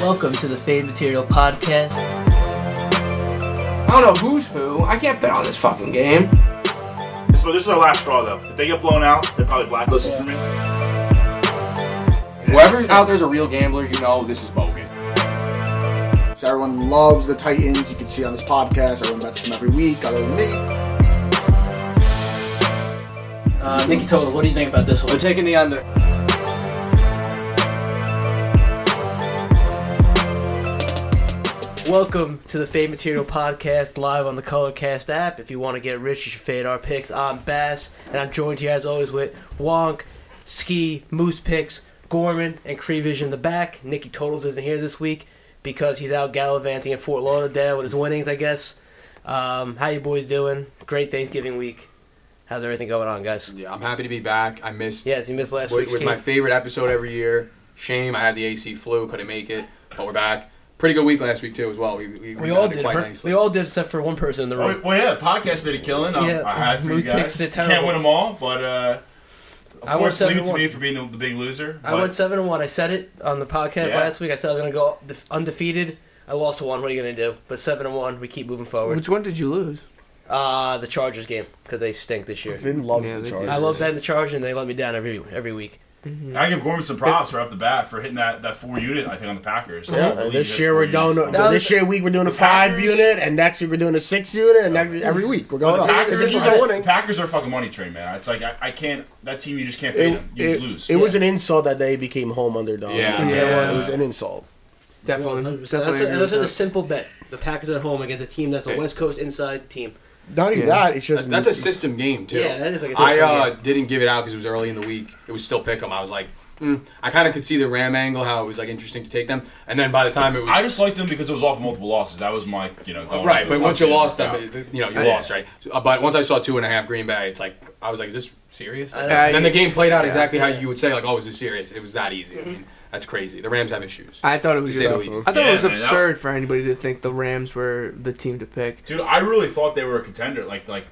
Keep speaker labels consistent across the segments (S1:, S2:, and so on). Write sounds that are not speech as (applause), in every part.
S1: Welcome to the Fade Material Podcast.
S2: I don't know who's who. I can't bet on this fucking game.
S3: This, this is our last straw, though. If they get blown out, they're probably blacklisted for me.
S4: Whoever's out there's a real gambler, you know this is bogus. So everyone loves the Titans. You can see on this podcast, everyone bets them every week, other than me.
S1: Uh, Nikki Tola, what do you think about this one?
S4: We're taking the under.
S1: Welcome to the Fade Material Podcast live on the Colorcast app. If you want to get rich, you should fade our picks. I'm Bass, and I'm joined here as always with Wonk, Ski, Moose Picks, Gorman, and Creevision in the back. Nikki Totals isn't here this week because he's out gallivanting in Fort Lauderdale with his winnings, I guess. Um, how you boys doing? Great Thanksgiving week. How's everything going on, guys?
S5: Yeah, I'm happy to be back. I missed.
S1: Yes, you missed last
S5: it
S1: week's
S5: was
S1: game.
S5: my favorite episode every year. Shame I had the AC flu, couldn't make it, but we're back. Pretty good week last week too, as well. We, we,
S1: we all
S5: rebounded
S1: did.
S5: quite
S1: per-
S5: nicely.
S1: We all did except for one person in the room.
S6: Well, well, yeah, the podcast made a killing. Um, I'm,
S1: Yeah,
S6: I'm happy for you
S1: Moose picks
S6: guys.
S1: did
S6: Can't
S1: terrible.
S6: win them all, but uh, of
S1: I won
S6: course, leave it to
S1: 7-1.
S6: me for being the, the big loser.
S1: I
S6: but
S1: went seven and one. I said it on the podcast
S6: Yeah.
S1: last week. I said I was going to go def- undefeated. I lost one. What are you going to do? But seven and one, we keep moving forward.
S2: Which one did you lose?
S1: Uh the Chargers game because they stink this year.
S4: Vin loves
S2: Yeah, they
S4: the
S2: do.
S4: Chargers.
S1: I love betting the Chargers, and they let me down every every week.
S6: I give Gorman some props right off the bat for hitting that, that four unit. I think on the Packers. I
S7: Yeah,
S6: believe
S7: this
S6: that
S7: year
S6: four
S7: we're
S6: unit.
S7: going.
S1: That
S7: To,
S1: was-
S7: this year week we're doing a five
S6: Packers-
S7: unit, and next week we're doing a six unit, and next, every week we're going
S6: The
S7: up.
S6: Packers,
S7: It keeps
S6: are,
S7: on
S6: winning.
S7: winning.
S6: Packers are a fucking money train, man. It's like I, I can't. That team, you just can't fade
S7: It,
S6: them. You
S7: it,
S6: just lose.
S7: it was an insult that they became home underdogs.
S5: Yeah.
S2: Yeah.
S7: it was an insult.
S2: Definitely.
S1: So that's
S2: definitely
S1: a,
S2: agree
S1: that's
S2: with
S1: a simple bet. The Packers at home against a team that's a
S5: Hey.
S1: West Coast inside team.
S7: Not even
S2: Yeah.
S7: that. It's just
S5: That's a system game too.
S1: Yeah, that is like a
S5: I
S1: system
S5: uh,
S1: game.
S5: didn't give it out because it was early in the week. It was still pick 'em. I was like, hmm. I kind of could see the Ram angle how it was like interesting to take them, and then by the time it was
S6: I just liked them because it was off multiple losses. That was my, you know.
S7: Oh,
S6: Going
S5: right, but once you lost them,
S6: Yeah.
S5: it- you know you lost right. So, uh, but once I saw two and a half Green Bay, it's like I was like, is this serious?
S1: I-
S5: And then the
S2: I-
S5: game played out exactly how you would say like, oh, is this serious? It was that easy. I mean, that's crazy. The Rams have issues.
S2: I thought it was.
S5: say the
S2: I
S5: least.
S2: thought it
S6: Yeah,
S2: was
S6: man, that-
S2: absurd for anybody to think the Rams were the team to pick.
S6: dude, I really thought they were a contender. Like, like,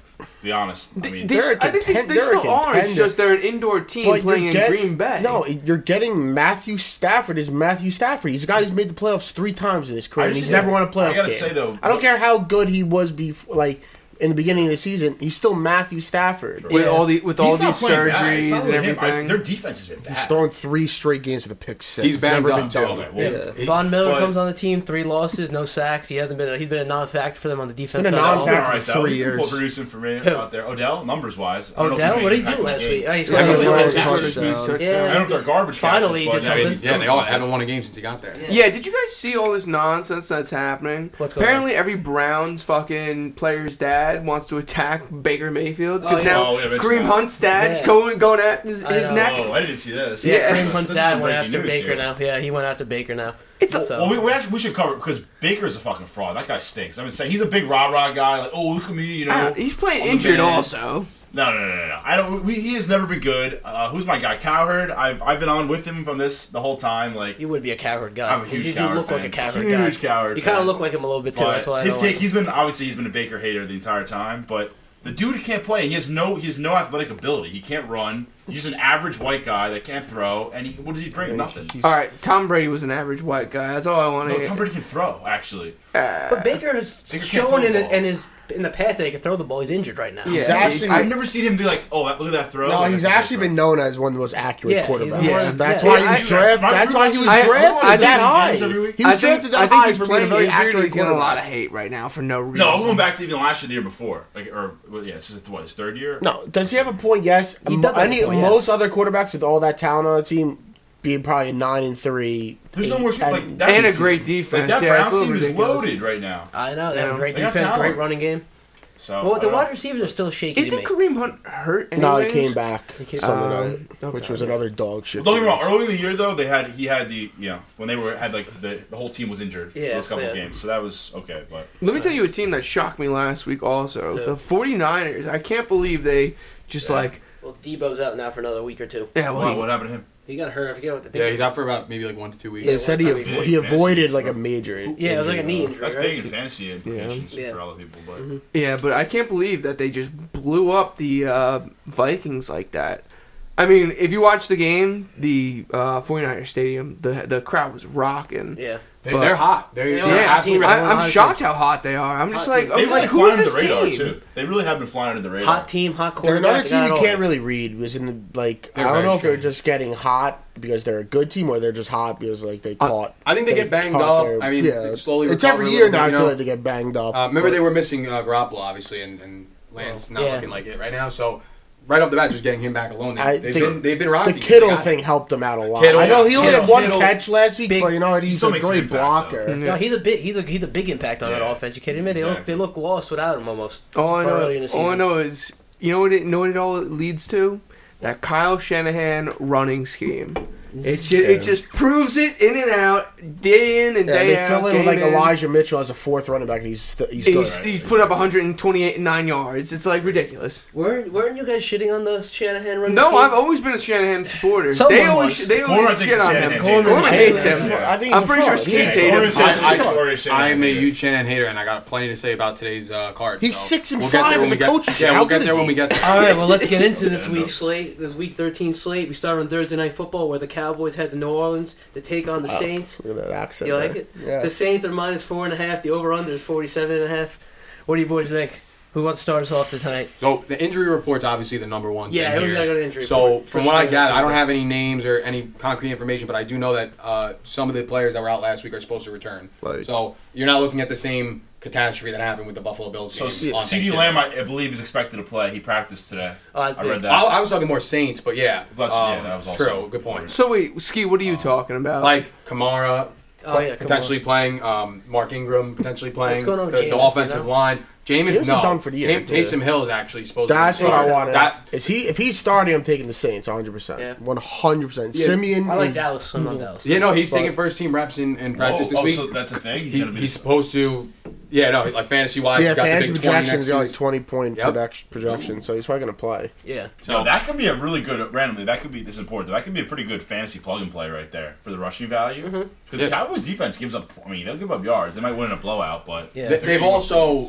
S6: be honest. I mean,
S2: They,
S7: They're a
S2: I think they,
S7: contend-
S2: they
S7: they're a
S2: still are. It's
S7: contender.
S2: just they're an indoor team
S7: But
S2: playing in
S7: get-
S2: Green Bay.
S7: No, you're getting Matthew Stafford is Matthew Stafford. He's a guy who's made the playoffs three times in his career.
S6: I
S7: and
S6: just
S7: He's
S6: think-
S7: never won a playoff
S6: I gotta
S7: game.
S6: say, though,
S7: I don't
S6: but-
S7: care how good he was before, like in the beginning of the season. He's still Matthew Stafford.
S2: with all the with all
S6: he's not
S2: these
S6: playing bad. It's
S2: surgeries
S6: not
S2: and
S6: really him. I-
S2: everything.
S6: their defense has been bad.
S7: He's throwing three straight games to the pick six.
S5: He's
S7: It's
S5: banged
S7: never
S5: up,
S7: been
S5: too.
S7: done.
S6: Okay, well,
S7: Yeah.
S5: He-
S1: Von Miller
S6: But-
S1: comes on the team, three losses, no sacks. He hasn't been. He's been a non-factor for them on the defense.
S7: Been a
S1: side at all.
S7: non-factor.
S6: All right,
S7: for
S6: though.
S7: three
S6: You can pull
S7: years.
S6: producing for me
S1: Who?
S6: out there. Odell, numbers wise.
S1: Odell, Oh, what did he do last week? Oh, he scored
S7: Yeah,
S1: a
S7: he
S1: touchdown.
S7: scored a
S1: Yeah.
S6: I don't know if they're garbage.
S1: Finally,
S6: catchers,
S1: he
S6: but
S1: did
S6: I mean,
S1: something.
S5: Yeah, they all haven't won a game since he got there.
S2: Yeah, did you guys see all this nonsense that's happening?
S1: What's going
S2: Apparently, every Browns fucking player's dad wants to attack Baker Mayfield
S1: Oh,
S2: because
S1: yeah.
S2: now
S6: Oh, yeah, that's
S2: Kareem
S6: right.
S2: Hunt's dad's
S1: Yeah.
S2: going going at his,
S1: I
S2: his
S1: know.
S2: neck.
S6: Oh, I didn't see this.
S1: Yeah,
S6: This
S1: (laughs)
S6: is-
S1: Kareem
S6: this
S1: Hunt's
S6: is
S1: dad
S6: some
S1: went
S6: breaking
S1: after
S6: news
S1: Baker
S6: here.
S1: now. Yeah, he went after Baker now.
S2: It's a-
S1: So-
S6: Well, we, we actually we should cover it because Baker's a fucking fraud. That guy stinks. I've been saying he's a big rah rah guy. Like, oh look at me, you know.
S2: Ah, he's playing
S6: I'm
S7: Oh,
S6: the
S2: injured
S6: man.
S2: also.
S6: No, no, no, no, no. I don't. We, he has never been good. Uh, who's my guy? Cowherd. I've I've been on with him from this the whole time. Like,
S1: You would be a coward guy.
S6: I'm a huge
S1: you,
S6: coward
S1: You look like
S6: fan.
S1: a coward guy.
S6: Huge coward
S1: You kind of
S6: fan.
S1: look like him a little bit too.
S6: but
S1: That's why I
S6: his
S1: don't
S6: take.
S1: like him.
S6: He's been obviously he's been a Baker hater the entire time, but. The dude can't play. He has no. He has no athletic ability. He can't run. He's an average white guy that can't throw. And he, what does he bring? Nothing.
S2: All right, Tom Brady was an average white guy. That's all I want to
S6: No, Tom
S2: hear.
S6: Brady can throw. Actually,
S1: But Baker has
S6: (laughs) Baker can't
S1: shown
S6: throw
S1: in,
S6: the ball.
S1: in his in the past that he can throw the ball. He's injured right now.
S2: Yeah,
S7: He's actually-
S6: I've never seen him be like, oh, that, look at that throw.
S7: No,
S6: Like,
S7: he's
S6: that's a good
S7: actually
S6: throw.
S7: been known as one of the most accurate
S1: Yeah, he's
S7: quarterbacks.
S1: one
S2: of the-
S7: That's
S1: yeah.
S7: why
S1: Yeah,
S7: he
S6: I-
S7: was drafted.
S6: I-
S7: That's why he was
S2: I-
S7: drafted
S6: I-
S7: that
S6: I-
S7: high.
S6: every week?
S7: He
S2: I
S7: was
S2: think,
S7: drafted
S2: I
S7: that
S2: think
S7: high
S2: he's
S7: for being a
S2: playing
S7: very
S2: injured.
S7: accurate
S2: He's getting a lot
S7: quarterback.
S2: of hate right now for no reason.
S6: No, I'm going back to even last year, the year before, like or well, yeah, this is what his third year.
S7: No, does he have a point? Yes.
S1: He
S7: Um,
S1: does have a
S7: Any
S1: point, yes.
S7: most other quarterbacks with all that talent on the team being probably a nine and three.
S6: there's no
S7: eight,
S6: more
S7: and-
S6: like that.
S2: And a
S6: team-
S2: great
S6: Like,
S2: defense.
S6: that
S2: yeah, it's a
S6: Browns
S2: little
S6: team is
S2: ridiculous.
S6: loaded right now.
S1: I know. They have a
S2: Yeah.
S1: great
S6: They got
S1: defense, great
S6: talent. Oh,
S1: running game.
S6: So
S1: Well, the
S6: I don't
S1: wide
S6: know.
S1: receivers are still shaky to
S2: Isn't
S1: me.
S2: Kareem Hunt hurt?
S7: No, he
S2: anyways?
S7: came back
S1: He came-
S7: Sunday
S2: Um,
S7: night, which was another dog shit.
S6: Don't get me wrong. Early in the year, though, they had he had the you know when they were had like the, the whole team was injured.
S1: Yeah,
S6: those couple
S1: yeah.
S6: of games, so that was okay. But
S2: Let me tell you a team that shocked me last week also.
S1: Yeah.
S2: The 49ers. I can't believe they just like
S1: Well, Debo's out now for another week or two.
S5: Oh,
S2: yeah, well,
S6: Wow, what happened to him?
S1: He got hurt. I forget what the thing.
S5: Yeah, he's out for about maybe like one to two weeks.
S7: They said he,
S1: That's
S6: big.
S7: he avoided like a major.
S1: Yeah, it was like a
S7: injury,
S1: knee
S7: though.
S1: injury.
S6: That's
S1: right?
S6: big in fantasy implications
S1: Yeah. Mm-hmm.
S6: for a lot of people. But
S2: yeah, but I can't believe that they just blew up the uh, Vikings like that. I mean, if you watch the game, the uh, 49er Stadium, the the crowd was rocking.
S1: Yeah.
S5: They,
S2: But-
S5: they're hot. They're,
S1: Yeah,
S5: they're
S2: Yeah,
S5: absolutely
S2: I,
S5: hot.
S2: I'm shocked how hot they are. I'm just
S1: Hot
S2: like,
S1: team.
S2: I'm
S6: They've
S2: like,
S6: like,
S2: who is
S6: flying under
S2: this
S6: the radar
S2: team?
S6: too. They really have been flying under the radar.
S1: Hot team, hot
S7: They're another
S1: quarterback.
S7: team
S1: they got
S7: you
S1: it
S7: can't
S1: all.
S7: really read was in the like.
S5: They're
S7: I
S5: very
S7: don't know if they're
S5: strange.
S7: just getting hot because they're a good team or they're just hot because like they caught.
S5: I think they get banged
S7: caught
S5: up. I mean, they slowly
S7: It's
S5: recover
S7: every
S5: a
S7: year
S5: little
S7: now.
S5: bit,
S7: I
S5: you
S7: feel
S5: know?
S7: like they get banged up.
S5: Uh, remember,
S7: but-
S5: they were missing uh, Garoppolo, obviously, and, and Lance not
S1: Yeah.
S5: looking like it right now. So, right off the bat, just getting him back alone. They,
S7: I
S5: have
S7: think
S5: been they've been rocking.
S7: The Kittle thing helped him out a lot.
S5: Kittle,
S7: I know he only had
S5: Kittle,
S7: one
S5: Kittle,
S7: catch last week,
S1: big-
S7: but you know what?
S6: he
S7: He's
S6: still
S7: a
S6: makes an
S7: great
S6: impact, though.
S7: blocker.
S1: No, he's a big. He's a he's a big impact on that
S6: Yeah.
S1: offense. You kidding me? They look they
S6: Exactly. Oh,
S1: look lost without him almost.
S2: All I
S1: early in
S2: know,
S1: the
S2: all I
S1: season.
S2: know is, you know what it, know what it all leads to? That Kyle Shanahan running scheme. It ju- it just proves it in and out, day in and
S7: Yeah,
S2: day
S7: they
S2: out.
S7: fill in
S2: game
S7: with like
S2: in.
S7: Elijah Mitchell as a fourth running back, and he's st- he's good.
S2: He's, he's put up 128 and nine yards. It's like ridiculous.
S1: Weren't weren't you guys shitting on the Shanahan running?
S2: No,
S1: scheme?
S2: I've always been a Shanahan supporter.
S1: Someone
S2: they always
S1: was.
S2: they
S6: Gorman
S2: always
S6: thinks
S2: shit
S6: it's
S2: on
S6: Shanahan
S2: him.
S6: hater.
S2: Gorman
S1: Gorman
S2: hates
S1: hates
S2: him.
S6: him.
S7: I think
S2: I'm
S7: he's a
S2: pretty sure
S7: fraud.
S2: Skeets
S7: Yeah.
S2: hate him.
S6: Gorman's hater.
S5: I,
S6: He's a Florida
S5: I, I am a
S6: Shanahan
S5: huge Shanahan hater, and I got plenty to say about today's uh, card.
S7: He's
S5: so
S7: six and
S5: we'll get
S7: five
S5: there when
S7: as
S5: we
S7: a
S5: get-
S7: coach.
S5: Yeah,
S7: How
S5: we'll get
S7: good
S5: there
S7: is
S5: when
S7: he?
S5: we get there.
S1: All right, well, let's get into this week's slate. This week 13 slate. We start on Thursday night football, where the Cowboys head to New Orleans to take on the Saints.
S7: Look at that accent.
S1: You
S7: there.
S1: like it?
S7: Yeah.
S1: The Saints are minus four and a half. The over/under is 47 and a half. What do you boys think? Who wants to start us off tonight?
S5: So the injury report's obviously the number one.
S1: Yeah,
S5: thing
S1: everybody's
S5: here.
S1: gotta go to injury
S5: So
S1: report.
S5: from
S1: First
S5: what I
S1: thing
S5: gather,
S1: that's
S5: I don't
S1: out.
S5: have any names or any concrete information, but I do know that uh, some of the players that were out last week are supposed to return.
S7: Right.
S5: So you're not looking at the same catastrophe that happened with the Buffalo Bills.
S6: So
S5: game
S6: C-
S5: on
S6: CD
S5: Thanksgiving.
S6: Lamb, I, I believe, is expected to play. He practiced today.
S1: Oh, that's
S6: I
S1: big.
S6: read that.
S5: I, I was talking more Saints, but yeah, Um,
S6: But, yeah, that was also-
S5: true. Good point.
S2: So wait, Ski, what are you talking about?
S5: Like Kamara,
S1: Oh yeah, come
S5: potentially playing. Um, Mark Ingram potentially playing.
S1: going on with
S5: the, the
S1: Jameis,
S5: offensive
S1: you know?
S5: line. Jameis,
S7: Jameis is
S5: no.
S7: done for the year.
S5: Tam- Taysom Hill is actually supposed
S7: That's
S5: to. be
S7: what I wanted.
S5: starting. That
S7: is he if he's starting? I'm taking the Saints 100.
S1: Yeah.
S7: percent 100. percent
S5: Yeah,
S7: Simeon.
S1: on. I like
S7: is
S1: Dallas. I'm on
S7: evil.
S1: Dallas.
S5: you know he's
S7: But-
S5: taking first team reps in, in
S6: Oh,
S5: practice
S6: oh,
S5: this
S6: so
S5: week.
S6: that's a thing. He's
S5: He,
S6: gonna be.
S5: he's supposed to. Yeah, no, like fantasy wise,
S7: Yeah,
S5: he's got
S7: fantasy
S5: the big twenty
S7: projections
S5: next
S7: got like
S5: season.
S7: 20 point
S5: Yep.
S7: production, projection, so he's probably gonna play.
S1: Yeah.
S6: so that could be a really good randomly. That could be this is important. That could be a pretty good fantasy plug and play right there for the rushing value.
S2: Mm-hmm.
S6: Because the
S5: Yeah.
S6: Cowboys defense gives up. I mean, they'll give up yards. They might win in a blowout, but
S1: Yeah.
S5: They,
S1: They're
S5: they've also,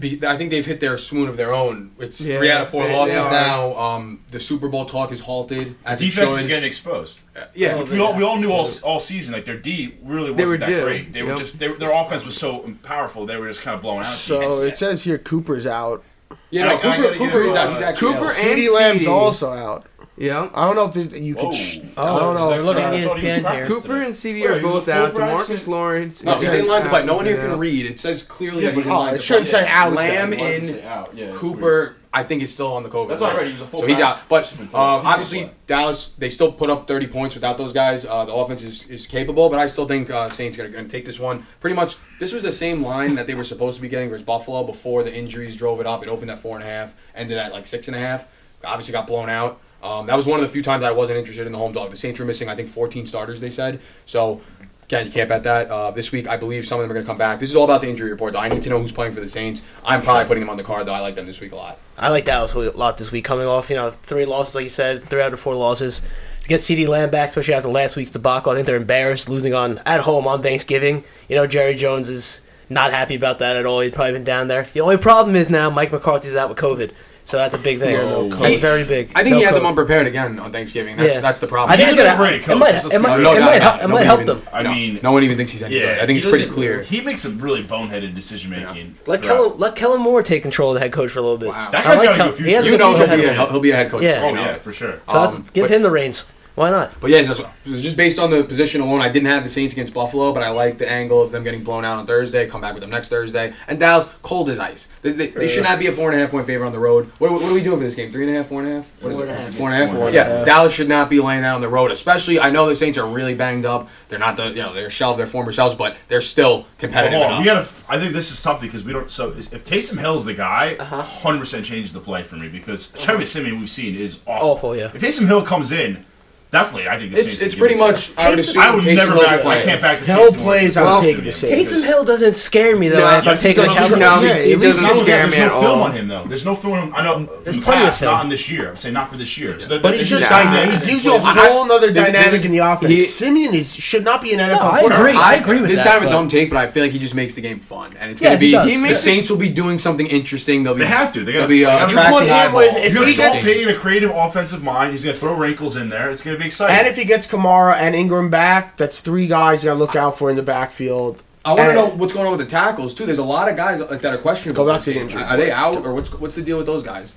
S5: be, I think they've hit their swoon of their own. It's
S2: Yeah,
S5: three out of four
S2: they- they
S5: losses
S2: are.
S5: now. Um, the Super Bowl talk is halted as it
S6: defense is
S5: should.
S6: getting exposed.
S5: Yeah,
S1: Oh,
S6: We all, we all knew all, all season like their D
S2: They
S6: really
S2: were
S6: wasn't that
S2: due.
S6: great. They were
S2: Yep.
S6: just they, their offense was so powerful. They were just kind of blowing out.
S7: So
S6: teams.
S7: it says here Cooper's out.
S5: you
S6: I-
S5: know,
S6: I gotta give
S5: Cooper, Cooper
S6: it,
S5: is out.
S6: uh,
S5: He's actually
S2: Cooper
S5: out.
S2: and
S7: CD Lamb's
S2: CD.
S7: also out.
S2: yeah.
S7: I don't know if this, you
S6: Whoa.
S7: could. Sh- I don't know.
S1: We're looking
S6: I
S1: at
S6: thought he was
S1: ESPN
S6: practicing
S1: here.
S2: Cooper
S6: today.
S2: and CD are
S6: Wait, he was
S2: both
S6: a full
S2: out.
S6: practice?
S2: Demarcus Lawrence.
S5: No,
S2: is
S5: he's in line to
S2: out.
S5: play. No one here can
S2: Yeah.
S5: read. It says clearly
S6: Yeah,
S5: that he's in
S7: oh,
S5: line
S7: it
S5: to
S7: shouldn't
S5: play.
S7: say out.
S5: Lamb
S7: then.
S6: Why
S5: in
S6: does it say out? Yeah, that's weird.
S5: Cooper, I think, is still on the COVID
S6: That's
S5: list.
S6: all right, he was a full
S5: so he's
S6: pass.
S5: out. But
S6: He's been
S5: um,
S6: full. He's been
S5: obviously,
S6: full.
S5: Dallas they still put up 30 points without those guys. Uh, the offense is, is capable, but I still think uh, Saints are going to take this one. Pretty much, this was the same line that they were supposed to be getting versus Buffalo before the injuries drove it up. It opened at four and a half, ended at like six and a half. Obviously, got blown out. Um, that was one of the few times I wasn't interested in the home dog. The Saints were missing, I think, 14 starters. They said so. Again, you can't bet that. Uh, this week, I believe some of them are going to come back. This is all about the injury report, though. I need to know who's playing for the Saints. I'm probably putting them on the card, though. I like them this week a lot.
S1: I like Dallas a lot this week. Coming off, you know, three losses, like you said, three out of four losses. To get CD Lamb back, especially after last week's debacle, I think they're embarrassed losing on at home on Thanksgiving. You know, Jerry Jones is not happy about that at all. He's probably been down there. The only problem is now Mike McCarthy's out with COVID, so that's a big thing.
S7: Yeah, no
S1: that's
S5: COVID.
S1: very big.
S5: I think
S1: No
S5: he had
S1: COVID.
S5: them unprepared again on Thanksgiving. That's,
S1: Yeah.
S5: that's the problem.
S1: I think
S6: He's
S1: it's
S6: an
S1: gonna,
S6: overrated
S1: it
S6: coach,
S1: might,
S6: let's
S1: it might,
S5: No
S1: it
S5: doubt
S1: might
S5: about
S1: help,
S5: it.
S1: it might
S5: Nobody
S1: help
S5: even-
S1: them.
S6: I
S5: no,
S6: mean-
S5: no one even thinks he's any good. I think
S6: he
S5: it's pretty
S6: doesn't-
S5: clear.
S6: He makes some really boneheaded decision making.
S1: Let Kellen, let Kellen Moore take control of the head coach for a little bit.
S5: Wow.
S6: That
S1: I
S6: guy's
S1: like
S6: got a
S1: Kel-
S6: good
S1: he has
S6: future.
S1: a
S5: You
S1: good
S5: know he'll
S1: future
S5: be a
S1: ahead coach.
S5: he'll, he'll be a head coach.
S1: Yeah.
S6: Oh
S5: You know.
S6: yeah, for sure.
S1: So let's
S5: Um,
S1: give
S5: but-
S1: him the reins. Why not?
S5: But yeah, just, just based on the position alone, I didn't have the Saints against Buffalo, but I like the angle of them getting blown out on Thursday, come back with them next Thursday. And Dallas, cold as ice. They, they, they should not be a four and a half point favorite on the road. What, what are we doing for this game? Three and a half, four and a half? What is
S1: Four
S5: it?
S1: and a half.
S5: Four and a half.
S6: Four and a
S5: yeah, Dallas should not be laying that on the road, especially. I know the Saints are really banged up. They're not the you know they're shell of their former selves, but they're still competitive
S6: Hold on,
S5: enough.
S6: we gotta. f- I think this is tough because we don't. So is- if Taysom Hill's the guy, 100 percent changes the play for me because Trevor Simeon we've seen is awful.
S1: Awful, yeah.
S6: If Taysom Hill comes in, Definitely, I think the
S5: It's
S6: Saints.
S5: it's
S6: can give
S5: pretty
S6: me-
S5: much. I would assume
S6: I would
S5: Taysom
S6: never
S5: Hill's
S6: back. I
S5: playing.
S6: can't back the
S7: Hell
S6: Saints. in
S7: plays,
S6: order.
S7: I
S2: Well,
S7: would take the Saints.
S1: Taysom Hill doesn't scare me though.
S2: No,
S1: after
S2: yes, he
S1: taking a
S6: does.
S1: couple,
S6: No.
S2: No,
S7: Yeah,
S2: he
S7: at least
S2: doesn't
S6: No,
S7: he's-
S2: scare
S6: there's
S2: me
S6: no
S2: at
S6: film
S2: all.
S6: on him though. There's no film. on- I know. There's
S1: plenty of film.
S6: Not on this year. I'm saying not for this year. So that-
S7: But
S6: it's
S7: he's just
S2: Nah.
S7: dynamic. He gives you a
S6: I-
S7: whole other
S5: there's-
S7: dynamic
S5: there's-
S7: in the offense.
S5: he-
S7: Simeon is should not be an NFL.
S1: No, I
S7: quarterback.
S1: agree. I agree with
S5: It's
S1: that.
S5: kind of a
S1: but-
S5: dumb take, but I feel like he just makes the game fun, and it's
S1: Yeah,
S5: gonna
S1: he
S5: be
S1: does.
S5: the
S2: makes-
S5: Saints will be doing something interesting. They'll be
S6: They have to. They gotta-
S5: they'll be
S6: they
S5: uh,
S6: gotta-
S5: attracting
S7: You put him with-
S5: eyeballs.
S7: if
S6: If you have
S7: he
S6: Sean
S7: gets-
S6: Payton, a creative offensive mind, he's going to throw wrinkles in there. It's going to be exciting.
S7: And if he gets Kamara and Ingram back, that's three guys you got to look out for in the backfield.
S5: I want to
S7: And-
S5: know what's going on with the tackles too. There's a lot of guys like that are questionable.
S7: Go back
S5: for this
S7: to the
S5: game.
S7: injury.
S5: Are they out or what's what's the deal with those guys?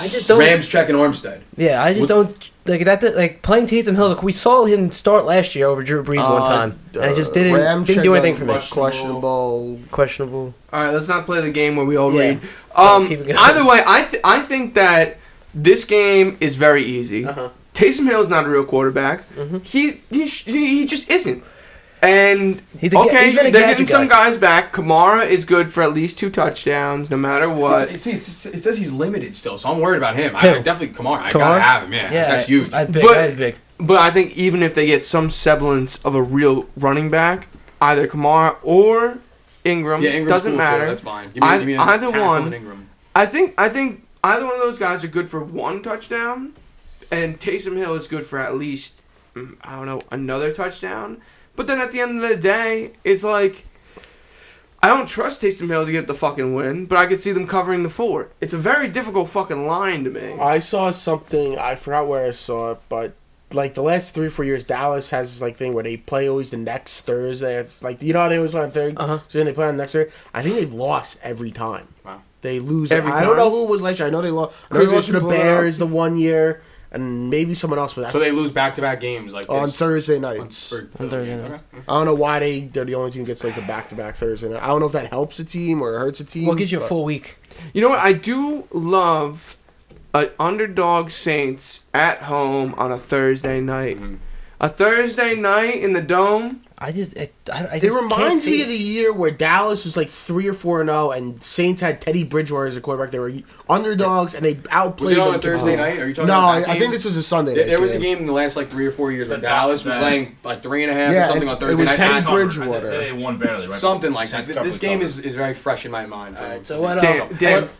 S1: I just don't.
S5: Rams checking Armstead.
S1: Yeah, I just don't like that. Like playing Taysom Hill, like, we saw him start last year over Drew Brees one
S7: Uh,
S1: time, and it just didn't
S7: Ramchick
S1: didn't do anything for me.
S7: got Questionable.
S1: Questionable.
S2: All right, let's not play the game where we all
S1: Yeah.
S2: read. Um,
S1: keep it going.
S2: (laughs) either way, I th- I think that this game is very easy.
S1: Uh-huh.
S2: Taysom Hill is not a real quarterback.
S1: Mm-hmm.
S2: He, he sh- he he just isn't. And
S1: He's a ga-
S2: okay,
S1: he's been a
S2: they're
S1: gadget
S2: getting some
S1: guy.
S2: guys back. Kamara is good for at least two touchdowns, no matter what.
S5: It's, it's, it's, it says he's limited still, so I'm worried about him. I
S1: Who?
S5: I definitely Kamara. I
S1: Kamara?
S5: gotta have him. Yeah,
S1: Yeah,
S5: that's huge.
S1: That's big.
S2: But-
S1: that's big.
S2: But I think even if they get some semblance of a real running back, either Kamara or Ingram,
S5: yeah, Ingram's
S2: doesn't
S5: cool
S2: matter.
S5: Too. That's fine. Give
S2: I-
S5: me, give me a
S2: either
S5: tackle
S2: one.
S5: and Ingram.
S2: I think I think either one of those guys are good for one touchdown, and Taysom Hill is good for at least mm, I don't know another touchdown. But then at the end of the day, it's like I don't trust Taysom Hill to get the fucking win, but I could see them covering the four. It's a very difficult fucking line to me.
S7: I saw something. I forgot where I saw it, but like the last three four years, Dallas has this like thing where they play always the next Thursday. Like you know how they always play on 3rd
S1: Uh-huh.
S7: So then they play on the next Thursday. I think they've lost every time.
S5: Wow.
S7: They lose
S2: Every
S7: every. I don't
S2: time?
S7: know who it was last year. I know they lost. I know they
S2: Previous
S7: lost to the
S2: people are up.
S7: Bears the one year, and maybe someone else. But I
S5: So they lose back to back games like
S7: on
S5: this-
S7: Thursday
S5: on
S7: nights.
S5: Thursday.
S1: Thursday night.
S5: Okay.
S7: I don't know why they they're the only team that gets like the back to back Thursday. night. I don't know if that helps a team or hurts a team.
S1: Well, it gives you a
S7: but-
S1: full week.
S2: You know what? I do love an underdog Saints at home on a Thursday night.
S5: Mhm.
S2: A Thursday night in the dome.
S1: I just, I, I, I
S7: It
S1: just can't
S7: reminds
S1: see
S7: me
S1: it.
S7: of the year where Dallas was like three or four and zero, and Saints had Teddy Bridgewater as a quarterback. They were underdogs and they outplayed.
S5: Was it on
S7: them
S5: a Thursday
S7: to-
S5: night? Are you talking
S7: No,
S5: about
S7: I,
S5: that
S7: I
S5: game?
S7: think this was a Sunday.
S5: There,
S7: night
S5: there was a game in the last like three or four years where
S6: The
S5: Dallas was
S6: Dolphins.
S5: laying like three and a half
S7: Yeah,
S5: or something
S7: it-
S5: on
S7: it
S5: Thursday
S7: was
S5: night.
S7: Teddy
S5: Not-
S7: Bridgewater.
S6: They, they won barely, right?
S5: Something like that.
S6: Saints
S5: Th-
S6: covered,
S5: This game
S6: covered.
S5: is, is very fresh in my mind. So,
S1: Alright, so what
S5: Damn,
S1: else?
S5: damn.
S2: Damn.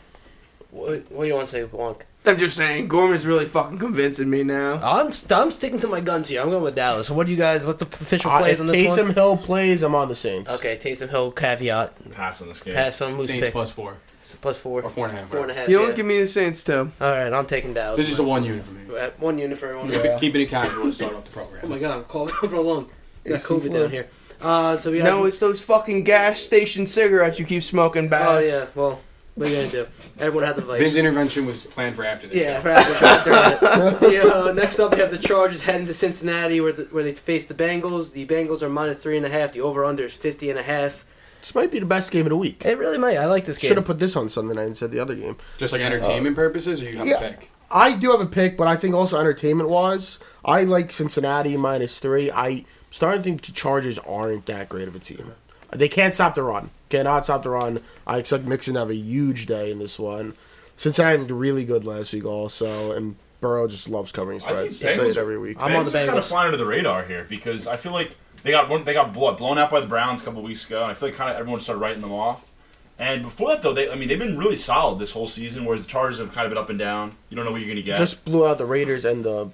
S1: What, what do you want to say, Wonk?
S2: I'm just saying, Gorman's really fucking convincing me
S5: Uh,
S2: now.
S1: I'm, st- I'm sticking to my guns here. I'm going with Dallas. What do you guys? What's the official
S7: Uh,
S1: plays
S7: if
S1: on this
S7: Taysom
S1: one?
S7: Hill plays, I'm on the Saints.
S1: Okay, Taysom Hill caveat.
S6: pass on this game.
S1: Pass on loose
S5: Saints
S1: picks.
S5: plus four
S1: plus four.
S5: or four and a half.
S1: Four and a
S5: whatever.
S1: half.
S2: You don't
S1: yeah.
S2: give me the Saints too.
S1: All right, I'm taking Dallas.
S5: This is just a one unit for me.
S1: Uh, one unit for everyone.
S5: Keep it- Keeping it casual to start off the program.
S1: (laughs) Oh my god, I'm calling (laughs) over long. I got
S7: AC
S1: COVID
S7: flu.
S1: down here. Uh, so we got.
S2: No, it's those fucking gas station cigarettes you keep smoking, back.
S1: oh yeah. Well, what are you gonna do? Everyone has a vice.
S5: Vin's intervention was planned for after this.
S1: Yeah, perhaps we'll talk about it. (laughs) The, uh, next up, they have the Chargers heading to Cincinnati, where the, where they face the Bengals. The Bengals are minus three and a half. The over under is fifty and a half.
S7: This might be the best game of the week.
S1: It really might. I like this game.
S7: Should have put this on Sunday night instead of the other game.
S5: Just like entertainment purposes, or you have
S7: yeah.
S5: to pick.
S7: I do have a pick, but I think also entertainment wise, I like Cincinnati minus three. I starting to think the Chargers aren't that great of a team. They can't stop the run. Cannot stop the run. I expect Mixon to have a huge day in this one. Cincinnati looked really good last week, also, and Burrow just loves covering
S6: I think
S7: spreads. I say
S6: Bengals-
S7: it every week.
S1: I'm on the
S6: Kind
S1: Bengals.
S6: of flying under the radar here because I feel like they got one, they got blown, blown out by the Browns a couple weeks ago, and I feel like kind of everyone started writing them off. And before that, though, they I mean they've been really solid this whole season, whereas the Chargers have kind of been up and down. You don't know what you're going to get.
S7: Just blew out the Raiders and the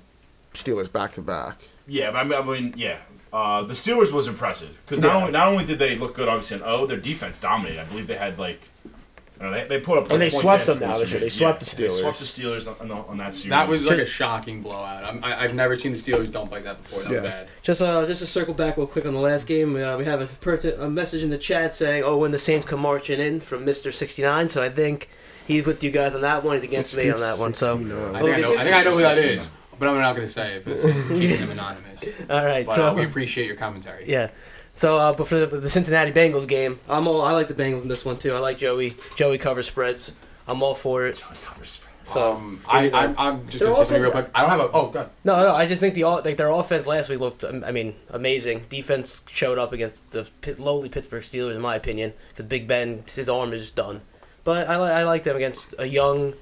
S7: Steelers back to back.
S6: Yeah, but I mean, I mean yeah. Uh, the Steelers was impressive because not only not only did they look good, obviously, in O, their defense dominated. I believe they had like, I don't know, they, they put up. like,
S7: And they
S6: 20
S7: swept
S6: fantasy
S7: them now
S6: points
S7: this
S6: or
S7: year. They
S6: something.
S7: swept the
S6: They swept the
S7: Steelers.
S6: Steelers on, on, on that series.
S5: That was like a shocking blowout. I'm, I, I've never seen the Steelers dump like that before. That was
S7: Yeah.
S5: bad.
S1: Just uh, just to circle back real quick on the last game, uh, we have a, per- a message in the chat saying, "Oh, when the Saints come marching in" from Mister Sixty Nine. So I think he's with you guys on that one. He's against me on that one. So Oh,
S5: I think I,
S1: they-
S5: know, I think I know who that is, but I'm not going to say it
S1: (laughs)
S5: for the sake of keeping them anonymous.
S1: all right,
S5: But uh,
S1: so
S5: we appreciate your commentary.
S1: yeah. So, uh, but for the, the Cincinnati Bengals game, I'm all I like the Bengals in this one too. I like Joey. Joey cover spreads. I'm all for it. So
S5: Um, I, I'm, I'm just
S1: They're
S5: going to say something
S1: also-
S5: real quick. I don't have a. Oh, God.
S1: no, no, I just think the all like their offense last week looked. um, I mean, amazing. Defense showed up against the pit, lowly Pittsburgh Steelers, in my opinion, because Big Ben his arm is done. But I, li- I like them against a young,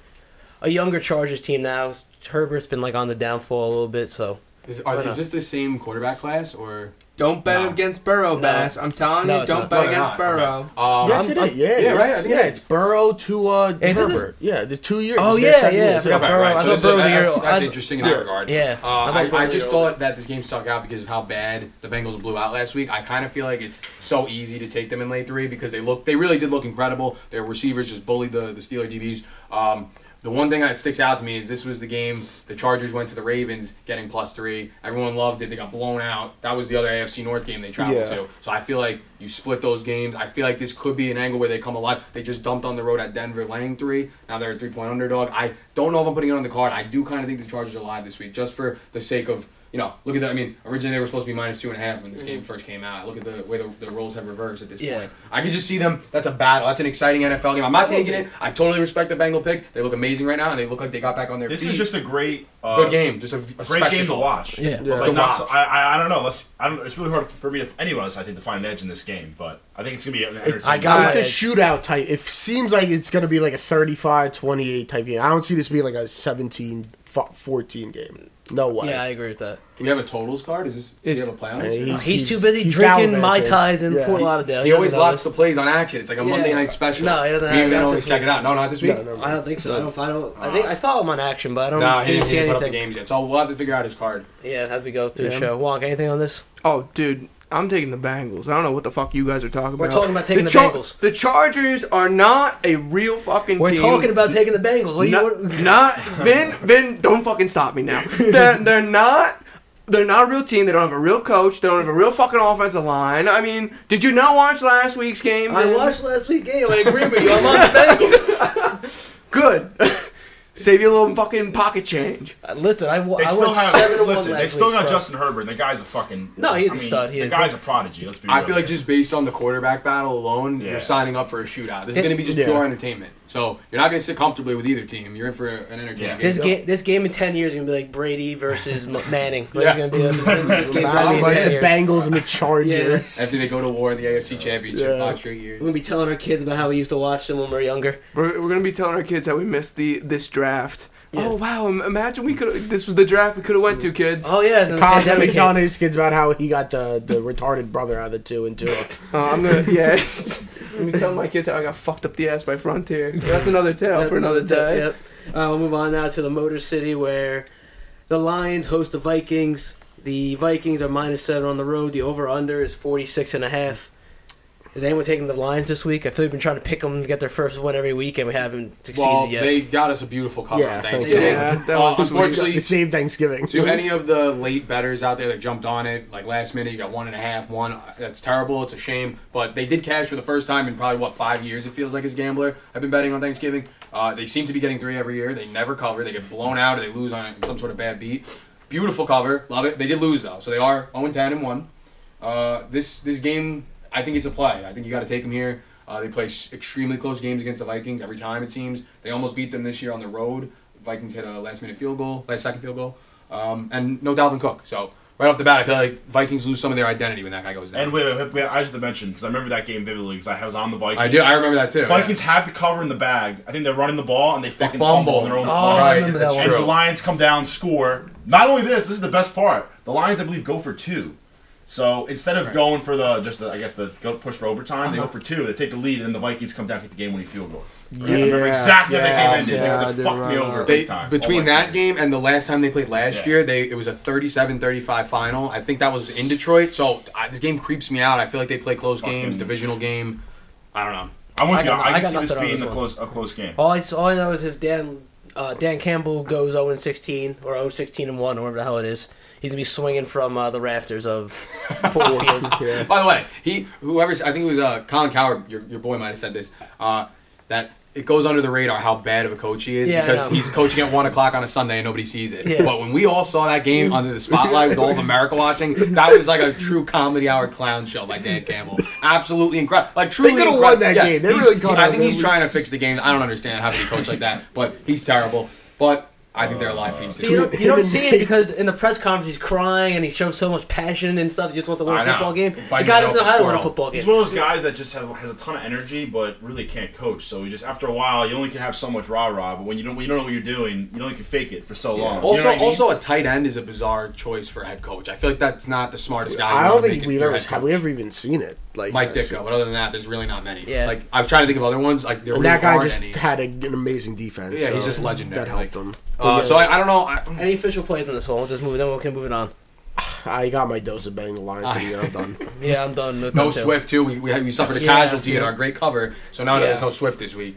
S1: a younger Chargers team now. Herbert's been like on the downfall a little bit, so
S5: Is, are, is this the same quarterback class or?
S2: Don't bet
S5: No.
S2: against Burrow,
S1: No.
S2: Bass. I'm telling
S1: No,
S2: you,
S1: it's
S2: don't
S1: not.
S2: bet
S5: No, they're
S2: against
S5: not.
S2: Burrow.
S5: Um,
S7: yes, it is. Yeah,
S5: yeah,
S7: it's-
S5: right, I think it
S7: yeah,
S5: is.
S7: it's Burrow to uh,
S1: It's-
S7: Herbert. yeah, the two years.
S1: Oh,
S7: it's
S1: yeah,
S7: their second
S1: yeah,
S7: years,
S1: I forgot
S5: Okay,
S1: Burrow-
S5: right.
S1: I
S5: so
S1: thought
S5: this-
S1: Burrow the
S5: that-
S1: year-
S5: that's, that's
S1: I-
S5: interesting in that regard.
S1: yeah. I
S5: Uh,
S1: thought
S5: I, I
S1: Burrow
S5: just
S1: the
S5: thought that this game stuck out because of how bad the Bengals blew out last week. I kind of feel like it's so easy to take them in late three because they look they really did look incredible. Their receivers just bullied the the Steeler DBs. Um, the one thing that sticks out to me is this was the game the Chargers went to the Ravens getting plus three. Everyone loved it. They got blown out. That was the other AFC North game they traveled
S7: Yeah.
S5: to. So I feel like you split those games. I feel like this could be an angle where they come alive. They just dumped on the road at Denver, laying three. Now they're a three point underdog. I don't know if I'm putting it on the card. I do kind of think the Chargers are alive this week, just for the sake of you know. Look at that. I mean, originally they were supposed to be minus two and a half when this game first came out. Look at the way the, the roles have reversed at this
S1: Yeah.
S5: point. I could just see them. That's a battle. That's an exciting NFL game. I'm not taking it. I totally respect the Bengal pick. They look amazing right now, and they look like they got back on their
S6: This
S5: feet.
S6: is just a great, uh,
S5: good game. Just a, a
S6: Great game to
S5: spectacle.
S6: watch.
S1: Yeah.
S6: It's like
S5: To
S6: not
S5: watch.
S6: so- I, I, I don't know. Let's, I don't, it's really hard for me to anyone else. I think to find an edge in this game, but I think it's gonna be. An entertaining
S1: I got
S7: it's
S1: it.
S7: a shootout type. It seems like it's going to be like a 35-28 type game. I don't see this being like a 17-14 game. No way.
S1: Yeah, I agree with that.
S5: Do we have a totals card? Is this? Do you have a play on
S7: Hey,
S5: this?
S7: he's-
S1: He's, too
S7: he's-
S1: busy
S7: he's
S1: drinking
S7: gallivanting.
S1: Mai Tais in
S7: Yeah.
S1: Fort Lauderdale.
S5: He always
S1: doesn't know
S5: locks the
S1: this.
S5: plays on action. It's like a
S1: Yeah.
S5: Monday night special.
S1: No, he doesn't
S5: We
S1: have-
S5: even
S1: not
S5: always
S1: this
S5: check
S1: week.
S5: it out. No, not this week.
S7: No, no.
S1: I don't think so. I don't. I don't. I think I follow him on action, but I don't.
S5: No, he
S1: didn't
S5: didn't, he
S1: see
S5: didn't put up the
S1: anything.
S5: games yet. So we'll have to figure out his card.
S1: Yeah, as we go through the
S7: Yeah.
S1: show. Wonk, anything on this?
S2: Oh, dude, I'm taking the Bengals. I don't know what the fuck you guys are talking
S1: We're
S2: about.
S1: talking about taking the
S2: Char-
S1: Bengals.
S2: The Chargers are not a real fucking
S1: We're
S2: team.
S1: talking about taking the Bengals. What do you? (laughs)
S2: not,
S1: What,
S2: not Vin. Vin, don't fucking stop me
S1: (laughs)
S2: now. They're, they're not. They're not a real team. They don't have a real coach. They don't have a real fucking offensive line. I mean, did you not watch last week's game?
S1: I
S2: Vin?
S1: watched last week game. I agree with you. I'm on the
S6: (laughs)
S1: Bengals.
S2: Good. (laughs) Save you a little fucking pocket change.
S1: Uh, Listen, I, wa-
S6: They
S1: I
S6: still
S1: went seven to
S6: have.
S1: one
S6: Listen, they
S1: last
S6: still
S1: week,
S6: got
S1: bro.
S6: Justin Herbert. The guy's a fucking.
S1: No, he's
S6: I
S1: a
S6: mean,
S1: stud, he
S6: the
S1: is.
S6: guy's a prodigy. Let's be.
S5: I
S6: real
S5: feel like
S6: here.
S5: just based on the quarterback battle alone,
S6: Yeah.
S5: you're signing up for a shootout. This is
S1: It-
S5: going to be just
S7: Yeah.
S5: pure entertainment. So you're not going to sit comfortably with either team. You're in for a- an entertaining
S6: Yeah.
S5: game.
S1: This game, this game in ten years is gonna be like Brady versus M- Manning. Like,
S5: Yeah.
S1: (laughs) It's gonna be a, this, this game's gonna be in
S7: Like
S1: ten
S7: the
S1: years. (laughs)
S7: Bengals and the Chargers. (laughs)
S5: After they go to war in the AFC Championship
S7: Yeah.
S5: five straight
S1: We're
S5: years.
S1: gonna be telling our kids about how we used to watch them when we were younger.
S2: We're, we're gonna be telling our kids that we missed the this draft.
S1: Yeah.
S2: Oh wow! im- Imagine we could. This was the draft we could have went to, kids.
S1: Oh yeah, and then the
S7: Kyle's gonna
S1: pandemic
S7: be
S1: hit.
S7: telling his kids about how he got the, the retarded brother out of the two
S5: (laughs)
S7: and two.
S2: Uh, I'm gonna (laughs) yeah. I'm gonna tell my kids how I got fucked up the ass by (laughs) Frontier. That's another tale for another day.
S1: Yep. Uh, we'll move on now to the Motor City where the Lions host the Vikings. The Vikings are minus seven on the road. The over under is 46 and a half. Is anyone taking the Lions this week? I feel like we've been trying to pick them to get their first win every week, and we haven't succeeded
S5: Well,
S1: yet.
S5: they got us a beautiful cover
S7: Yeah,
S5: on
S7: thank
S5: Thanksgiving.
S2: Yeah, that
S5: Uh,
S2: was
S5: unfortunately,
S7: It saved Thanksgiving.
S5: To any of the late betters out there that jumped on it, like last minute, you got one and a half, one. That's terrible. It's a shame. But they did cash for the first time in probably, what, five years, it feels like, as Gambler. I've been betting on Thanksgiving. Uh, they seem to be getting three every year. They never cover. They get blown out or they lose on some sort of bad beat. Beautiful cover. Love it. They did lose, though. So they are 0 10 and 1. Uh, this this game, I think it's a play. I think you got to take them here. Uh, they play s- extremely close games against the Vikings every time. It seems they almost beat them this year on the road. Vikings hit a last minute field goal, last second field goal, um, and no Dalvin Cook. So right off the bat, I feel like Vikings lose some of their identity when that guy goes down.
S6: And wait, wait, wait, wait, I just have to mention because I remember that game vividly because I was on the Vikings.
S5: I do. I remember that too.
S6: Vikings had the cover in the bag. I think they're running the ball and they
S5: They
S6: fucking fumble, on their own.
S5: Oh,
S6: fumble.
S5: right,
S1: remember that
S5: that's
S1: one.
S6: And the
S5: true.
S6: Lions come down, score. Not only this, this is the best part. The Lions, I believe, go for two. So instead of going for the just the, I guess the go push for overtime, they go for two. They take the lead, and then the Vikings come down, hit the game winning field goal. I remember
S7: Yeah.
S6: exactly how
S5: Yeah.
S6: they came in
S7: Yeah, I
S6: because
S7: do
S6: it fucked me
S7: remember
S6: over
S7: that.
S5: They,
S6: big time.
S5: between
S6: Oh my
S5: that
S6: God.
S5: game and the last time they played last
S6: Yeah.
S5: year, they it was a 37-35 final. I think that was in Detroit. So I, this game creeps me out. I feel like they play close
S6: Fucking-
S5: games, divisional game. I don't know.
S6: I'm
S1: I
S6: with you.
S1: got-
S6: I
S1: I
S6: can
S1: got
S6: see this
S1: nothing on
S6: being
S1: this
S6: a
S1: one. Oh,
S6: close a close game.
S1: all, I, all I know is if Dan uh, Dan Campbell goes 0 and 16 or 0 16 and 1 or whatever the hell it is, he's going to be swinging from uh, the rafters of
S2: (laughs)
S1: Ford Field.
S5: By the way, he whoever I think it was uh, Colin Coward, your, your boy might have said this. Uh, that it goes under the radar how bad of a coach he is
S1: Yeah, I
S5: because
S1: know.
S5: he's coaching at one o'clock on a Sunday and nobody sees it.
S1: Yeah.
S5: But when we all saw
S7: (laughs)
S5: that game under the spotlight with all of America watching, that was like a true comedy hour clown show by Dan Campbell. Absolutely incredible. Like truly,
S7: could've
S5: incre-
S7: won that game. They
S5: he's-
S7: really caught
S5: I
S7: out
S5: think he's
S7: there.
S5: trying to fix the game. I don't understand how he coach like that, but he's terrible. But. I think they're a live piece.
S1: See, you don't, you don't
S7: Him and
S1: see it
S7: Nate.
S1: because in the press conference he's crying and he shows so much passion and stuff. You just want to win
S5: I
S1: a
S5: know.
S1: football game.
S5: Biting
S1: the guy
S5: the
S1: doesn't know
S5: off
S1: how to win
S5: squirrel.
S1: a football game.
S6: He's one of those guys that just has, has a ton of energy, but really can't coach. So he just after a while, you only can have so much rah rah. But when you don't, when you don't know what you're doing, you only can fake it for so long. You know
S5: Also,
S6: what I mean?
S5: also a tight end is a bizarre choice for a head coach. I feel like that's not the smartest guy.
S7: I
S5: you wanna
S7: don't
S5: make
S7: think
S5: it
S7: we've
S5: your
S7: ever
S5: head
S7: have
S5: coach.
S7: we ever even seen it. Like
S5: Mike
S7: this.
S5: Ditka, but other than that, there's really not many.
S1: Yeah.
S5: Like I've tried to think of other ones. Like there
S7: And
S5: really
S7: that guy
S5: aren't
S7: just
S5: any.
S7: had a, an amazing defense.
S5: Yeah, he's
S7: so
S5: just legendary,
S7: That helped him.
S5: Uh, so I, I don't know. I,
S1: Any official plays in this one? We'll just move. Then we can move it on.
S7: I got my dose of betting the Lions for the year. I'm done.
S1: Yeah, I'm done. with
S5: no
S1: that, too.
S5: Swift too. We, we, we suffered a
S1: Yeah,
S5: casualty in
S1: yeah.
S5: our great cover, so now there's
S1: Yeah.
S5: no Swift this week.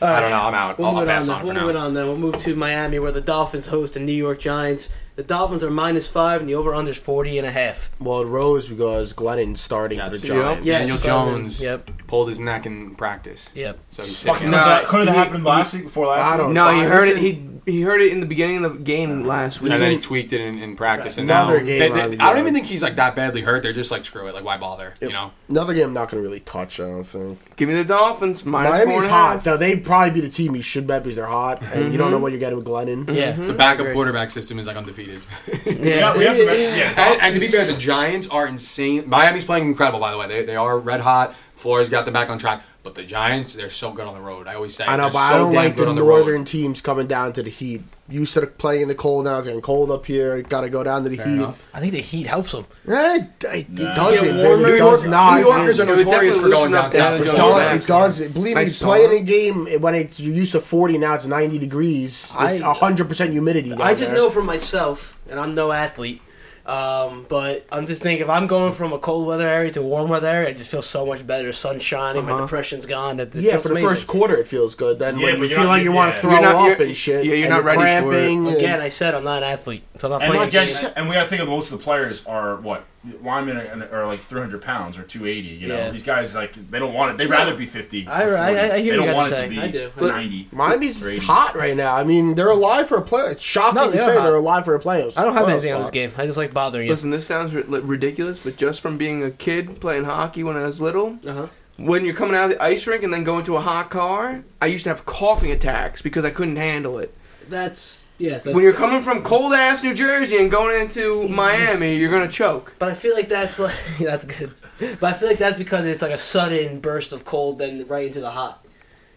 S1: All
S5: I
S1: right.
S5: don't know. I'm out.
S1: We'll
S5: I'll,
S1: move
S5: I'll
S1: it on.
S5: pass
S1: Then.
S5: on,
S1: We'll
S5: for
S1: move it
S5: now.
S1: on. Then we'll move to Miami, where the Dolphins host the New York Giants. The Dolphins are minus five, and the over/under is forty and a half.
S7: well, it rose because Glennon starting for the
S5: That's-
S7: Giants.
S1: Yeah,
S5: Daniel
S1: Spider-Man.
S5: Jones
S1: Yep.
S5: pulled his neck in practice,
S1: Yep.
S5: so he's
S6: fucking
S5: sitting.
S2: No,
S5: out.
S6: couldn't that- couldn't that
S2: he-
S6: happen last week before last
S7: I
S6: week?
S7: don't
S2: No, he
S7: Fine.
S2: heard it. He he heard it in the beginning of the
S1: Uh,
S2: game last week.
S5: And then he tweaked it in, in practice, and now
S7: Another game
S5: they, they-
S7: around the
S5: I don't even
S7: yard.
S5: think he's like that badly hurt. They're just like screw it, like why bother? You know,
S7: Another game I'm not going to really touch. I don't think
S2: Give me the Dolphins minus four and
S7: Miami's
S2: a half.
S7: hot though. They probably be the team you should bet because they're hot, and you don't know what you're getting with Glennon.
S1: Yeah.
S5: the backup
S1: Agree.
S5: quarterback system is like undefeated. (laughs)
S1: Yeah.
S6: Yeah, we have to, yeah.
S5: And, and to be fair, the Giants are insane. Miami's playing incredible, by the way. They, they are red hot. Flores got them back on track. But the Giants, they're so good on the road. I always say,
S7: I know,
S5: they're
S7: but
S5: so
S7: I don't
S5: damn
S7: like
S5: good
S7: the,
S5: on the
S7: northern
S5: road.
S7: teams coming down to the heat. You start playing in the cold now. It's getting cold up here. Got to go down to the
S5: Fair
S7: heat.
S5: enough.
S1: I think the heat helps them.
S7: Eh, it, it
S6: Nah.
S7: doesn't.
S1: Yeah,
S7: It
S1: warmer
S5: New,
S1: It
S7: does
S5: York,
S7: not.
S5: New Yorkers are
S2: It would
S5: notorious for
S2: definitely
S5: going
S2: loosen
S5: down
S2: up down
S5: south.
S7: It
S2: It down
S5: They're so
S2: south.
S5: bad.
S7: does. It does. It- Believe
S2: Nice
S7: me,
S2: sauna.
S7: playing a game when it's you're used to 40 now, it's 90 degrees,
S1: I-
S7: hundred percent humidity. down
S1: I just
S7: there.
S1: know for myself, and I'm no athlete, um, but I'm just thinking if I'm going from a cold weather area to a warm weather area, I just feel so much better. Sun shining, my
S2: Uh-huh.
S1: depression's gone. It, it
S7: Yeah,
S1: feels
S7: for the
S1: amazing.
S7: first quarter, it feels good. Then
S6: Yeah,
S7: when
S6: but
S7: you
S6: you're
S7: feel
S6: not-
S7: like you want
S6: yeah.
S7: to throw
S2: You're not-
S7: up
S2: you're-
S7: and shit.
S2: yeah, you're not
S7: and
S2: ready for it.
S1: Again, I said I'm not an athlete, so I'm not
S6: And
S1: playing.
S6: again,
S1: against-
S6: and we got to think of most of the players are what linemen are, are like 300 pounds or 280. You know,
S1: Yeah.
S6: these guys like they don't want it. They'd rather be 50.
S1: I-
S6: or
S1: I- I-
S6: 40.
S1: I hear
S6: they
S1: what you
S6: don't
S1: guys
S6: want
S1: are
S6: it to
S1: saying.
S6: be
S1: I do.
S6: 90.
S7: Miami's
S6: Brady.
S7: hot right now. I mean, they're alive for a play. It's shocking
S1: No, they
S7: to
S1: are
S7: say
S1: hot.
S7: they're alive for a playoff.
S1: I don't have anything
S7: playoff
S1: on this
S7: spot.
S1: game. I just like bothering you.
S2: Listen, this sounds ri- li- ridiculous, but just from being a kid playing hockey when I was little,
S1: Uh-huh.
S2: when you're coming out of the ice rink and then going to a hot car, I used to have coughing attacks because I couldn't handle it.
S1: That's yes. That's,
S2: when you're coming from cold ass New Jersey and going into Miami, you're gonna choke.
S1: but I feel like that's like (laughs) that's good. But I feel like that's because it's like a sudden burst of cold, then right into the hot.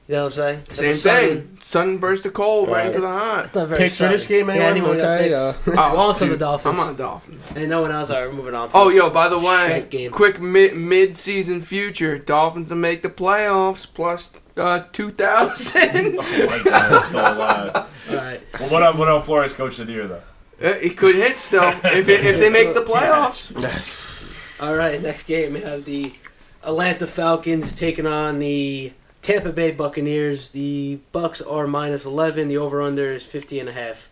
S1: You know what I'm saying? That's a
S2: Same
S1: sudden-
S2: thing. Sudden burst of cold right
S7: Got
S2: into the hot.
S1: It's not very
S7: Picks for
S1: sudden.
S7: this game, anyone? Okay,
S1: got picks? (laughs)
S2: Oh,
S1: Longs on the
S2: dude,
S1: Dolphins.
S2: I'm on the Dolphins.
S1: And no one else. All right, we're moving on. from
S2: Oh,
S1: this
S2: yo! By the way,
S1: shit game.
S2: quick mid mid season future: Dolphins to make the playoffs plus uh, two thousand. (laughs)
S6: (laughs) Oh my god, it's still alive.
S1: All right.
S6: Well, what up? What up? Flores coach of the year though.
S2: Uh, it could hit still if it, if they make the playoffs.
S1: All right, next game we have the Atlanta Falcons taking on the Tampa Bay Buccaneers. The Bucks are minus 11. The over/under is 50 and a half.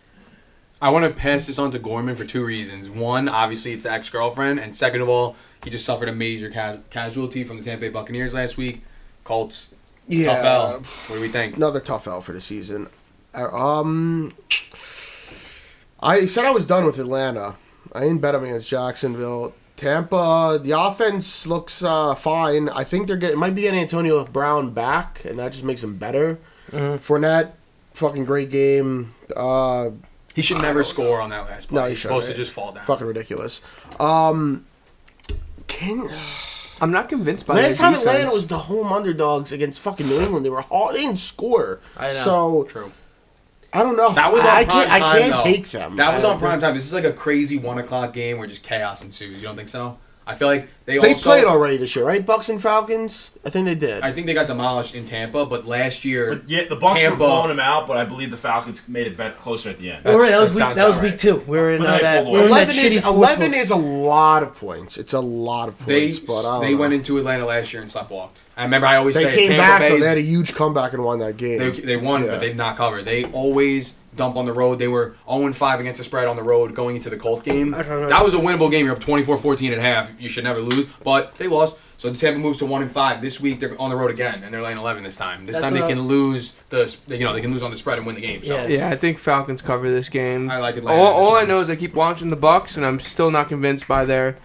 S5: I want to pass this on to Gorman for two reasons. One, obviously, it's the ex girlfriend, and second of all, he just suffered a major ca- casualty from the Tampa Bay Buccaneers last week. Colts,
S7: Yeah.
S5: tough L. What do we think?
S7: another tough L for the season. Uh, Um, I said I was done with Atlanta. I didn't bet 'em against Jacksonville. Tampa, the offense looks uh, fine. I think they're getting might be getting Antonio Brown back, and that just makes them better.
S2: Mm-hmm.
S7: Fournette, fucking great game. Uh,
S5: He should never score on that last play.
S7: No, he
S5: He's
S7: shouldn't,
S5: supposed to
S7: right?
S5: just fall down.
S7: fucking ridiculous. Um, can
S2: I'm not convinced by
S7: Last
S2: their
S7: time
S2: defense.
S7: Atlanta was the home underdogs against fucking New England, they were hard. They didn't score.
S1: I know.
S7: So
S5: True.
S7: I don't know.
S5: That was on
S7: I, I
S5: prime
S7: can't.
S5: time.
S7: I can't
S5: though.
S7: take them.
S5: That was
S7: I-
S5: on prime time. This is like a crazy one o'clock game where just chaos ensues. You don't think so? I feel like they,
S7: They
S5: also,
S7: played already this year, right? Bucks and Falcons. I think they did.
S5: I think they got demolished in Tampa, but last year
S6: But yeah, the Bucks
S5: Tampa-
S6: were blowing them out, but I believe the Falcons made it bet closer at the end.
S5: That's-
S1: All right, that
S5: that
S1: was week.
S5: sounds
S1: That was
S5: about
S1: week
S5: right.
S1: two. We were in
S6: But
S1: uh,
S6: they
S1: that.
S6: pulled
S1: We were in that
S7: eleven
S1: shitty
S7: is
S1: sports
S7: eleven
S1: book.
S7: is a lot of points. It's a lot of
S5: they
S7: points. but I don't
S5: they
S7: know.
S5: went into Atlanta last year and sleptwalked. I remember I always
S7: They
S5: say
S7: came
S5: Tampa
S7: back. though.
S5: Bay's
S7: They had a huge comeback and won that game.
S5: They, they won,
S7: Yeah.
S5: but they did not cover. They always dump on the road. They were 0 5 against the spread on the road going into the Colt game.
S1: I don't know.
S5: That was a winnable game. You're up 24 14 at half. You should never lose, but they lost. So Tampa moves to 1 and 5. This week they're on the road again, and they're laying 11 this time. This
S1: That's
S5: time they
S1: what I-
S5: can lose the you know they can lose on the spread and win the game. So
S1: Yeah.
S2: Yeah, I think Falcons cover this game.
S5: I like Atlanta.
S2: all, all I
S5: This
S2: know is I keep watching the Bucks, and I'm still not convinced by their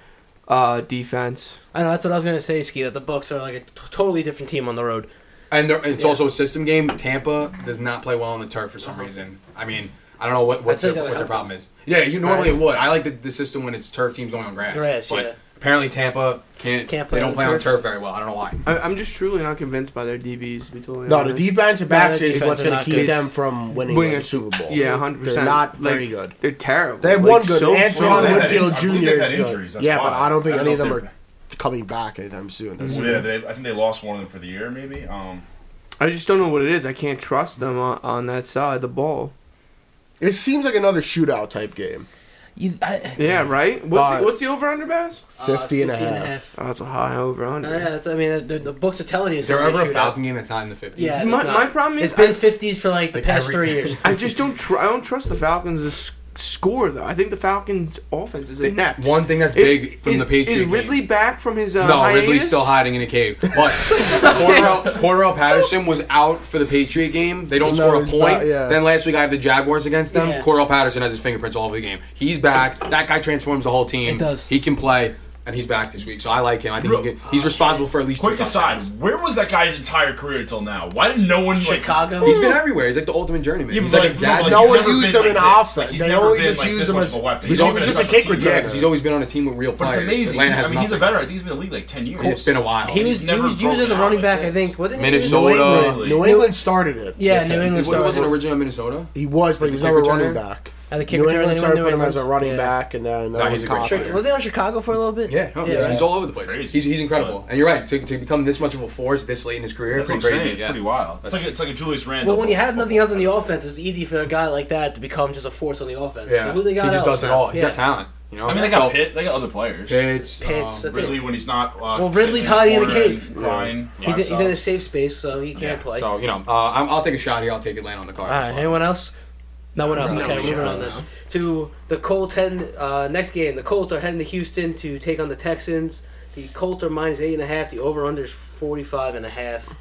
S2: uh, defense.
S1: I know that's what I was gonna say, Ski. That the Bucks are like a t- totally different team on the road.
S5: And there, it's
S1: Yeah. Uh-huh.
S5: also a system game. Tampa does not play well on the turf for some reason. I mean, I don't know what what,
S1: I think
S5: their,
S1: that
S5: what
S1: would
S5: their
S1: help
S5: problem is. Yeah, you normally
S1: Right.
S5: it would. I like the, the system when it's turf teams going on grass.
S1: Grass,
S5: but
S1: yeah.
S5: Apparently Tampa can't.
S1: Can't play
S5: they don't
S1: on
S5: play on
S1: turf.
S5: turf very well. I don't know why.
S2: I, I'm just truly not convinced by their DBs. To be totally
S7: No, the
S2: honest.
S7: defense and
S1: No,
S7: backs
S1: their
S7: is
S1: defense
S7: what's
S1: are
S7: going to
S1: not
S7: keep
S1: good.
S7: them from winning
S2: Winning
S7: the
S2: a-
S7: Super Bowl.
S2: Yeah, hundred percent.
S7: They're not very good.
S2: They're terrible.
S7: They have
S2: Like,
S7: one good.
S2: So
S7: Antoine
S2: slow.
S6: They had
S7: Winfield
S6: in- I
S7: Jr.
S6: believe
S7: is
S6: they had
S7: good.
S6: injuries, that's
S7: yeah,
S6: why.
S7: but I don't think
S6: I don't
S7: any of
S6: know
S7: them
S6: if
S7: are coming back anytime soon. That's-
S6: Yeah, they, I think they lost one of them for the year, maybe. Um,
S2: I just don't know what it is. I can't trust them on, on that side of the ball.
S7: It seems like another shootout type game.
S1: You, I,
S2: Yeah, right. What's
S7: Uh,
S2: the, what's the over under bass?
S1: uh,
S7: 50 and a half.
S2: Oh, that's a high over
S1: Uh,
S2: under.
S1: yeah, that's, I mean, the, the books are telling you. it's
S5: Is there
S1: gonna be
S5: ever a
S1: shootout.
S5: Falcon game that's not in the 50s?
S1: Yeah,
S2: My-
S1: there's not.
S2: my problem is
S1: it's been
S2: I-
S1: fifties for like the
S5: Like
S1: past
S5: every-
S1: three (laughs) years.
S2: I just don't. Tr- I don't trust the Falcons to s- score though. I think the Falcons' offense is inept.
S5: One thing that's
S2: It-
S5: big from
S2: is-
S5: the Patriot
S2: Is Ridley
S5: game.
S2: back from his uh,
S5: No,
S2: hiatus?
S5: Ridley's still hiding in a cave. But
S1: (laughs)
S5: Cordell, Cordell Patterson was out for the Patriot game. They don't
S7: No,
S5: score a
S7: he's
S5: point.
S7: not- yeah.
S5: Then last week I have the Jaguars against them.
S1: Yeah.
S5: Cordell Patterson has his fingerprints all over the game. He's back. That guy transforms the whole team.
S1: It does.
S5: He can play, and he's back this week. So I like him. I think
S6: Real-
S5: he can, he's responsible for at least.
S6: quick
S5: three
S6: aside,
S5: touchdowns.
S6: where was that guy's entire career until now? Why did no one like
S1: Chicago.
S5: he's been everywhere. He's like the ultimate journeyman.
S6: Yeah,
S5: he's
S6: but
S5: like, a
S6: like-
S5: gadget.
S6: like-
S7: no
S6: he's
S7: one
S6: never
S7: used
S6: been
S7: him in
S6: like this.
S7: offense.
S6: Like, he's
S7: they
S6: never
S7: only
S6: been
S7: just
S6: like
S7: used
S6: this
S7: him
S6: much
S7: as
S6: of a weapon.
S7: He
S6: He's
S5: He's
S6: always
S7: was just
S5: always-
S7: a
S6: been
S7: kick
S6: special teams.
S5: yeah,
S7: returner.
S5: because he's always been on a team with real
S6: But
S5: players.
S6: it's amazing.
S5: Atlanta
S6: I
S5: has
S6: mean, he's a
S5: nothing.
S6: veteran. He's been in the league like ten years.
S5: It's been a while.
S1: he was he
S6: never
S1: was used
S6: broken
S1: as a
S6: out
S1: running
S6: like
S1: back. I
S6: this.
S1: think wasn't he?
S7: New
S5: Minnesota.
S7: England,
S6: Totally.
S7: New England started it.
S1: Yeah,
S7: They
S1: New
S7: said.
S1: England
S5: He wasn't
S1: started.
S5: originally in Minnesota.
S7: He was, but he
S5: Like
S7: was
S5: the
S7: never
S5: kick
S7: running
S5: returner?
S7: back.
S1: Uh, the kick
S7: New
S1: returner,
S7: England
S1: they
S7: started
S1: went
S7: putting him
S1: New
S7: as a
S1: England.
S7: running
S1: Yeah.
S7: back, and then uh,
S5: No, he's a great
S7: Cochran.
S5: shooter.
S1: Were they on Chicago for a little bit?
S5: Yeah, no, he's, he's all over the place.
S6: crazy.
S5: He's, he's incredible,
S6: But-
S5: and you're right. To, to become this much of a force this late in his career,
S6: That's what I'm
S5: pretty
S6: saying.
S5: crazy.
S6: It's
S5: yeah.
S6: pretty wild. It's like it's like a Julius Randle.
S1: Well, when you have nothing else on the offense, it's easy for a guy like that to become just a force on the offense.
S5: yeah.
S1: Who they got
S5: he just
S1: else?
S5: does it all. He's
S1: yeah.
S5: got talent. You know,
S6: I mean, they
S5: So,
S6: got Pitt. They got other players.
S5: Pitts,
S1: Pitts,
S5: um,
S1: that's
S6: Ridley
S1: it.
S6: when he's not. Uh,
S1: Well, Ridley
S6: sitting
S1: tied in a
S6: corner and
S1: cave.
S6: Crying.
S1: He
S6: by
S1: did, he's in a
S6: himself.
S1: safe space, so he can't play.
S5: So you know, uh, I'm, I'll take a shot here. I'll take Atlanta on the card.
S1: All right, anyone else? No one else.
S5: No
S1: okay, moving
S5: shots.
S1: on then. To the Colts head uh, next game. The Colts are heading to Houston to take on the Texans. The Colts are minus eight and a half. The over under is forty five and a half.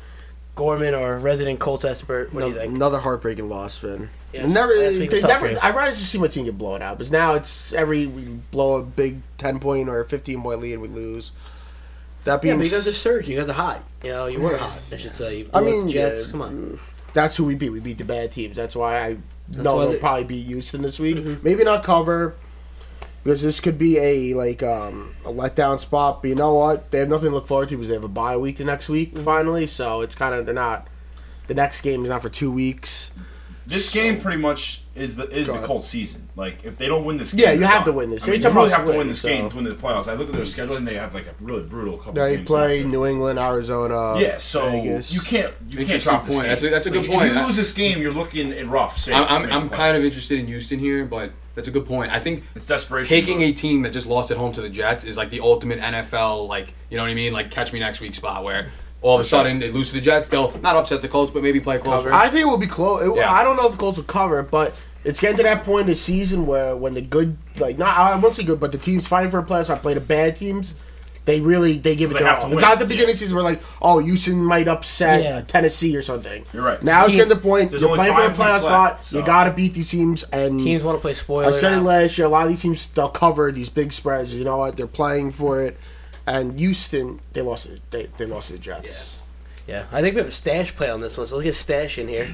S1: Gorman, our resident Colts expert, what do you
S7: Another-
S1: think?
S7: Another heartbreaking loss, Finn.
S1: Yes,
S7: never,
S1: last week
S7: they
S1: was tough for
S7: never.
S1: you.
S7: I'd rather just see my team get blown out, because now it's every we blow a big ten point or fifteen point lead, we lose. That
S1: Yeah,
S7: being,
S1: but you guys are
S7: s-
S1: surging. You guys are hot. You know, you were hot. I should say. You
S7: I
S1: blew up
S7: mean,
S1: the Jets.
S7: yeah.
S1: Come on.
S7: that's who we beat. We beat the bad teams. That's why I know
S1: why
S7: they'll
S1: they- Mm-hmm.
S7: probably beat Houston this week. Maybe not cover, because this could be a like um, a letdown spot. But you know what? They have nothing to look forward to because they have a bye week the next week
S1: Mm-hmm.
S7: finally. So it's kind of they're not. The next game is not for two weeks.
S6: This
S7: So-
S6: game pretty much is the is
S7: Go
S6: the
S7: ahead.
S6: Colts season. Like if they don't win this, game,
S7: Yeah, you
S6: they're
S7: have to
S6: done.
S7: win this.
S6: I mean,
S7: It's
S6: you
S7: a
S6: really
S7: must
S6: have to
S7: win,
S6: win this game
S7: so-
S6: to win the playoffs. I look at their schedule and they have like a really brutal couple.
S7: They
S6: games
S7: play
S6: left.
S7: New England, Arizona.
S6: Yeah, so
S7: Vegas.
S6: you can't you can't
S5: Interesting
S6: drop this
S5: point.
S6: game.
S5: That's a- that's a good
S6: Like,
S5: point.
S6: If you
S5: I-
S6: lose this game, you're looking in rough. shape
S5: I'm,
S6: to
S5: I'm,
S6: make
S5: I'm
S6: the
S5: kind of
S6: playoffs.
S5: interested in Houston here, but that's a good point. I think
S6: It's desperation.
S5: taking
S6: mode.
S5: a team that just lost at home to the Jets is like the ultimate NFL, like you know what I mean, like catch me next week spot where all of a sudden they lose to the Jets, they'll not upset the Colts, but maybe play closer.
S7: I think it will be close. It-
S5: Yeah.
S7: I don't know if the Colts will cover, it, but it's getting to that point in the season where when the good, like not I won't say good, but the teams fighting for a playoff, I play the bad teams. They really they give it
S6: They
S7: their
S6: have
S7: all.
S6: to
S7: It's
S6: win.
S7: not the beginning of the season where like, oh, Houston might upset
S1: Yeah.
S7: Tennessee or something.
S6: You're right.
S7: Now it's
S1: Team-
S7: getting to the point
S6: There's
S7: you're
S6: only
S7: playing for a
S6: five weeks
S7: playoff
S6: left,
S7: spot.
S6: so-
S7: You got to beat these teams, and
S1: Teams want to play spoiler.
S7: Mm. I said it
S1: now.
S7: last year. A lot of these teams they'll cover these big spreads. You know what? They're playing for it. And Houston, they lost. it. They, they lost to the Jets.
S1: Yeah, I think we have a stash play on this one, so let's get stash in here.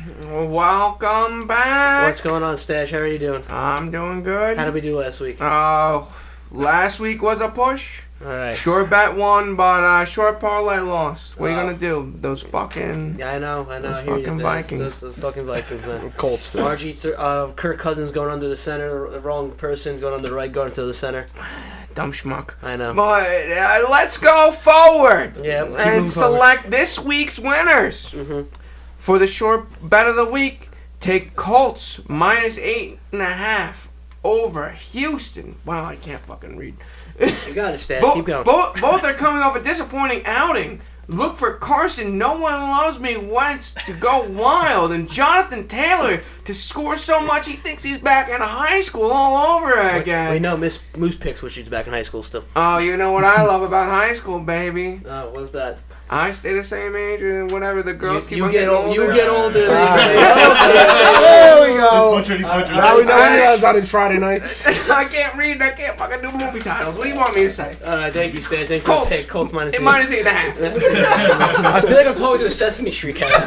S2: Welcome back.
S1: What's going on, stash? How are you doing?
S2: I'm doing good.
S1: How did we do last week? All
S2: Oh, last week was a push.
S1: right.
S2: Short bet won, but uh, short parlay lost. What are you
S1: Wow.
S2: gonna do? Those fucking.
S1: Yeah, I know, I know.
S2: Those
S1: I hear you,
S2: fucking
S1: man.
S2: Vikings.
S1: Those, those fucking Vikings, man.
S7: (laughs) Colts. though.
S1: RG, th- uh, Kirk Cousins going under the center. The wrong person's going under the right guard to the center.
S2: Dumb schmuck.
S1: I know.
S2: But uh, let's go forward
S1: Yeah, let's keep moving
S2: and
S1: forward.
S2: select this week's winners.
S1: Mhm.
S2: For the short bet of the week, take Colts minus eight and a half over Houston. Wow, I can't fucking read.
S1: You got it, Stash.
S2: Bo-
S1: Keep going.
S2: bo- both are coming off a disappointing outing. Look for Carson, no one loves me, Wentz to go wild, and Jonathan Taylor to score so much he thinks he's back in high school all over again.
S1: we know Miss Moose Picks when she's back in high school still.
S2: Oh, you know what I love about high school, baby?
S1: Uh, what's that?
S2: I stay the same age and whatever. The girls
S1: You-
S2: keep
S1: you
S2: on
S1: get
S2: getting
S1: old- you
S2: older.
S1: get older.
S6: (laughs)
S8: there
S7: Ah. (laughs)
S8: we go.
S6: Butcher, butcher.
S7: uh, Now we know what he does on his Friday nights.
S2: (laughs) I can't read. I can't fucking do movie titles. What do you want me to say?
S1: All right, Uh, thank you, Stan. Thanks for
S2: Colts.
S1: the pick. Colts minus
S2: It
S1: eight.
S2: minus eight and a half.
S1: (laughs) I feel like I'm talking to a Sesame Street character.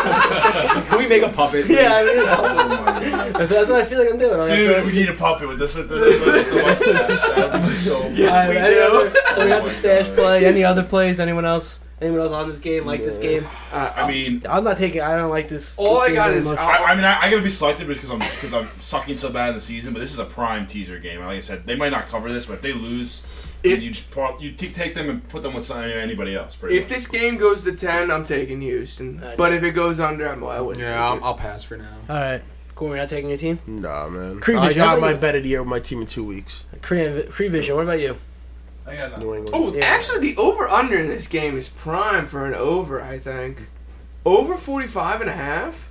S5: Can we make a puppet?
S1: (laughs) yeah, I mean, that's what I feel like uh, I'm doing. I'm
S6: Dude, we need a puppet with this. With the, with the, with the
S5: (laughs)
S6: mustache. That would be so. (laughs)
S2: Yes,
S1: All
S2: we
S1: right, any
S2: do.
S1: other- so we got
S6: Oh
S1: the
S6: my
S1: stash
S6: God.
S1: play. Any other plays? Anyone else? Anyone else on this game? Like this game?
S6: I mean,
S1: I'm not taking. I don't like this.
S2: All
S1: this
S2: I
S1: game
S2: got
S1: very
S2: is
S1: much.
S2: uh,
S6: I, I mean, I, I gotta be selective because I'm because I'm sucking so bad in the season. But this is a prime teaser game. Like I said, they might not cover this, but if they lose, then you just par- you t- take them and put them with some- anybody else. Pretty
S2: if
S6: much.
S2: this game goes to ten, I'm taking Houston.
S1: I
S2: But if it goes under, I'm. I wouldn't.
S5: Yeah, I'll, I'll pass for now.
S1: All right, Corey, you're not taking your team.
S7: (laughs) Nah, man.
S1: Creepy
S7: I got
S1: shit.
S7: my bet of the year with my team in two weeks.
S1: Korean Cree Vision. What about you?
S6: I got nothing.
S7: New England.
S2: Oh,
S1: Yeah.
S2: actually, the over under in this game is prime for an over. I think over 45 and a half.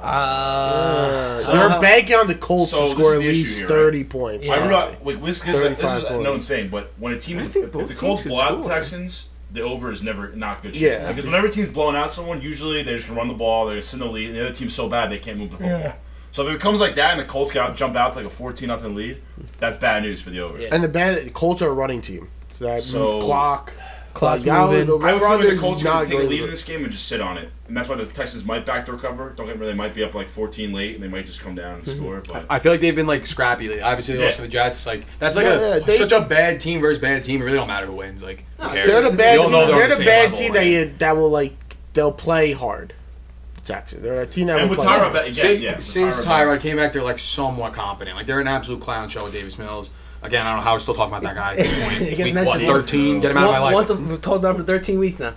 S1: Uh,
S7: They're banking on the Colts
S6: Oh, So
S7: to
S6: this
S7: score
S6: is
S7: at
S6: the issue
S7: least
S6: here, right?
S7: 30 points.
S1: Yeah.
S6: I remember, like this, this, is- this is
S7: 35
S6: a known thing, but when a team
S2: I
S6: is
S2: think
S6: if
S2: both
S6: the
S2: teams
S6: Colts
S2: could
S6: blow out the
S2: score.
S6: Texans, the over is never not good. Shit.
S7: Yeah.
S6: because whenever a team's blowing out someone, usually they're just gonna run the ball, they're gonna sit in the lead, and the other team's so bad they can't move the football. So if it comes like that and the Colts get out, jump out to like a fourteen nothing lead, that's bad news for the over.
S1: Yeah.
S7: And the bad the Colts are a running team. So that
S6: So-
S7: clock.
S1: Clock
S7: Yeah,
S1: moving.
S7: the
S6: I would feel
S7: run
S6: like the
S7: is
S6: Colts
S7: not
S6: could take a
S7: great,
S6: lead in
S7: but-
S6: this game and just sit on it, and that's why the Texans might backdoor cover. Don't get me wrong, they might be up like fourteen late, and they might just come down
S2: Mm-hmm.
S6: and score. But
S5: I feel like they've been like scrappy. Like, obviously, they lost to
S6: Yeah.
S5: the Jets. Like that's like
S7: Yeah,
S5: a
S7: yeah, they-
S5: such a bad team versus bad team. It really don't matter who wins. Like who cares?
S7: They're the
S5: We
S7: bad
S5: all
S7: team.
S5: know on
S7: They're the
S5: same
S7: bad
S5: level,
S7: team
S5: right?
S7: that you, that will like they'll play hard. Texas. They're a team that
S6: and
S7: will
S6: with
S7: play
S6: Tyrod,
S7: hard.
S6: back- yeah,
S5: Sin-
S6: yeah, with
S5: since
S6: Tyrod back-
S5: Tyrod came back, they're like somewhat competent. Like they're an absolute clown show with Davis Mills. Again, I don't know how we're still talking about that guy
S7: (laughs)
S5: at this point. It's
S1: Get
S5: week what,
S1: mentioned.
S5: thirteen? Get him out of my life.
S1: Once we've told them for 13 weeks
S2: (laughs)
S1: now.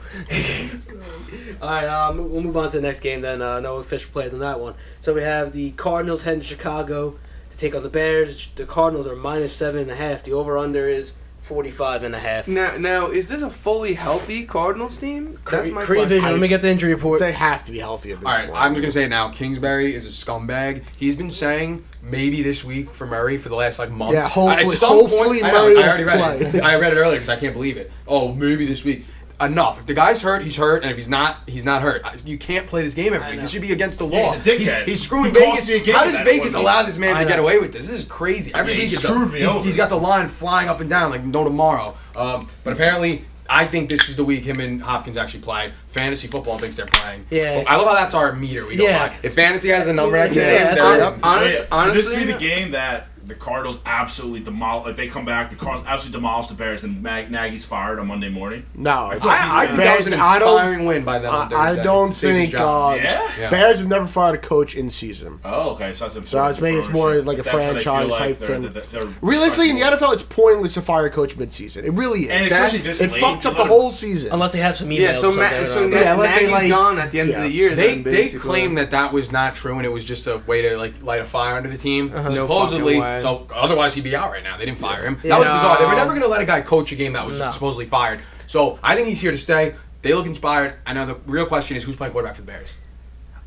S1: All right, um, we'll move on to the next game then. Uh, no official play on that one. So we have the Cardinals heading to Chicago to take on the Bears. The Cardinals are minus seven and a half. The over/under is 45 and a half.
S2: Now, now is this a fully healthy Cardinals team? That's
S1: Cre-
S2: my
S1: Cree
S2: question.
S1: Vision. Let me get the injury report.
S7: They have to be healthy at this
S5: All right,
S7: point.
S5: I'm just gonna say it now. Kingsbury is a scumbag. He's been saying maybe this week for Murray for the last like month.
S7: Yeah,
S5: At
S7: hopefully-
S5: some
S7: hopefully
S5: I know,
S7: Murray
S5: I already read
S7: will play.
S5: it. (laughs) I read it earlier because I can't believe it. Oh, maybe this week. Enough. If the guy's hurt, he's hurt, and if he's not, he's not hurt. I- You can't play this game every week. This should be against the law.
S6: Yeah, he's a dickhead.
S5: he's screwing
S6: He cost
S5: Vegas.
S6: you a game
S5: How
S6: that
S5: does
S6: one
S5: Vegas
S6: week.
S5: allow this man
S1: I
S5: to get
S1: know.
S5: away with this? This is crazy. Every
S6: Yeah,
S5: week
S6: he
S5: it's
S6: screwed
S5: a,
S6: me
S5: he's,
S6: over.
S5: he's got the line flying up and down like no tomorrow. Um, but apparently. I think this is the week him and Hopkins actually play. Fantasy football thinks they're playing.
S1: Yeah.
S5: I love how that's our meter. We
S1: Yeah.
S5: don't lie. If fantasy has a number, I can
S1: Yeah,
S5: yeah,
S1: that's
S5: they're
S7: right.
S2: Honest,
S6: Yeah,
S2: honestly,
S6: this would be the game that the Cardinals absolutely demolish. Like they come back, the Cardinals absolutely demolish the Bears, and Mag- Nagy's fired on Monday morning.
S7: No, I,
S5: I, I think that was an
S7: I don't.
S5: inspiring win by them. on
S7: I, I
S5: Thursday.
S7: don't
S5: Save his
S7: think
S5: job.
S7: uh,
S6: Yeah?
S5: Yeah.
S7: Bears have never fired a coach in season.
S6: Oh, okay. So that's important.
S7: So I was making it's more like a
S6: That's how they feel
S7: franchise
S6: like
S7: type
S6: they're-
S7: thing.
S6: they're- they're-
S7: Realistically, in the NFL, it's pointless to fire a coach mid-season. It really is.
S6: And especially this
S7: it
S6: late,
S7: fucks
S6: you
S7: up the
S6: know.
S7: whole season.
S1: Unless they have some emails.
S2: yeah. So,
S1: or something, I
S2: Ma-
S1: don't
S2: so
S1: know.
S2: Ma-
S7: Yeah, unless they,
S2: Nagy's
S7: like-
S2: gone at the end of
S7: yeah.
S2: the year.
S5: They
S2: then,
S5: they
S2: basically.
S5: claim that that was not true and it was just a way to like light a fire under the team.
S1: Uh-huh.
S2: No
S5: Supposedly,
S2: fucking way.
S5: so otherwise he'd be out right now. They didn't fire him. That was bizarre. They were never going to let a guy coach a game that was
S1: No.
S5: supposedly fired. So I think he's here to stay. They look inspired. I know the real question is who's playing quarterback for the Bears.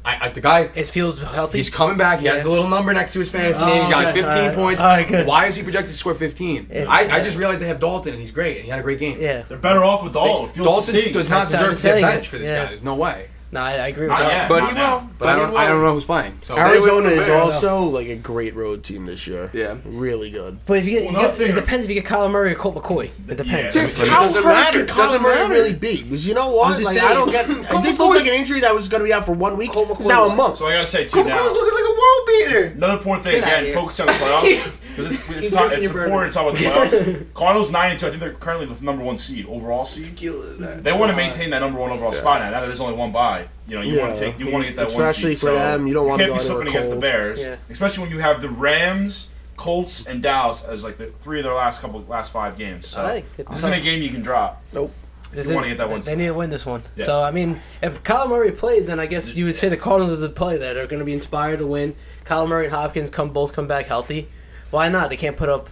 S5: I, I the guy
S1: it feels healthy.
S5: He's coming back. He has a little number next to his fantasy name. He's got like
S1: okay.
S5: 15
S1: Oh, All right.
S5: points.
S1: All right, good.
S5: Why is he projected to score 15? I, I just realized they have Dalton, and he's great, and he had a great game.
S1: yeah.
S6: They're better off with
S5: Oh,
S6: Dalton. It feels
S5: Dalton
S6: stinks.
S5: does not
S1: That's what
S5: deserve to
S1: I'm
S5: get
S1: saying.
S5: benched for this
S1: Yeah.
S5: guy. There's no way.
S1: No, I, I agree with
S6: Not
S1: that.
S6: yet.
S2: But
S6: Not
S2: he
S6: now.
S2: will.
S5: But
S2: But
S5: I don't.
S2: he
S5: I don't
S2: will.
S5: know who's playing. So
S2: Stay away from
S7: Arizona
S2: the
S7: is
S2: Bears.
S7: also like a great road team this year.
S2: Yeah.
S7: really good.
S1: But if you get,
S6: Well, another
S1: you get it
S6: thing-
S1: depends if you get Kyler Murray or Colt McCoy. It depends.
S6: Yeah.
S7: Dude, how
S2: doesn't
S7: hurt
S2: matter.
S7: could Kyler
S2: Doesn't
S7: Murray
S2: matter.
S7: really be? Because you know what?
S1: I'm just
S7: Like, I don't get.
S1: saying.
S7: It just looked like an injury that was going to be out for one week.
S1: Colt
S7: It's
S1: McCoy
S7: now a
S1: was.
S7: month.
S6: So I gotta say too
S2: Cooper
S6: now.
S2: Cupp's looking like a world beater.
S6: Another important thing
S1: Get outta
S6: again,
S1: here.
S6: focusing on
S1: (laughs)
S6: the playoffs because it's, it's, time,
S1: drinking
S6: it's
S1: your bourbon.
S6: important to talk about
S1: (laughs)
S6: the playoffs. Cardinals nine and two. I think they're currently the number one seed overall seed. They want to maintain that number one overall spot now. Now that there's only one bye, you know you want
S7: Yeah.
S6: to take you want to get that
S7: Especially
S6: one seed.
S7: for them, you don't wanna
S6: can't
S7: go
S6: be
S7: under a
S6: slipping against the
S7: cold.
S6: Bears,
S1: Yeah.
S6: especially when you have the Rams, Colts, and Dallas as like the three of their last couple last five games. So
S1: All right.
S6: this isn't a game you can drop.
S7: nope.
S1: Is
S6: You
S1: it-
S6: wanna get that one
S1: They need to win this one.
S6: Yeah.
S1: So I mean, if Kyle Murray plays, then I guess you would say the Cardinals are the play that are going to be inspired to win. Kyle Murray and Hopkins come both come back healthy. Why not? They can't put up.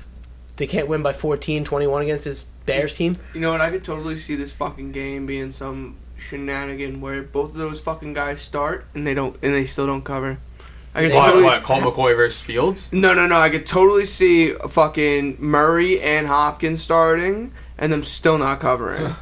S1: They can't win by 14, 21 against this Bears team.
S2: You know what? I could totally see this fucking game being some shenanigan where both of those fucking guys start and they don't and they still don't cover. I could
S5: what,
S2: totally,
S5: what, Colt McCoy versus Fields.
S2: no, no, no. I could totally see fucking Murray and Hopkins starting and them still not covering.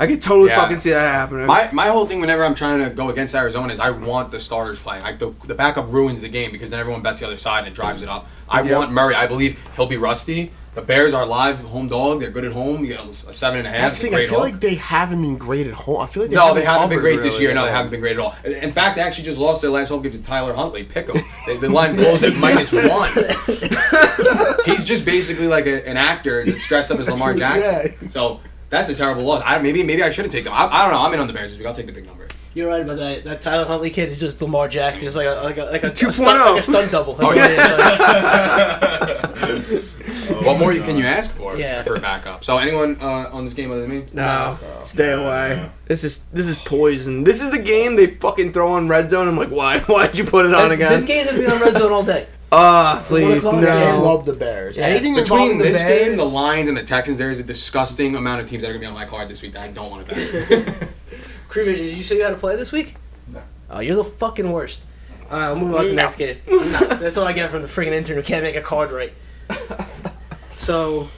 S2: I could totally
S5: Yeah.
S2: fucking see that happening.
S5: My, my whole thing whenever I'm trying to go against Arizona is I want the starters playing. Like the, the backup ruins the game because then everyone bets the other side and it drives it up. I
S2: Yep.
S5: want Murray. I believe he'll be rusty. The Bears are live home dog. They're good at home. You know, a seven and a half.
S7: That's
S5: is
S7: the
S5: a
S7: thing. I
S5: great
S7: feel
S5: hook.
S7: like they haven't been great at home. I feel like they
S5: no, they haven't been
S7: covered
S5: great this
S7: really
S5: year.
S7: at
S5: No, they
S7: all.
S5: haven't been great at all. In in fact, they actually just lost their last home game to Tyler Huntley. Pick 'em. They, the line closed at minus one. He's just basically like a, an actor that's dressed up as Lamar Jackson. So that's a terrible loss. I, maybe maybe I shouldn't take them. I, I don't know. I'm in on the Bears this week. I'll take the big number.
S1: You're right about that. That Tyler Huntley kid is just Lamar Jackson. It's like a like a like a, a,
S2: 2.0.
S1: stunt, like a stunt (laughs) double. That's
S5: Oh,
S1: what it is. Like,
S5: what more you can you ask for
S1: Yeah.
S5: for a backup? So anyone uh, on this game other than me?
S2: No, stay away. This is this is poison. This is the game they fucking throw on red zone. I'm like, why? (laughs) Why'd you put it on again?
S1: This game's gonna be on red zone all day.
S2: Ah, please
S7: They
S2: no.
S7: love the Bears.
S1: Yeah.
S7: Anything
S5: Between
S7: involving the
S5: this
S7: Bears,
S5: game, the Lions, and the Texans, there is a disgusting amount of teams that are going to be on my card this week that I don't want to bet.
S1: Cream Vision, did you say you had to play this week? No. Oh, you're the fucking worst. All right, we'll move on to the next game. That's all I got from the freaking intern who can't make a card right. so,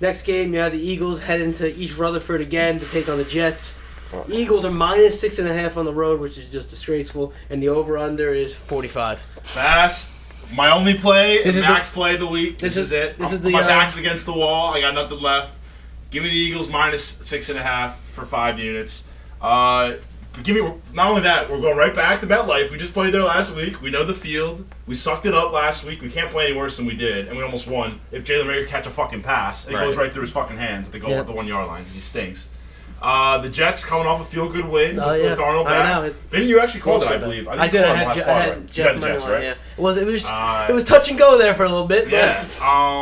S1: next game, you have the Eagles heading to East Rutherford again to take on the Jets. Eagles are minus six and a half on the road, which is just disgraceful, and the over under is 45.
S6: Pass. My only play
S1: This
S6: is
S1: is
S6: Max play of the week.
S1: this
S6: This,
S1: is-
S6: is, it.
S1: this is
S6: I'm-
S1: the,
S6: my
S1: uh,
S6: back's against the wall. I got nothing left. Give me the Eagles minus six and a half for five units. Uh, but give me not only that, we're going right back to MetLife. We just played there last week. We know the field. We sucked it up last week. We can't play any worse than we did, and we almost won. If Jalen Rager catch a fucking pass, and it
S5: Right.
S6: goes right through his fucking hands at the goal
S1: Yeah.
S6: at the one yard line 'cause he stinks. Uh, the Jets coming off a feel good win.
S1: Oh,
S6: with
S1: yeah.
S6: Darnold
S1: I
S6: back.
S1: know, it-
S6: Finn, you actually called it, I
S1: Also,
S6: believe.
S1: I
S6: think you
S1: did. I
S6: called it
S1: had,
S6: last
S1: Je- I
S6: pod,
S1: had
S6: right? You
S1: Jeff
S6: got the
S1: money
S6: Jets,
S1: line,
S6: right?
S1: yeah. It was, it was,
S6: Uh,
S1: it was touch and go there for a little bit. but-
S6: Yeah.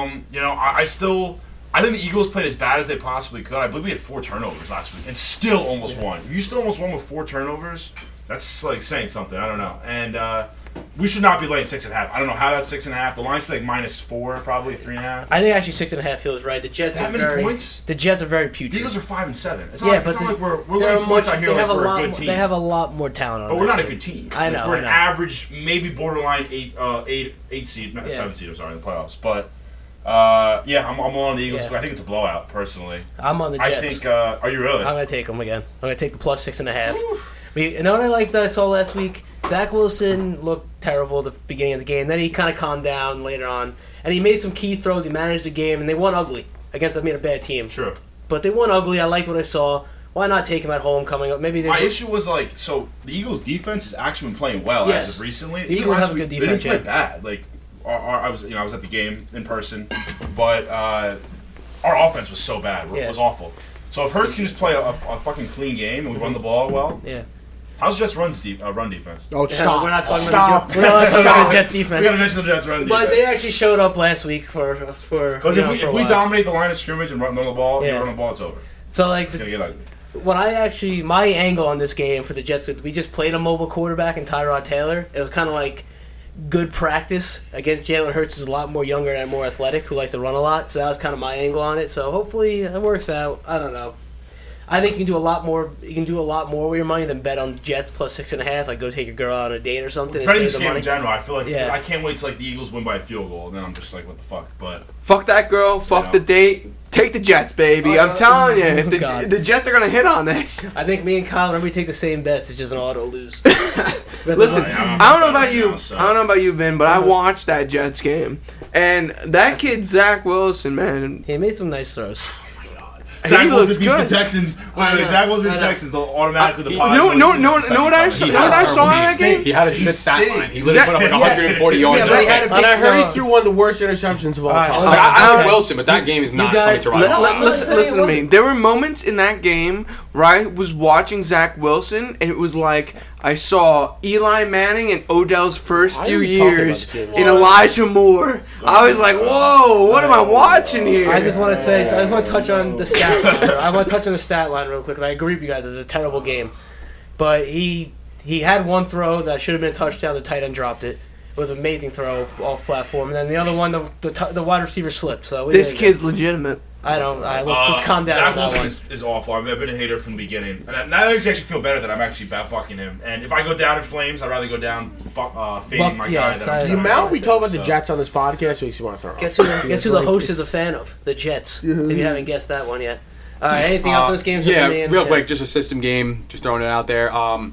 S6: um, you know, I, I still I think the Eagles played as bad as they possibly could. I believe we had four turnovers last week and still almost won. You still almost won with four turnovers. That's like saying something. I don't know. And uh, we should not be laying six and a half. I don't know how that's six and a half. The line should be like minus four, probably three and a
S1: (laughs)
S6: half.
S1: I think actually six and a half feels right. The Jets
S6: That
S1: are
S6: many
S1: very
S6: points?
S1: the Jets are very putrid.
S6: the Eagles are five and seven. It's not,
S1: yeah,
S6: like,
S1: but
S6: it's not
S1: they-
S6: like we're we're
S1: they're
S6: laying
S1: much-
S6: points out here
S1: They
S6: like
S1: have a
S6: we're
S1: lot.
S6: a good
S1: more-
S6: team.
S1: They have a lot more talent. On
S6: But we're
S1: that
S6: not a
S1: team.
S6: good team.
S1: I know,
S6: We're
S1: I
S6: an
S1: know.
S6: average, maybe borderline eight, uh, eight, eight seed, not
S1: Yeah.
S6: seven seed. I'm sorry, in the playoffs. But uh, yeah, I'm, I'm on the Eagles.
S1: Yeah.
S6: I think it's a blowout, personally.
S1: I'm on the Jets.
S6: I think. Uh, are you really?
S1: I'm gonna take them again. I'm gonna take the plus six and a half. We, you know what I liked that I saw last week? Zach Wilson looked terrible at the beginning of the game. Then he kind of calmed down later on, and he made some key throws. He managed the game, and they won ugly against I mean a bad team.
S6: True.
S1: But they won ugly. I liked what I saw. Why not take him at home coming up? Maybe they.
S6: My issue was like, so the Eagles' defense has actually been playing well
S1: Yes.
S6: as of recently.
S1: The
S6: Even
S1: Eagles
S6: last
S1: have a good
S6: week,
S1: defense,
S6: They didn't
S1: yeah.
S6: play bad. Like, our, our, I was, you know, I was at the game in person, but uh, our offense was so bad. It
S1: Yeah.
S6: was awful. So if Hurts can just play a, a fucking clean game and we run the ball well,
S1: yeah.
S6: how's Jets runs deep, uh, run defense?
S7: Oh,
S1: Yeah,
S7: stop!
S1: We're not talking
S7: stop.
S1: about the Jets. We're not talking about the Jets
S6: We gotta
S1: defense.
S6: mention the Jets running defense.
S1: But they actually showed up last week for us for.
S6: because
S1: you
S6: if
S1: know,
S6: we,
S1: for a
S6: if we
S1: while.
S6: dominate the line of scrimmage and run, run the ball,
S1: Yeah.
S6: you run the ball, it's over.
S1: so like
S6: It's
S1: the,
S6: gonna get ugly.
S1: when I actually my angle on this game for the Jets is we just played a mobile quarterback and Tyrod Taylor. It was kind of like good practice against Jalen Hurts, who's a lot more younger and more athletic, who likes to run a lot. So that was kind of my angle on it. So hopefully it works out. I don't know. I think you can do a lot more. You can do a lot more with your money than bet on Jets plus six and a half. Like go take a girl out on a date or something. and
S6: Betting
S1: save
S6: this
S1: the
S6: game
S1: money.
S6: in general, I feel like 'cause
S1: Yeah.
S6: I can't wait till like the Eagles win by a field goal, and then I'm just like, what the fuck? But
S2: Fuck that girl. Fuck
S6: Yeah.
S2: the date. Take the Jets, baby.
S1: Oh,
S2: I'm
S1: God.
S2: telling you, if the,
S1: God.
S2: the Jets are gonna hit on this.
S1: I think me and Kyle, whenever we take the same bets, it's just an auto lose. But
S2: (laughs) Listen,
S1: the-
S6: Yeah, I'm
S2: I don't know
S6: excited
S2: about you.
S6: now, so-
S2: I don't know about you, Vin, but
S1: Uh-huh.
S2: I watched that Jets game, and that kid Zach Wilson, man,
S1: he made some nice throws.
S6: Zach
S2: He
S6: Wilson
S2: looks
S6: beats
S2: good.
S6: the Texans. Wait,
S1: know,
S6: wait, Zach Wilson
S1: I
S6: beats the
S1: know.
S6: Texans. They'll automatically the
S2: you
S6: pod.
S2: know,
S6: goes
S2: no,
S6: into
S2: no,
S6: the
S2: no,
S6: second Uh,
S2: what I
S6: round.
S2: saw,
S5: He
S2: you know what
S5: had
S2: I
S5: a
S2: saw in that
S5: horrible
S2: game?
S5: He had a
S6: He
S5: shit stat
S6: stinks.
S5: line. He literally put up like
S6: Yeah.
S5: 140 yards.
S1: Yeah,
S5: in
S1: but
S5: a
S1: he had
S5: game.
S1: a
S7: And I
S1: big,
S7: heard
S1: uh,
S7: he threw one of the worst interceptions of all
S1: Alright,
S7: time.
S5: Like, I, I like
S1: Oh, Okay.
S5: Wilson, but that game is not
S1: guys-
S5: something to write
S1: let-
S5: off.
S1: let-
S5: on.
S1: let's-
S2: Listen, listen to me.
S1: wasn't-
S2: There were moments in that game where I was watching Zach Wilson, and it was like I saw Eli Manning and Odell's first
S7: Why
S2: few
S7: are we talking about
S2: years
S7: this game?
S2: and Elijah Moore. I was like, whoa, what am I watching here?
S1: I just want to say, so I just want to touch on the stat. line. I want to touch on the stat line real quick. And I agree with you guys. It was a terrible game, but he he had one throw that should have been a touchdown. The tight end dropped it with an amazing throw off platform, and then the other one, the the, t- the wide receiver slipped. So what do you
S2: this
S1: think?
S2: kid's legitimate.
S1: I don't. I let's just
S6: Uh,
S1: calm down
S6: Zach
S1: on that
S6: Wilson
S1: one.
S6: Is, is awful. I've, I've been a hater from the beginning, and I, now I actually feel better that I'm actually bat bucking him. And if I go down in flames, I'd rather go down bu- uh, fading
S1: Buck-
S6: my
S1: yeah,
S6: guy.
S1: it's
S6: than
S1: not-
S6: I'm
S1: The
S7: The
S6: down
S7: amount we
S6: in
S7: talk about the
S6: so.
S7: Jets on this podcast makes you want to throw up.
S1: Guess who? guess who the
S7: like
S1: host is
S7: it's-
S1: a fan of? The Jets. If you haven't guessed that one yet. All right, anything else on this game?
S5: Uh, yeah,
S1: Man,
S5: real quick, just a system game. Just throwing it out there. Um,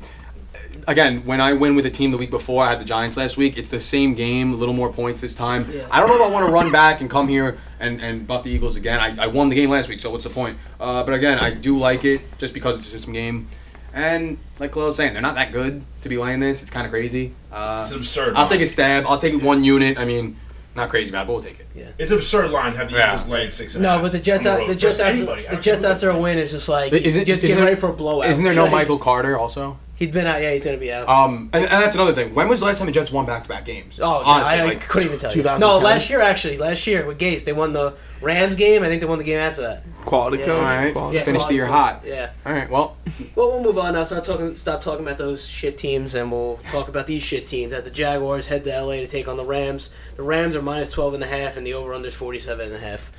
S5: again, when I win with a team the week before, I had the Giants last week. It's the same game, a little more points this time. I don't know if I want to run back and come here and, and buff the Eagles again. I, I won the game last week, so what's the point? Uh, but again, I do like it just because it's a system game. And like Khalil was saying, they're not that good to be laying this. It's kind of crazy. Uh,
S6: It's an absurd.
S5: I'll
S6: line.
S5: take a stab. I'll take one unit. I mean, not crazy about it, but we'll take it.
S6: It's an absurd line. to Have the
S5: Yeah.
S6: Eagles laying six. and a
S1: No,
S6: half
S1: but the Jets,
S6: on
S1: out,
S6: road
S1: the Jets
S6: versus
S1: after
S6: anybody. I
S1: the
S6: don't
S1: Jets
S6: care.
S1: after a win is just like
S5: Isn't-
S1: just
S5: isn't
S1: getting
S5: there-
S1: ready for a blowout.
S5: Isn't there no
S1: Like,
S5: Michael Carter also?
S1: He's been out. Yeah, he's gonna be out.
S5: Um, and, and that's another thing. When was the last time the Jets won back-to-back games?
S1: Oh, no,
S5: honestly,
S1: I, I
S5: like,
S1: couldn't even tell you.
S7: 2010?
S1: No, last year actually, last year with Gates, they won the Rams game. I think they won the game after that.
S2: Quality
S1: Yeah.
S2: coach.
S5: all right,
S2: Quality.
S1: Yeah,
S5: finish the year hot.
S1: Yeah.
S5: All right, well,
S1: Well, we'll move on now. Start talking. Stop talking about those shit teams, and we'll talk about these shit teams. That the Jaguars head to LA to take on the Rams. The Rams are minus twelve and a half, and the over under is forty seven and a half.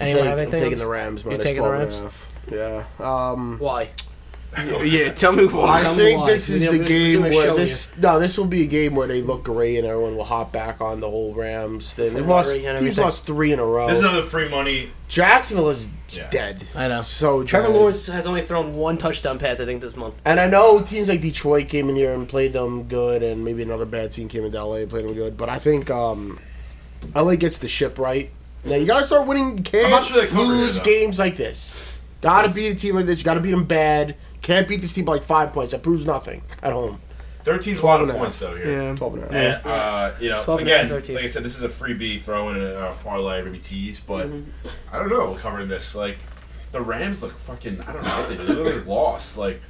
S1: Anyone have
S7: I'm
S1: anything?
S7: taking
S1: else?
S7: the Rams.
S1: You're
S7: minus
S1: taking the
S7: 12 and a half. Yeah. Um,
S1: Why?
S2: Yeah, tell me why.
S7: I
S1: Tell me
S7: think
S1: why.
S7: this is
S1: We're
S7: the
S1: gonna-
S7: game
S1: we're gonna show
S7: where this no, this will be a game where they look great and everyone will hop back on the whole Rams. They, they've
S1: Ferrari
S7: lost
S1: and
S7: teams
S1: everything.
S7: lost three in a row.
S6: This is another free money.
S7: Jacksonville is
S6: Yeah.
S7: dead.
S1: I know.
S7: So
S1: Trevor
S7: dead.
S1: Lawrence has only thrown one touchdown pass, I think, this month.
S7: and I know teams like Detroit came in here and played them good, and maybe another bad team came into LA and played them good. But I think um, LA gets the ship right. Now you gotta start winning. You
S6: I'm
S7: can't
S6: not sure they covered it,
S7: lose
S6: though.
S7: games like this. Gotta beat a team like this. You gotta beat them bad. Can't beat this team by like five points. That proves nothing at home.
S6: 13's a lot
S7: and a
S6: of
S7: half.
S6: points though
S1: (laughs)
S6: here.
S2: Yeah.
S7: Twelve and a half.
S6: And, uh, you know,
S1: 12 and a half,
S6: again,
S1: 13.
S6: like I said, this is a freebie throw in a uh, parlay or tease, but I don't know covering this. Like, the Rams look fucking, I don't know what they did. They look like lost. Like,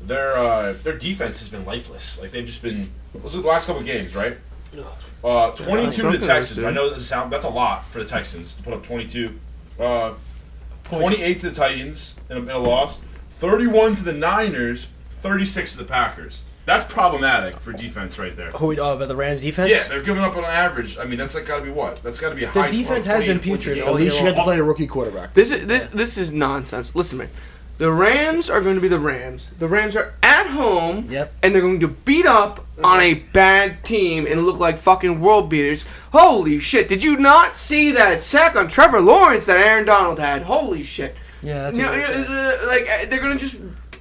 S6: their uh, their defense has been lifeless. Like, they've just been, those are the last couple of games, right? Uh, 22 to the
S2: something,
S6: Texans.
S2: dude.
S6: I know this is sound, that's a lot for the Texans to put up 22. Uh, 28 to the Titans in a, in a loss, 31 to the Niners, 36 to the Packers. That's problematic for defense right there.
S1: Who? Oh, about the Rams defense.
S6: Yeah, they're giving up on average. I mean, that's like got to be what? That's got to be a
S1: Their
S6: high.
S1: defense
S6: 20,
S1: has been
S6: 28 points a
S1: putrid
S6: game.
S1: all
S7: At least you
S1: year
S7: had to
S1: long.
S7: play a rookie quarterback.
S2: This is this this is nonsense. Listen to me. The Rams are going to be the Rams. The Rams are at home,
S1: Yep.
S2: and they're going to beat up on a bad team and look like fucking world beaters. Holy shit! Did you not see that sack on Trevor Lawrence that Aaron Donald had? Holy shit!
S1: Yeah,
S2: You know, uh, like uh, they're going to just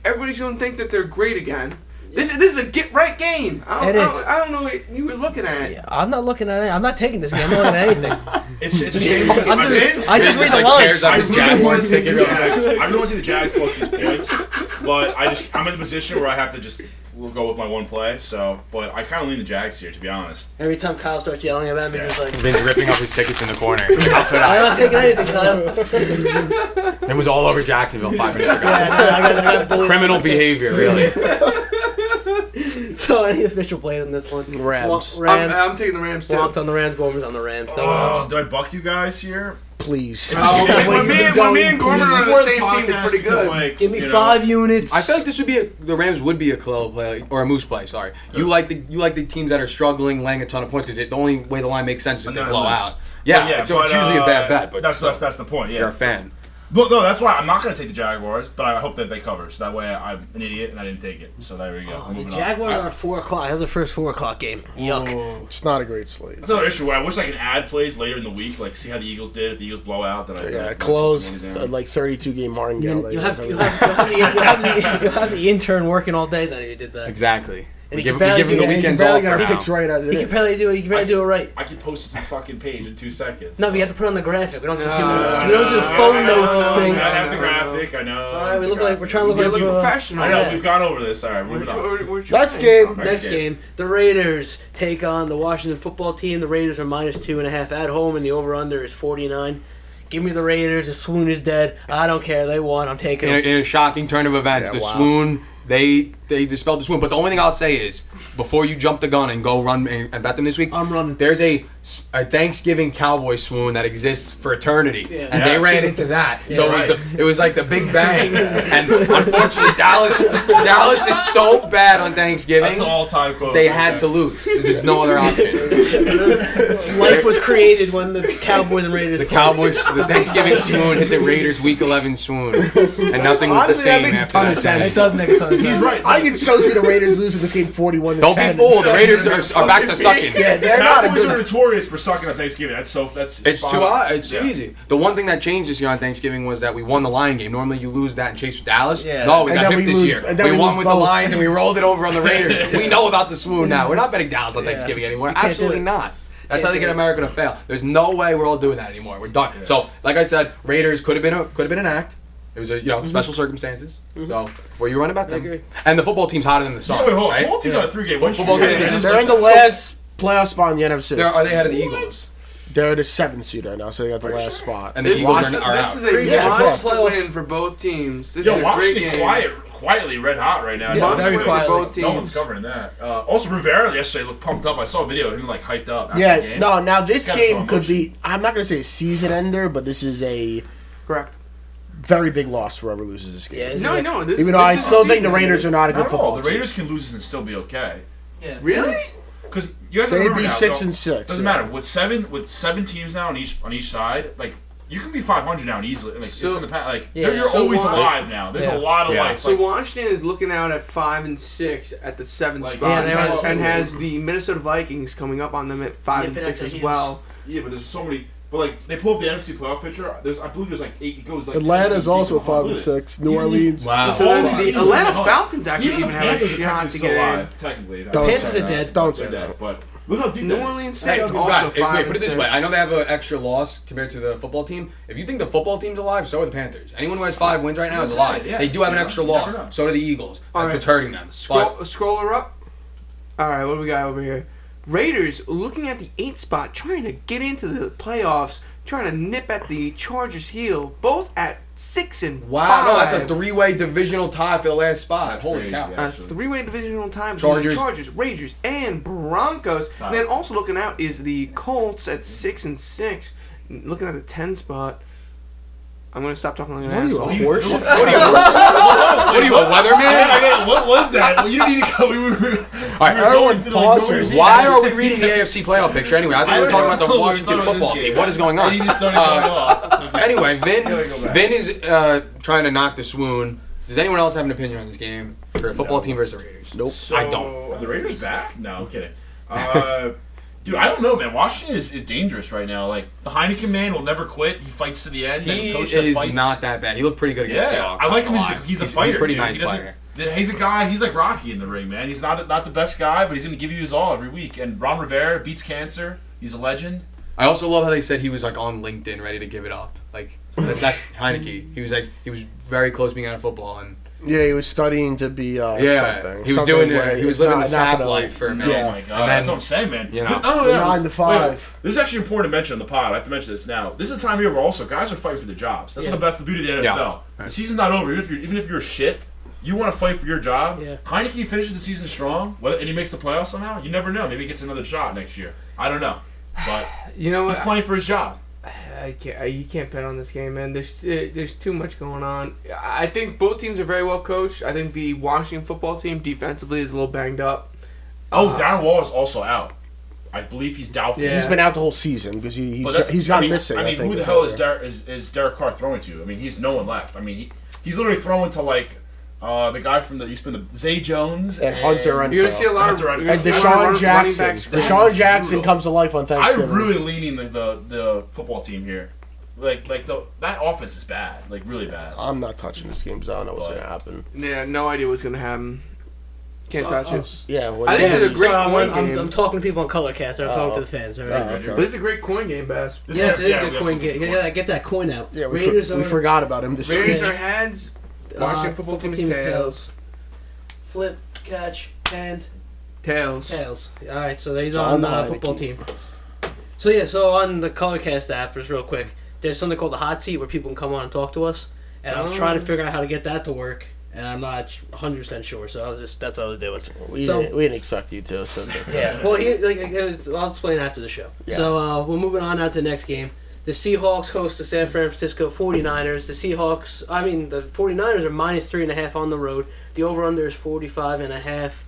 S2: everybody's going to think that they're great again. This is this is a get right game. I don't,
S1: It
S2: I
S1: is.
S2: don't, I don't know what you were looking at.
S1: Yeah, I'm not looking at it. I'm not taking this game. I'm not looking at (laughs) anything.
S6: It's, it's a shame because
S1: I'm
S6: I've been.
S1: just, I just read the lines.
S6: I've
S1: (laughs)
S6: been wanting to see the Jags. I've been wanting to see the Jags post these points, but I just I'm in the position where I have to just we'll go with my one play. So, but I kind of lean the Jags here, to be honest.
S1: Every time Kyle starts yelling about me, he's like,
S5: Vin's ripping up his tickets in the corner. I'll put
S1: I'm
S5: out.
S1: not taking anything, Kyle. (laughs)
S5: It was all over Jacksonville five minutes ago. Criminal behavior, really.
S1: So any official blade on this one?
S7: Rams.
S1: Wa- Rams.
S2: I'm, I'm taking the Rams too.
S1: Walks on the Rams, Gorman's on the Rams. No one
S6: Uh,
S1: else.
S6: do I buck you
S1: (laughs)
S6: guys here?
S7: Please.
S2: Oh, okay. When
S6: When
S2: me and- when me and Gorman are on the same team, it's pretty good.
S6: Like,
S1: Give me
S6: you know,
S1: five units.
S5: I feel like this would be a, the Rams would be a Khalil play or a Moose play. Sorry, you like the you like the teams that are struggling, laying a ton of points because the only way the line makes sense is if
S6: and
S5: they
S6: then I
S5: blow
S6: lose.
S5: out. Yeah,
S6: But
S5: so it's
S6: but,
S5: usually a
S6: uh,
S5: bad bet, but
S6: that's
S5: still,
S6: that's that's the point.
S5: you're
S6: Yeah.
S5: a fan.
S6: Look, no, that's why I'm not going to take the Jaguars, but I hope that they cover. So that way I'm an idiot and I didn't take it. So there we go.
S1: Oh, the
S6: Moving on.
S1: Jaguars are four o'clock. That's the first four o'clock game. Yuck.
S7: It's not a great slate.
S6: That's another issue where I wish I could add plays later in the week, like see how the Eagles did. If the Eagles blow out, then I
S7: Yeah,
S6: I-
S7: closed
S6: I-
S7: uh, like 32 game martingale.
S1: You
S7: They-
S1: have you'll have, you'll, have the, you'll, have the, you'll have the intern working all day then if you did that.
S5: Exactly.
S1: And
S5: We
S1: he
S5: give,
S1: can
S5: we
S1: barely
S5: give him the
S1: do- and he
S7: You
S5: weekends
S7: barely
S5: off
S7: got
S5: for
S7: a
S5: now.
S7: picks right as it
S1: You can
S7: is.
S1: barely do it. You can barely do it right.
S6: I could post it to the fucking page in two seconds.
S1: No, we have to put it on the graphic. We don't just do it. We don't do the phone notes
S6: I
S1: things.
S6: have the graphic. I know.
S1: All right, we look like we're trying to look
S2: You're
S1: like
S2: looking
S1: we're- uh,
S2: professional.
S6: I know
S1: Yeah.
S6: we've gone over this. All right,
S2: We're
S6: moving
S2: tr-
S6: on.
S2: we're- we're
S7: Next
S2: trying.
S7: game.
S1: Next game, the Raiders take on the Washington football team. The Raiders are minus two and a half at home, and the over/under is forty-nine. Give me the Raiders. The swoon is dead. I don't care. They won. I'm taking
S5: in a,
S1: them.
S5: in a shocking turn of events,
S7: Yeah,
S5: the
S7: wow.
S5: swoon they they dispelled the swoon. But the only thing I'll say is, before you jump the gun and go run and, and bet them this week,
S1: I'm running.
S5: There's a, s- a Thanksgiving cowboy swoon that exists for eternity,
S1: Yeah.
S5: and
S6: Yes.
S5: they ran into that.
S6: (laughs)
S5: so
S6: Right.
S5: it was the, it was like the Big
S6: (laughs)
S5: Bang, and unfortunately Dallas Dallas is so bad on Thanksgiving
S6: That's an all-time quote.
S5: they
S6: right
S5: had
S6: there.
S5: to lose. There's no other option.
S1: Life was created when the Cowboys and Raiders.
S5: The Cowboys, the Thanksgiving swoon hit the Raiders Week 11 swoon, and nothing was the
S7: Honestly, that
S5: same
S7: makes a
S5: after
S7: ton
S5: that.
S7: of sense.
S1: It does make a ton of sense.
S6: He's right.
S7: I fucking so see the Raiders losing this game 41 to
S5: Don't
S7: 10.
S5: be fooled. The Raiders are, are back to sucking.
S7: Yeah, they're not a
S6: Cowboys are
S7: good.
S6: notorious for sucking at Thanksgiving. That's so. That's
S5: It's
S6: spot
S5: too
S6: on.
S5: hot. It's
S6: Yeah.
S5: too easy. The one thing that changed this year on Thanksgiving was that we won the Lion game. Normally you lose that and chase with Dallas.
S1: Yeah.
S5: No, we
S7: And
S5: got
S7: then
S5: hip
S7: we
S5: this
S7: lose-
S5: year.
S7: and then
S5: we,
S7: we
S5: won
S7: lose
S5: with the
S7: both.
S5: Lions and we rolled it over on the Raiders. we know about the swoon now. We're not betting Dallas on
S1: Yeah.
S5: Thanksgiving anymore.
S1: can't do
S5: Absolutely
S1: it.
S5: not. That's
S1: Can't
S5: how they
S1: do
S5: get
S1: it.
S5: America to fail. There's no way we're all doing that anymore. We're done. So, like I said, Raiders could have been a, could have been an act. It was a you know special circumstances. So before you run about them,
S1: agree.
S5: and the football team's hotter than the sun.
S6: Wait, wait, hold on.
S5: right?
S6: Maltese on a three-game win
S5: Football
S6: streak.
S5: team is-
S7: They're in the last playoff spot in the NFC.
S5: They're,
S7: They're,
S5: are they ahead of the Eagles?
S7: the seventh seed right now, so they got the last spot.
S5: And the
S2: This,
S5: Eagles
S2: this-
S5: are, are
S2: this
S5: out.
S2: is a
S7: Yeah,
S2: must
S1: playoffs.
S2: win for both teams. This
S6: Yo,
S2: is a great
S6: Washington
S2: game.
S6: quiet, quietly red hot right now.
S7: Yeah,
S6: Must
S1: very
S6: win for
S1: quietly.
S6: both No
S2: teams.
S6: one's covering that. Uh, also, Rivera yesterday looked pumped up. I saw a video of him like hyped up. after the
S7: Yeah,
S6: game.
S7: no, now this
S6: Gotta
S7: game
S6: throw
S7: could be, I'm not going to say a season ender, but this is a
S2: Correct.
S7: very big loss for whoever loses this game.
S1: Yeah,
S2: No, no. This,
S7: Even though
S2: this
S7: I
S2: is
S7: still think
S2: season.
S7: the Raiders are not a good
S6: Not at all.
S7: football
S6: The
S7: team.
S6: Raiders can lose this and still be okay.
S2: Really?
S6: Because you guys have to
S7: They'd
S6: remember
S7: be
S6: now,
S7: six
S6: though,
S7: and six.
S6: Doesn't
S7: yeah.
S6: matter with seven with seven teams now on each on each side. Like you can be 500 now and easily. Like
S2: So-
S6: it's in the past. Like
S1: Yeah.
S6: you're- you're
S2: So
S6: always
S2: why-
S6: alive now. There's
S1: Yeah.
S6: a lot of
S5: Yeah.
S6: life.
S2: So
S6: Like,
S2: Washington is looking out at five and six at the seventh
S6: Like,
S2: spot,
S1: yeah, they
S2: and, has,
S1: all-
S2: and has the Minnesota Vikings coming up on them at five and
S1: Nipping at
S2: six
S1: the
S2: as
S1: heels.
S2: well.
S6: yeah, but there's so many. But like they pull up the NFC playoff picture. There's I believe there's like eight. It goes like
S7: Atlanta's
S6: eight deep
S7: also
S6: in the
S7: five and
S6: list.
S7: six. New Orleans.
S5: Wow.
S2: So
S6: Hold on.
S2: the Atlanta Falcons actually even
S6: the
S2: have a
S6: Panthers are
S2: shot to
S6: technically still
S2: get in.
S6: alive, Technically,
S7: Don't
S1: Panthers
S7: say
S1: are
S7: that.
S1: dead.
S7: Don't say
S6: They're
S7: that.
S6: dead, but look how deep
S2: New
S6: that is.
S2: Orleans
S6: (laughs)
S5: Hey,
S2: Saints
S5: it's
S2: also
S5: bad. Hey,
S2: five
S5: wait,
S2: and
S5: put it this
S2: six.
S5: way: I know they have an extra loss compared to the football team. If you think the football team's alive, so are the Panthers. Anyone who has five wins right now is
S6: That's what I'm
S5: alive.
S6: saying, yeah.
S5: They do have an
S6: Yeah,
S5: extra
S6: you never know.
S5: loss. So do the Eagles.
S2: All
S5: That's
S2: right.
S5: what's hurting them.
S2: Scroll,
S5: But
S2: scroll her up. All right, what do we got over here? Raiders looking at the eight spot, trying to get into the playoffs, trying to nip at the Chargers' heel, both at six and
S5: wow,
S2: five.
S5: no, that's a three-way divisional tie for the last spot. Holy cow!
S6: yeah.
S2: A three-way divisional time
S5: Chargers.
S2: between the Chargers, Rangers, and Broncos. And then also looking out is the Colts at six and six. Looking at the ten spot, I'm gonna stop talking like an
S7: What are you,
S2: asshole.
S7: a horse?
S5: What are you? what are you, a
S6: I
S5: weatherman?
S6: got what was that? Well, you need to go. We were, we were
S5: right,
S6: going through like,
S7: pause
S6: what were you
S7: for a
S5: Why
S6: (laughs) saying?
S5: are we reading the AFC playoff picture anyway? I think
S6: I
S5: we're
S6: don't know.
S5: talking about
S6: (laughs)
S5: the
S6: We're
S5: Washington
S6: talking about
S5: football
S6: this
S5: team.
S6: game.
S5: What is going on? Uh,
S6: And you just started going off. (laughs)
S5: Anyway, Vin
S6: Gotta go back.
S5: Vin is uh, trying to knock the swoon. Does anyone else have an opinion on this game for a football team versus the Raiders?
S7: Nope.
S6: So,
S5: I don't.
S6: Are the Raiders back? No, I'm kidding. Uh, (laughs) dude, I don't know, man. Washington is, is dangerous right now. Like the Heineken man will never quit. He fights to the end. and
S5: He
S6: a coach that
S5: is
S6: fights.
S5: not that bad. He looked pretty good against the
S6: Yeah,
S5: Seahawks.
S6: I like him.
S5: a
S6: He's,
S5: lot.
S6: a- he's a fighter.
S5: He's a pretty
S6: dude.
S5: nice
S6: He doesn't-
S5: player.
S6: th- He's a guy. He's like Rocky in the ring, man. He's not not the best guy, but he's going to give you his all every week. And Ron Rivera beats cancer. He's a legend.
S5: I also love how they said he was like on LinkedIn, ready to give it up. Like that, that's
S6: (laughs)
S5: Heineke. He was like he was very close to being out of football, and
S7: Yeah, he was studying to be uh,
S5: Yeah,
S7: something.
S5: he was
S7: Something
S5: doing it.
S7: where
S5: He was
S7: it's
S5: living the
S7: not
S5: sad
S7: gonna-
S5: life for a minute.
S7: Yeah.
S6: Oh my god,
S5: And
S6: that's
S5: then-
S6: what I'm saying, man.
S5: you know.
S6: This- oh, yeah.
S7: Nine to five.
S6: this is actually important to mention on the pod. I have to mention this now. This is a time here where also guys are fighting for their jobs. That's what the best, the beauty of the NFL.
S5: Yeah.
S6: The season's not over. Even if you're, even if you're shit, you want to fight for your job.
S1: Yeah.
S6: Heineke finishes the season strong, whether, and he makes the playoffs somehow. You never know. Maybe he gets another shot next year. I don't know, but
S2: You know
S6: he's
S2: what?
S6: playing for his job.
S2: I can't, I, you can't bet on this game, man. There's uh, there's too much going on. I I think both teams are very well coached. I think the Washington football team defensively is a little banged up.
S6: Oh,
S2: Uh,
S6: Darren Wall is also out. I believe he's doubtful.
S2: Yeah.
S7: He's been out the whole season because he,
S6: But
S7: he's,
S6: that's-
S7: he's gone
S6: I mean,
S7: missing.
S6: I mean,
S7: think,
S6: who the
S7: is
S6: hell
S7: out
S6: is,
S7: there.
S6: Der- is is Derek Carr throwing to? I mean, he's no one left. I mean, he, he's literally throwing to like uh, the guy from the used to been the Zay Jones
S7: And Hunter and,
S2: You're gonna see a lot of
S6: Hunter Renfrow.
S7: and
S6: That's
S7: Deshaun Jackson.
S6: That's
S7: Deshaun Jackson
S6: brutal.
S7: comes to life on
S6: I'm
S7: Thanksgiving.
S6: really leaning the, the the football team here. Like like the that offense is bad, like really bad.
S7: I'm not touching this game because I don't know what's
S6: But-
S7: going to happen.
S2: Yeah, no idea what's gonna happen. Can't touch
S1: oh.
S2: it.
S7: Yeah, what
S2: I
S7: do
S2: think
S7: you-
S2: there's a great
S1: so I'm,
S2: coin
S1: I'm,
S2: game.
S1: I'm talking to people on Colorcast. I'm talking to the fans. All right.
S7: Oh, okay.
S2: But this is a great coin game, Bass.
S6: This
S1: Yes, it is
S6: yeah,
S1: a
S6: we
S1: good
S6: have
S1: coin.
S6: to
S1: Get, get, that, get that coin out.
S7: Yeah, we, for-
S1: Raiders
S7: we
S1: are
S7: forgot about him this
S2: Raiders
S7: week.
S2: are heads.
S1: uh,
S2: Washington football, team is tails.
S1: Flip, catch, and
S2: Tails.
S1: tails. All right, so he's
S7: So
S1: on
S7: I'm
S1: the
S7: the
S1: uh,
S7: Heineke.
S1: football team. So yeah, so on the Colorcast app, just real quick, there's something called the hot seat where people can come on and talk to us. And I was trying to figure out how to get that to work, and I'm not 100 percent sure. So I was just that's what I was doing.
S7: We,
S1: so
S7: didn't, we didn't expect you to. So
S1: Yeah. Well, he, like, like, it was, I'll explain after the show.
S7: Yeah.
S1: So uh, we're moving on now to the next game. The Seahawks host the San Francisco 49ers. The Seahawks, I mean, the 49ers are minus three and a half on the road. The over-under is 45 and a half.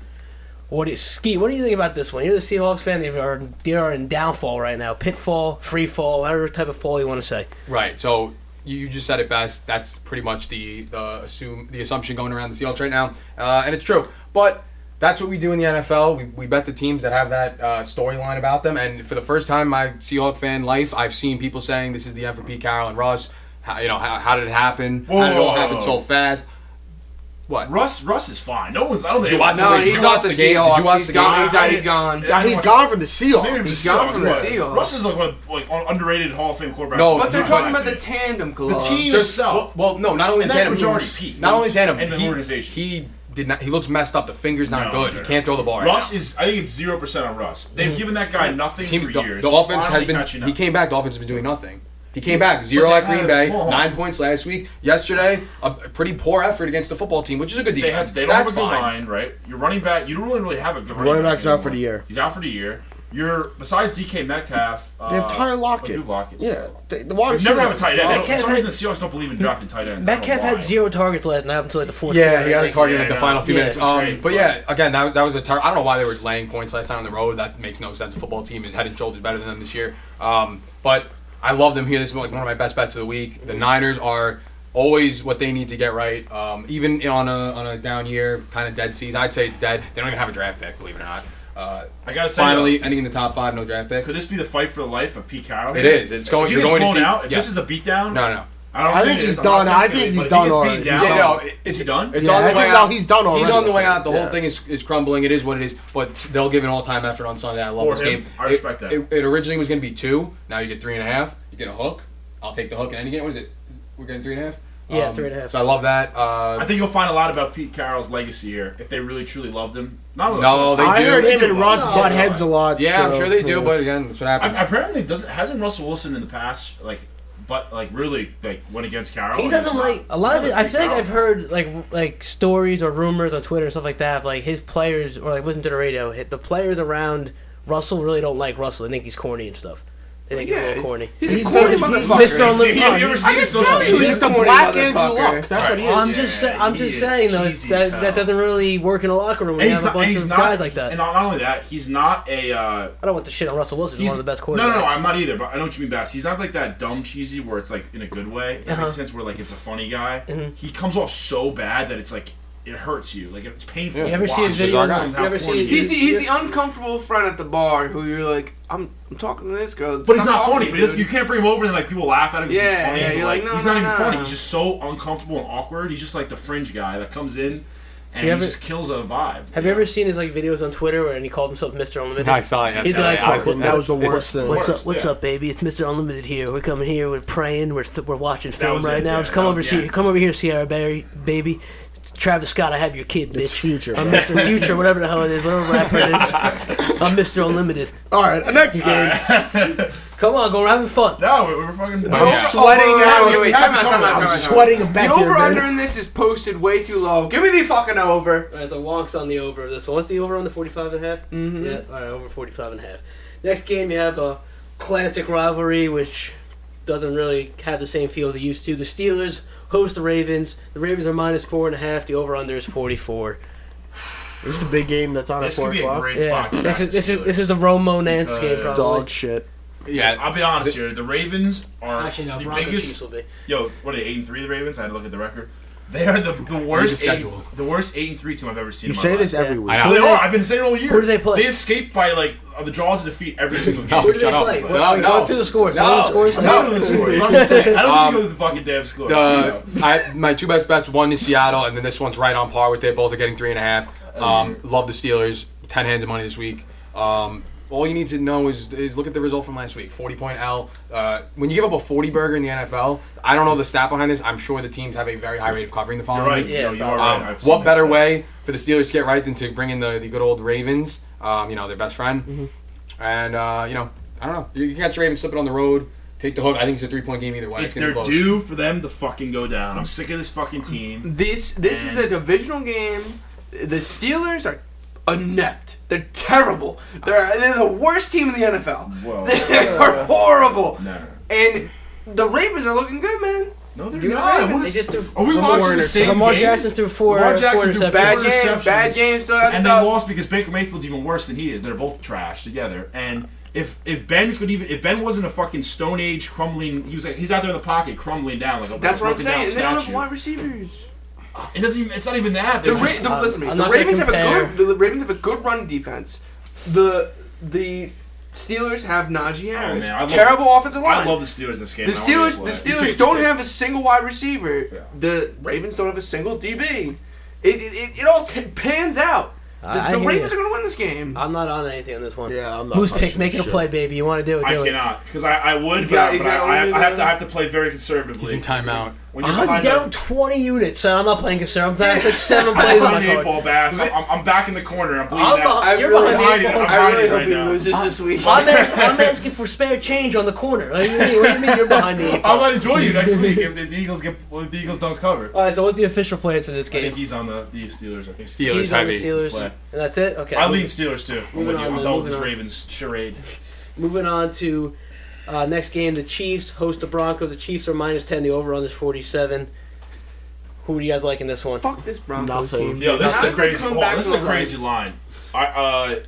S1: What is, Ski, what do you think about this one? You're the Seahawks fan. They are, they are in downfall right now. Pitfall, free fall, whatever type of fall you want to say.
S5: Right. So you, you just said it best. That's pretty much the the assume the assumption going around the Seahawks right now, uh, and it's true. But that's what we do in the NFL. We, we bet the teams that have that uh, storyline about them. And for the first time in my Seahawk fan life, I've seen people saying this is the end for Pete Carroll and Russ. How, you know how, how did it happen? How did it all happen so
S6: Whoa.
S5: fast? What?
S9: Russ, Russ is fine. No one's. I don't
S5: Did you
S9: think
S5: watch
S9: anyone's-
S2: No,
S5: Did you
S2: he's
S5: watch
S2: off the
S5: the game? Did you
S2: Seahawks.
S5: watch
S2: He's
S5: the
S2: gone.
S5: game?
S2: He's out. He's gone.
S6: Yeah, I
S10: he's
S6: watched-
S10: gone from the Seahawks.
S6: Maybe
S2: He's
S6: the
S2: gone from the
S6: but
S2: Seahawks.
S6: Russ is like one of the, like un- underrated Hall of Fame quarterbacks.
S5: No,
S6: of
S5: but
S2: But they're
S6: time,
S2: talking
S6: in my
S2: about the
S6: opinion.
S2: tandem
S6: The
S2: club.
S6: team
S5: Just well,
S6: itself.
S5: well, no, not only
S6: And that's
S5: tandem.
S6: majority Pete.
S5: Not only tandem.
S6: And the
S5: he,
S6: organization.
S5: He did not. He looks messed up. The fingers not
S6: No,
S5: good.
S6: no,
S5: He
S6: no.
S5: can't throw the ball. Right
S6: Russ
S5: now.
S6: is. I think it's zero percent on Russ. They've
S7: Mm-hmm.
S6: given that guy nothing
S5: Team-
S6: for
S5: the,
S6: years.
S5: the
S6: He's
S5: offense has
S6: finally
S5: been.
S6: catching
S5: He
S6: up.
S5: came back. The offense has been doing nothing. He came back
S6: But
S5: zero
S6: they
S5: at Green
S6: had-
S5: Bay,
S6: hold on.
S5: nine points last week. Yesterday, a pretty poor effort against the football team, which is a good
S6: They,
S5: defense.
S6: had, they don't
S5: That's
S6: have a good
S5: fine.
S6: line, right? Your running back, you don't really really have a good running,
S7: Running back's out
S6: anymore.
S7: for the year.
S6: He's out for the year. You're besides DK Metcalf. Uh,
S7: They have Tyler
S6: they do
S7: Lockett.
S6: Lockett.
S7: Yeah, they, the wide
S6: We've never have a
S7: receivers are-
S6: tight end. They don't- For
S1: Metcalf
S6: some
S1: had-
S6: reason, the Seahawks don't believe in drafting tight ends. I don't know
S1: Metcalf had
S6: why.
S1: zero targets last night up until like the fourth
S5: Yeah,
S1: quarter.
S5: he got a
S1: Like,
S5: target
S6: yeah,
S5: at the
S6: yeah.
S5: final few
S1: Yeah,
S5: minutes.
S1: it was
S5: Um,
S6: great.
S5: but yeah, again, that, that was a tar- I don't know why they were laying points last time on the road. That makes no sense. The football team is head and shoulders better than them this year. Um, but I love them here. This is like one of my best bets of the week. The
S1: Mm-hmm.
S5: Niners are always what they need to get right. Um, even on a on a down year, kind of dead season. I'd say it's dead. They don't even have a draft pick, believe it or not. Uh,
S6: I gotta say,
S5: finally ending in the top five, no draft pick.
S6: Could this be the fight for the life of Pete Carroll?
S5: It is. It's going-
S6: If he
S5: you're
S6: gets
S5: going to
S6: blown
S5: see-
S6: out. If
S5: yeah.
S6: this is a beatdown.
S5: No, no.
S6: I don't.
S7: I
S6: say
S7: think
S6: it
S7: he's
S6: is. I'm not
S7: done.
S6: saying
S7: I
S6: it's gonna
S7: think
S6: be,
S7: he's
S6: but if he
S7: done
S6: gets beat
S7: already.
S6: down-
S5: Yeah, no, it-
S6: is he done?
S5: It's
S7: Yeah,
S5: on the
S7: I
S5: way
S7: think
S5: out.
S7: now he's done
S5: He's
S7: already.
S5: on the way out. The whole
S7: Yeah.
S5: thing is, is crumbling. It is what it is. But they'll give an all time effort on Sunday. I love
S6: For
S5: this
S6: him.
S5: game.
S6: I respect
S5: it,
S6: that.
S5: It, it originally was going to be two. Now you get three and a half. You get a hook. I'll take the hook in any game. What is it? We're getting three and a half.
S1: Yeah, three and a half.
S5: So I love that. Uh,
S6: I think you'll find a lot about Pete Carroll's legacy here if they really truly loved him. Not only
S5: No,
S6: Celtics.
S5: they
S7: I
S5: do.
S7: heard
S5: They
S7: him
S6: do
S7: and
S6: well.
S7: Russ butt heads a lot.
S5: yeah, I'm
S7: still.
S5: sure they do.
S7: Yeah.
S5: But again, that's what happens.
S6: I, apparently, doesn't hasn't Russell Wilson in the past like, but like really like went against Carroll?
S1: He doesn't like a lot of it. I feel like I've
S6: Carroll.
S1: heard like r- like stories or rumors on Twitter and stuff like that. Of, like his players or like listen to the radio. hit- The players around Russell really don't like Russell. They think he's corny and stuff. They think he's a
S2: Yeah,
S1: little corny.
S2: He's,
S7: He's
S2: a corny
S7: not- he's
S2: motherfucker.
S1: Mr. Olymp-
S6: Have (laughs) you ever seen
S2: I can
S6: his social
S2: tell you
S6: media?
S7: He's the
S2: Corny
S7: black Andrew
S2: motherfucker.
S7: Luck. That's what he
S1: I'm
S7: is.
S1: just saying.
S6: Yeah,
S1: I'm
S6: he
S1: just
S6: is
S1: saying though
S6: cheesy as
S1: that,
S6: hell.
S1: that doesn't really work in a locker room. When
S6: And
S1: you have
S6: he's
S1: a
S6: not, and
S1: bunch
S6: he's
S1: of
S6: not
S1: guys like that.
S6: and not only that, he's not a. Uh,
S1: I don't want the shit on Russell Wilson. He's one of the best quarterbacks.
S6: No, no, no, I'm not either. But I know what you mean, Bass. He's not like that dumb cheesy where it's like in a good way, in
S1: Uh-huh. Mm-hmm.
S6: a sense where like it's a funny guy. He comes off so bad that it's like it hurts you, like it's painful.
S1: You
S6: to
S1: ever see
S6: watch.
S1: his videos?
S5: our guy.
S6: Somehow
S1: You ever see
S6: corny
S1: his-
S6: he
S2: He's
S6: is.
S2: the, he's the uncomfortable friend at the bar who you're like, I'm, I'm talking to this girl.
S6: But he's
S2: Stop
S6: not funny.
S2: talking,
S6: but he doesn't-
S2: dude.
S6: you can't bring him over and like people laugh at him. 'cause
S2: Yeah,
S6: he's funny,
S2: yeah,
S6: but,
S2: you're
S6: like,
S2: like, no,
S6: he's not
S2: no,
S6: even
S2: no.
S6: funny. He's just so uncomfortable and awkward. He's just like the fringe guy that comes in and
S1: You
S6: he
S1: ever-
S6: just kills a vibe.
S1: Have you ever seen his like videos on Twitter where and he called himself Mr. Unlimited?
S5: I saw it
S1: He's
S5: yesterday.
S1: like,
S5: I was-
S1: "Fuck,
S7: That was the
S5: It's-
S7: worst thing.
S1: What's
S6: Worst,
S1: up? What's
S6: yeah.
S1: up, baby? It's Mr. Unlimited here. We're coming here. We're praying. We're th- we're watching film
S6: was
S1: right
S6: it,
S1: now.
S6: yeah,
S1: Just come
S6: that
S1: over,
S6: was-
S1: see,
S6: yeah.
S1: come over here, Sierra Barry, baby. Travis Scott, I have your kid, bitch.
S7: It's future.
S1: I'm Mr. Future, whatever the hell it is, whatever rapper it is.
S6: (laughs)
S1: I'm Mr. Unlimited.
S7: All right, next game.
S1: Come on, go. We're having fun.
S6: No, we we were fucking.
S2: The
S6: Yeah.
S2: over-
S7: sweating
S2: over-
S7: out.
S2: oh, Wait, wait,
S6: We
S2: time
S6: haven't
S2: out, time
S6: covered
S2: out,
S6: it.
S2: time
S7: I'm
S2: out, time out.
S7: sweating
S2: The
S7: back
S2: over
S7: there,
S2: under
S7: man.
S2: in this is posted way too low. Give me the fucking over.
S1: All right, so Wonk's on the over of this one. What's the over on the 45 and a half? Mm-hmm. Yeah, all right, over 45 and a half. Next game, you have a classic rivalry, which doesn't really have the same feel they used to. The Steelers host the Ravens. The Ravens are minus four and a half. The over-under is 44.
S7: This is the big game that's on at
S6: This
S7: four
S6: could be a
S7: o'clock.
S6: great spot. to
S1: This
S6: crack
S1: is, this,
S6: the
S1: is,
S6: Steelers.
S1: this is the Romo Nance game,
S6: Because-
S1: probably.
S7: Dog shit.
S5: yeah,
S6: I'll be honest here. The Ravens are
S1: Actually, no,
S6: the
S1: Broncos
S6: biggest
S1: Chiefs will be.
S6: Yo, what are they eight and three? The Ravens. I had to look at the record. They are the, the worst
S5: Read the
S6: eight,
S5: schedule.
S6: the worst eight and three team I've ever seen.
S7: You
S6: in my
S7: say this
S6: life.
S7: every week.
S5: I know.
S6: Well, they are. I've been saying it all year.
S1: Who do they play?
S6: They escape by like uh, the jaws of defeat every single game.
S5: No.
S1: Who do they
S5: Shut up.
S1: play?
S5: No,
S1: We're- we're
S5: no.
S1: going through the scores.
S5: No.
S1: All the scores.
S6: I don't know the scores. I'm just saying. I don't
S5: Um,
S6: know the fucking damn scores.
S5: The, I, my two best bets, one is Seattle, and then this one's right on par with it. Both are getting three and a half. Um, love the Steelers. Ten hands of money this week. Um, all you need to know is is look at the result from last week. Forty point L. Uh, when you give up a forty burger in the NFL, I don't know the stat behind this. I'm sure the teams have a very high rate of covering the
S6: You're
S5: following
S6: right.
S5: week.
S6: yo, you are
S5: Um,
S6: right. I've seen
S5: what
S6: that
S5: better
S6: shit.
S5: way for the Steelers to get right than to bring in the, the good old Ravens, um, you know, their best friend? And, uh, you know, I don't know. You, you catch the Ravens slipping on the road, take the hook. I think it's a three point game either way.
S6: It's
S5: gonna
S6: their
S5: be close.
S6: due for them to fucking go down. I'm sick of this fucking team.
S2: (laughs) This this is a divisional game. The Steelers are inept. They're terrible. They're they're the worst team in the NFL. (laughs)
S6: Whoa.
S2: They are horrible.
S6: No, no,
S2: And the Ravens are looking good, man.
S6: no, they're
S1: You know,
S6: not. What
S1: they
S6: is-
S1: just threw
S7: Oh.
S6: are we watching the same
S1: Lamar
S6: games?
S1: Jackson threw four-
S6: Lamar
S1: four
S6: Jackson threw
S1: interceptions.
S6: bad
S2: Bad game, bad game. Still at
S6: and
S2: the
S6: they
S2: top.
S6: lost because Baker Mayfield's even worse than he is. They're both trash together, and If if Ben could even if Ben wasn't a fucking Stone Age crumbling, he was like he's out there in the pocket crumbling down like a
S2: That's what I'm
S6: broken down
S2: saying. They don't have
S6: statue.
S2: wide receivers.
S6: It doesn't. Even, it's not even that.
S2: The,
S6: They're
S2: Ra-
S6: just-
S2: the,
S1: I'm-
S2: listen to me.
S1: I'm
S2: The
S1: not gonna
S2: Ravens have a
S1: compare.
S2: good. The Ravens have a good run defense. The the Steelers have Najee Harris.
S6: Oh, man, I love-
S2: Terrible offensive line.
S6: I love the Steelers in this game.
S2: The
S6: I don't know
S2: Steelers, the
S6: why.
S2: Steelers
S6: Take-
S2: don't
S6: take-
S2: have a single wide receiver.
S6: Yeah.
S2: The Ravens don't have a single DB. It it, it, it all t- pans out. The,
S1: I- I
S2: the
S1: hear
S2: Ravens
S1: you.
S2: are going to win this game.
S1: I'm not on anything on this one.
S7: Yeah, I'm not
S1: Moose
S7: touching
S1: picks making
S7: shit.
S1: a play, baby. You want to do it?
S6: I
S1: Do it.
S6: cannot because I, I would,
S2: He's
S6: but,
S2: got-
S6: I,
S2: he's
S6: but
S2: got
S6: I,
S2: only
S6: I, I have
S2: the-
S6: to I have to play very conservatively.
S5: He's in timeout.
S6: When you're
S1: I'm
S6: behind
S1: down
S6: the,
S1: 20 units, and I'm not playing concern. I'm playing
S6: (laughs)
S1: like seven plays on
S6: behind
S1: my
S6: the eight
S1: card.
S6: ball, Bass. I'm, I'm- I'm back in the corner. I'm bleeding
S1: I'm
S6: out.
S1: behind- you're behind the eight
S6: hiding.
S1: ball.
S6: I'm
S2: I really
S6: hiding
S2: hope
S6: right
S2: he
S6: now.
S2: loses this week.
S1: I'm, asking, I'm asking for spare change on the corner. Like, what, do you, what do you mean you're behind
S6: (laughs)
S1: the eight ball?
S6: I'll let it join you
S1: (laughs)
S6: next week if the Eagles get if the Eagles don't cover.
S1: All right, so what's the official plays for this
S6: I think
S1: game?
S6: he's on the, the Steelers. I think
S5: Steelers.
S1: Keys on the
S5: heavy.
S1: Steelers,
S6: Play.
S1: and that's it. Okay,
S6: I lean Steelers too. I'm
S1: Moving
S6: with you.
S1: on,
S6: I'm
S1: then,
S6: done with
S1: moving
S6: this
S1: on.
S6: Ravens charade.
S1: Moving on to uh, next game, the Chiefs host the Broncos. The Chiefs are minus ten. The over on is forty-seven. Who do you guys like in this one?
S2: Fuck this Broncos
S7: Nothing.
S2: team.
S6: Yo, this
S2: How
S6: is a
S2: did they
S6: crazy.
S2: come
S6: Hold
S2: back
S6: on, this is
S2: to
S6: a
S2: the
S6: crazy
S2: life?
S6: line. I, uh,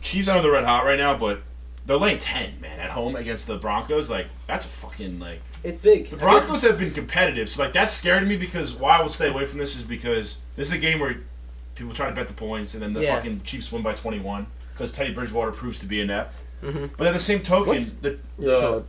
S6: Chiefs out of the red hot right now, but they're laying ten, man, at home against the Broncos. Like that's a fucking like
S1: It's big.
S6: the Broncos have been competitive, so like that scared me because why I will stay away from this is because this is a game where people try to bet the points and then the
S1: Yeah.
S6: fucking Chiefs win by twenty one because Teddy Bridgewater proves to be inept. But at the same token, the,
S7: Yeah, go
S6: the
S7: ahead.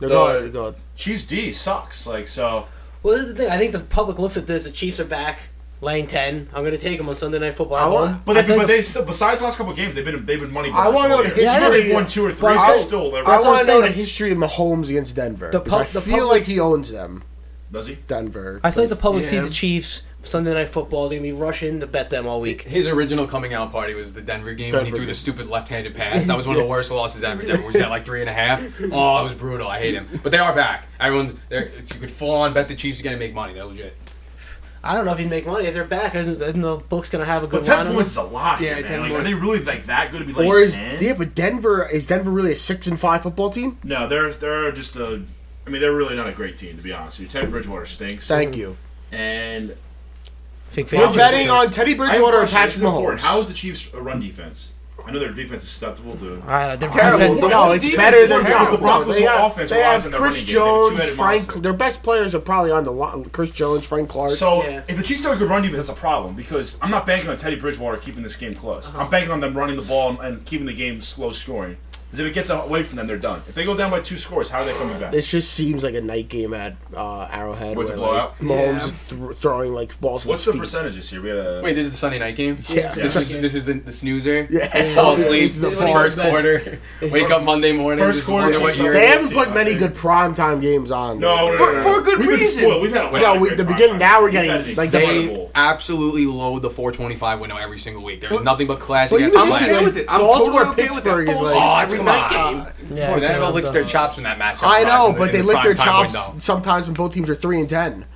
S7: No, go
S6: the-
S7: ahead, go ahead.
S6: Chiefs D sucks. Like so.
S1: Well, this is the thing. I think the public looks at this. The Chiefs are back, laying ten. I'm going to take them on Sunday Night Football.
S7: I
S1: at
S7: want-
S1: home.
S6: But
S1: I
S6: they've,
S1: think-
S6: but they've still, besides the last couple of games, they've been they've been money.
S7: I
S6: winners
S7: wanna
S6: all
S7: know
S6: year.
S7: the
S6: Even though
S1: history
S6: they've won two or
S1: But
S6: three.
S1: I'm
S6: they're
S1: saying-
S6: still they're-
S7: I want
S1: I'm
S7: to know the
S1: saying.
S7: history of Mahomes against Denver.
S1: The
S7: Because I
S1: pub- the
S7: feel
S1: public-
S7: like he owns them,
S6: does he?
S7: Denver.
S1: I feel like the public
S2: Yeah.
S1: sees the Chiefs Sunday Night Football. They're going to be rushing to bet them all week.
S5: His original coming out party was the Denver game when he
S7: Denver
S5: threw the
S7: game.
S5: stupid left-handed pass. That
S7: (laughs)
S5: was one of the worst losses ever. Denver was at like three and a half. Oh, it was brutal. I hate him. But they are back. Everyone's there. You could full on bet the Chiefs again and make money. They're legit.
S1: I don't know if he'd make money if they're back. I don't I don't know if Book's going to have a
S6: But
S1: good
S6: ten
S1: line. on
S6: points
S1: this.
S6: is a lot.
S2: Yeah,
S6: Yeah, man.
S2: 10
S6: Like, are
S2: points.
S6: they really like that good to be like?
S7: Or is
S6: ten?
S7: yeah, but Denver is Denver really a six and five football team?
S6: No, they're they're just a. I mean, they're really not a great team to be honest. with you. Teddy Bridgewater stinks.
S7: Thank you.
S6: and
S1: Big fan.
S7: We're betting on
S6: I
S7: Teddy
S6: have a
S7: Bridgewater or
S6: question.
S7: Patrick
S6: This is important. How
S7: Mahomes.
S6: is the Chiefs' run defense? I know their defense is susceptible to.
S1: I don't know, their
S7: Terrible.
S1: defense-
S7: No, it's better than
S6: Because
S7: no,
S6: the Broncos'
S7: they have-
S6: offense
S7: They
S6: relies
S7: have
S6: on their
S7: Chris
S6: running game. They have a
S7: Jones,
S6: two-headed
S7: Frank.
S6: monster.
S7: Their best players are probably on the line. Chris Jones, Frank Clark.
S6: So
S1: Yeah.
S6: if the Chiefs have a good run defense, that's a problem because I'm not banking on Teddy Bridgewater keeping this game close. I'm banking on them running the ball and, and keeping the game slow scoring. Because if it gets away from them, they're done. If they go down by two scores, how are they coming back?
S7: This just seems like a night game at uh, Arrowhead.
S6: What's
S7: where,
S6: a
S7: like,
S6: blowout?
S7: Mahomes is th- throwing like balls.
S6: What's the
S7: with his feet.
S6: percentages here? We had a
S5: Wait, this is the Sunday night game.
S7: Yeah.
S5: This is this is the, the snoozer.
S7: Yeah.
S5: Fall
S7: Yeah,
S5: asleep.
S7: this is a
S5: first
S7: fall
S1: asleep.
S7: (laughs)
S5: quarter. Wake up Monday morning.
S6: First
S5: just
S6: quarter,
S5: wonder what
S6: Chiefs
S5: year
S6: up.
S5: it
S7: They
S5: is.
S7: haven't put many good primetime games on.
S6: No, no, no,
S2: For-
S6: no, no.
S2: for a good
S6: We've been
S2: reason.
S6: spoiled. We've had a lot
S7: No,
S6: of
S7: we-
S6: great
S7: the
S6: prime
S7: beginning-
S6: time.
S7: now we're
S6: We've
S7: getting,
S6: had an
S7: like,
S6: incredible-
S5: They absolutely load the 425 window every single week. There's nothing but classic.
S7: Well, you
S5: after
S7: can
S2: I'm
S7: just
S5: classic.
S7: say,
S2: okay
S7: like,
S2: with it. I'm
S7: Baltimore,
S2: totally okay with
S7: Pittsburgh
S2: that
S7: is
S2: false
S7: like-
S5: Oh,
S2: start
S5: it's
S2: every
S5: come
S2: night
S5: on.
S2: game.
S1: Yeah,
S5: Boy, the
S1: it's
S5: NFL
S1: all
S5: licks
S1: done.
S5: their chops in that matchup.
S7: I know,
S5: in
S7: but
S5: the
S7: they lick their
S5: prime time
S7: chops
S5: window.
S7: sometimes when both teams are three and ten.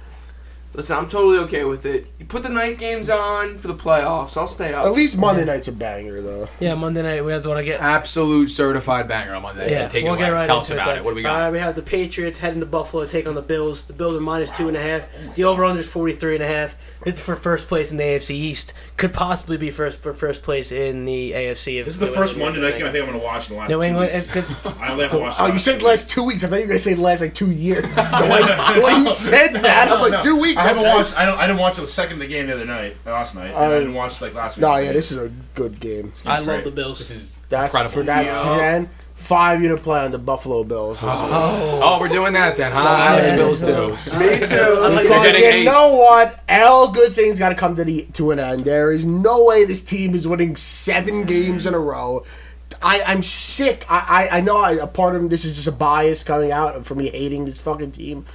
S2: Listen, I'm totally okay with it. You put the night games on for the playoffs. I'll stay
S7: At
S2: up.
S7: least Monday night's a banger, though.
S1: Yeah, Monday night we have the one I get.
S5: Absolute certified banger on Monday.
S1: Yeah,
S5: take it
S1: we'll
S5: away.
S1: get right
S5: Tell
S1: into
S5: us about
S1: then.
S5: it. What do we
S1: All
S5: got?
S1: right, we have the Patriots heading to Buffalo to take on the Bills. The Bills are minus two and a half. The over/under is forty-three and a half. It's for first place in the AFC East. Could possibly be first for first place in the AFC. if
S6: This
S1: (laughs)
S6: is the
S1: New
S6: first
S1: England
S6: Monday night game I think I'm going to watch in the last.
S1: New
S6: two
S1: England.
S6: weeks.
S1: It
S5: (laughs)
S1: could,
S6: I only have to watch.
S7: Oh, you said last two weeks. I thought you were gonna say last like two years. (laughs) The way, the way you said that, I'm like two (laughs) weeks.
S6: I haven't
S7: okay.
S6: watched. I don't. I didn't watch the second of the game the other night. uh, Last night. and I didn't watch like last week.
S7: No, Uh, yeah, this is a good game.
S1: I love
S6: great.
S1: the Bills.
S5: This is
S7: That's
S5: incredible.
S7: That's again five unit play on the Buffalo Bills.
S5: oh, we're doing that then, huh? I like the Bills too.
S2: Me too.
S1: I like
S5: You're
S7: Because
S5: getting
S7: you
S5: eight.
S7: know what? All good things got to come to the to an end. There is no way this team is winning seven games in a row. I, I'm sick. I, I, I know I, a part of this is just a bias coming out for me hating this fucking team.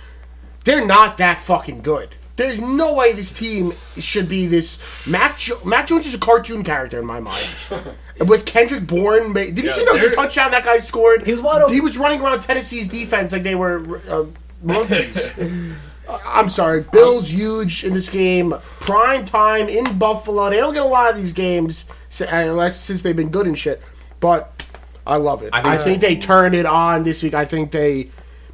S7: They're not that fucking good. There's no way this team should be this. Matt, jo- Matt Jones is a cartoon character in my mind.
S5: (laughs)
S7: With Kendrick Bourne, ma- did you
S6: Yeah,
S7: see the
S6: they're-
S7: touchdown that guy scored?
S1: He was wide open.
S7: He was running around Tennessee's defense like they were uh, monkeys. I'm sorry, Bills huge in this game. Prime time in Buffalo. They don't get a lot of these games s- uh, unless since they've been good and shit. But I love it. I
S5: I
S7: think,
S5: think-
S7: they turn it on this week. I think
S1: Mm-hmm.
S7: they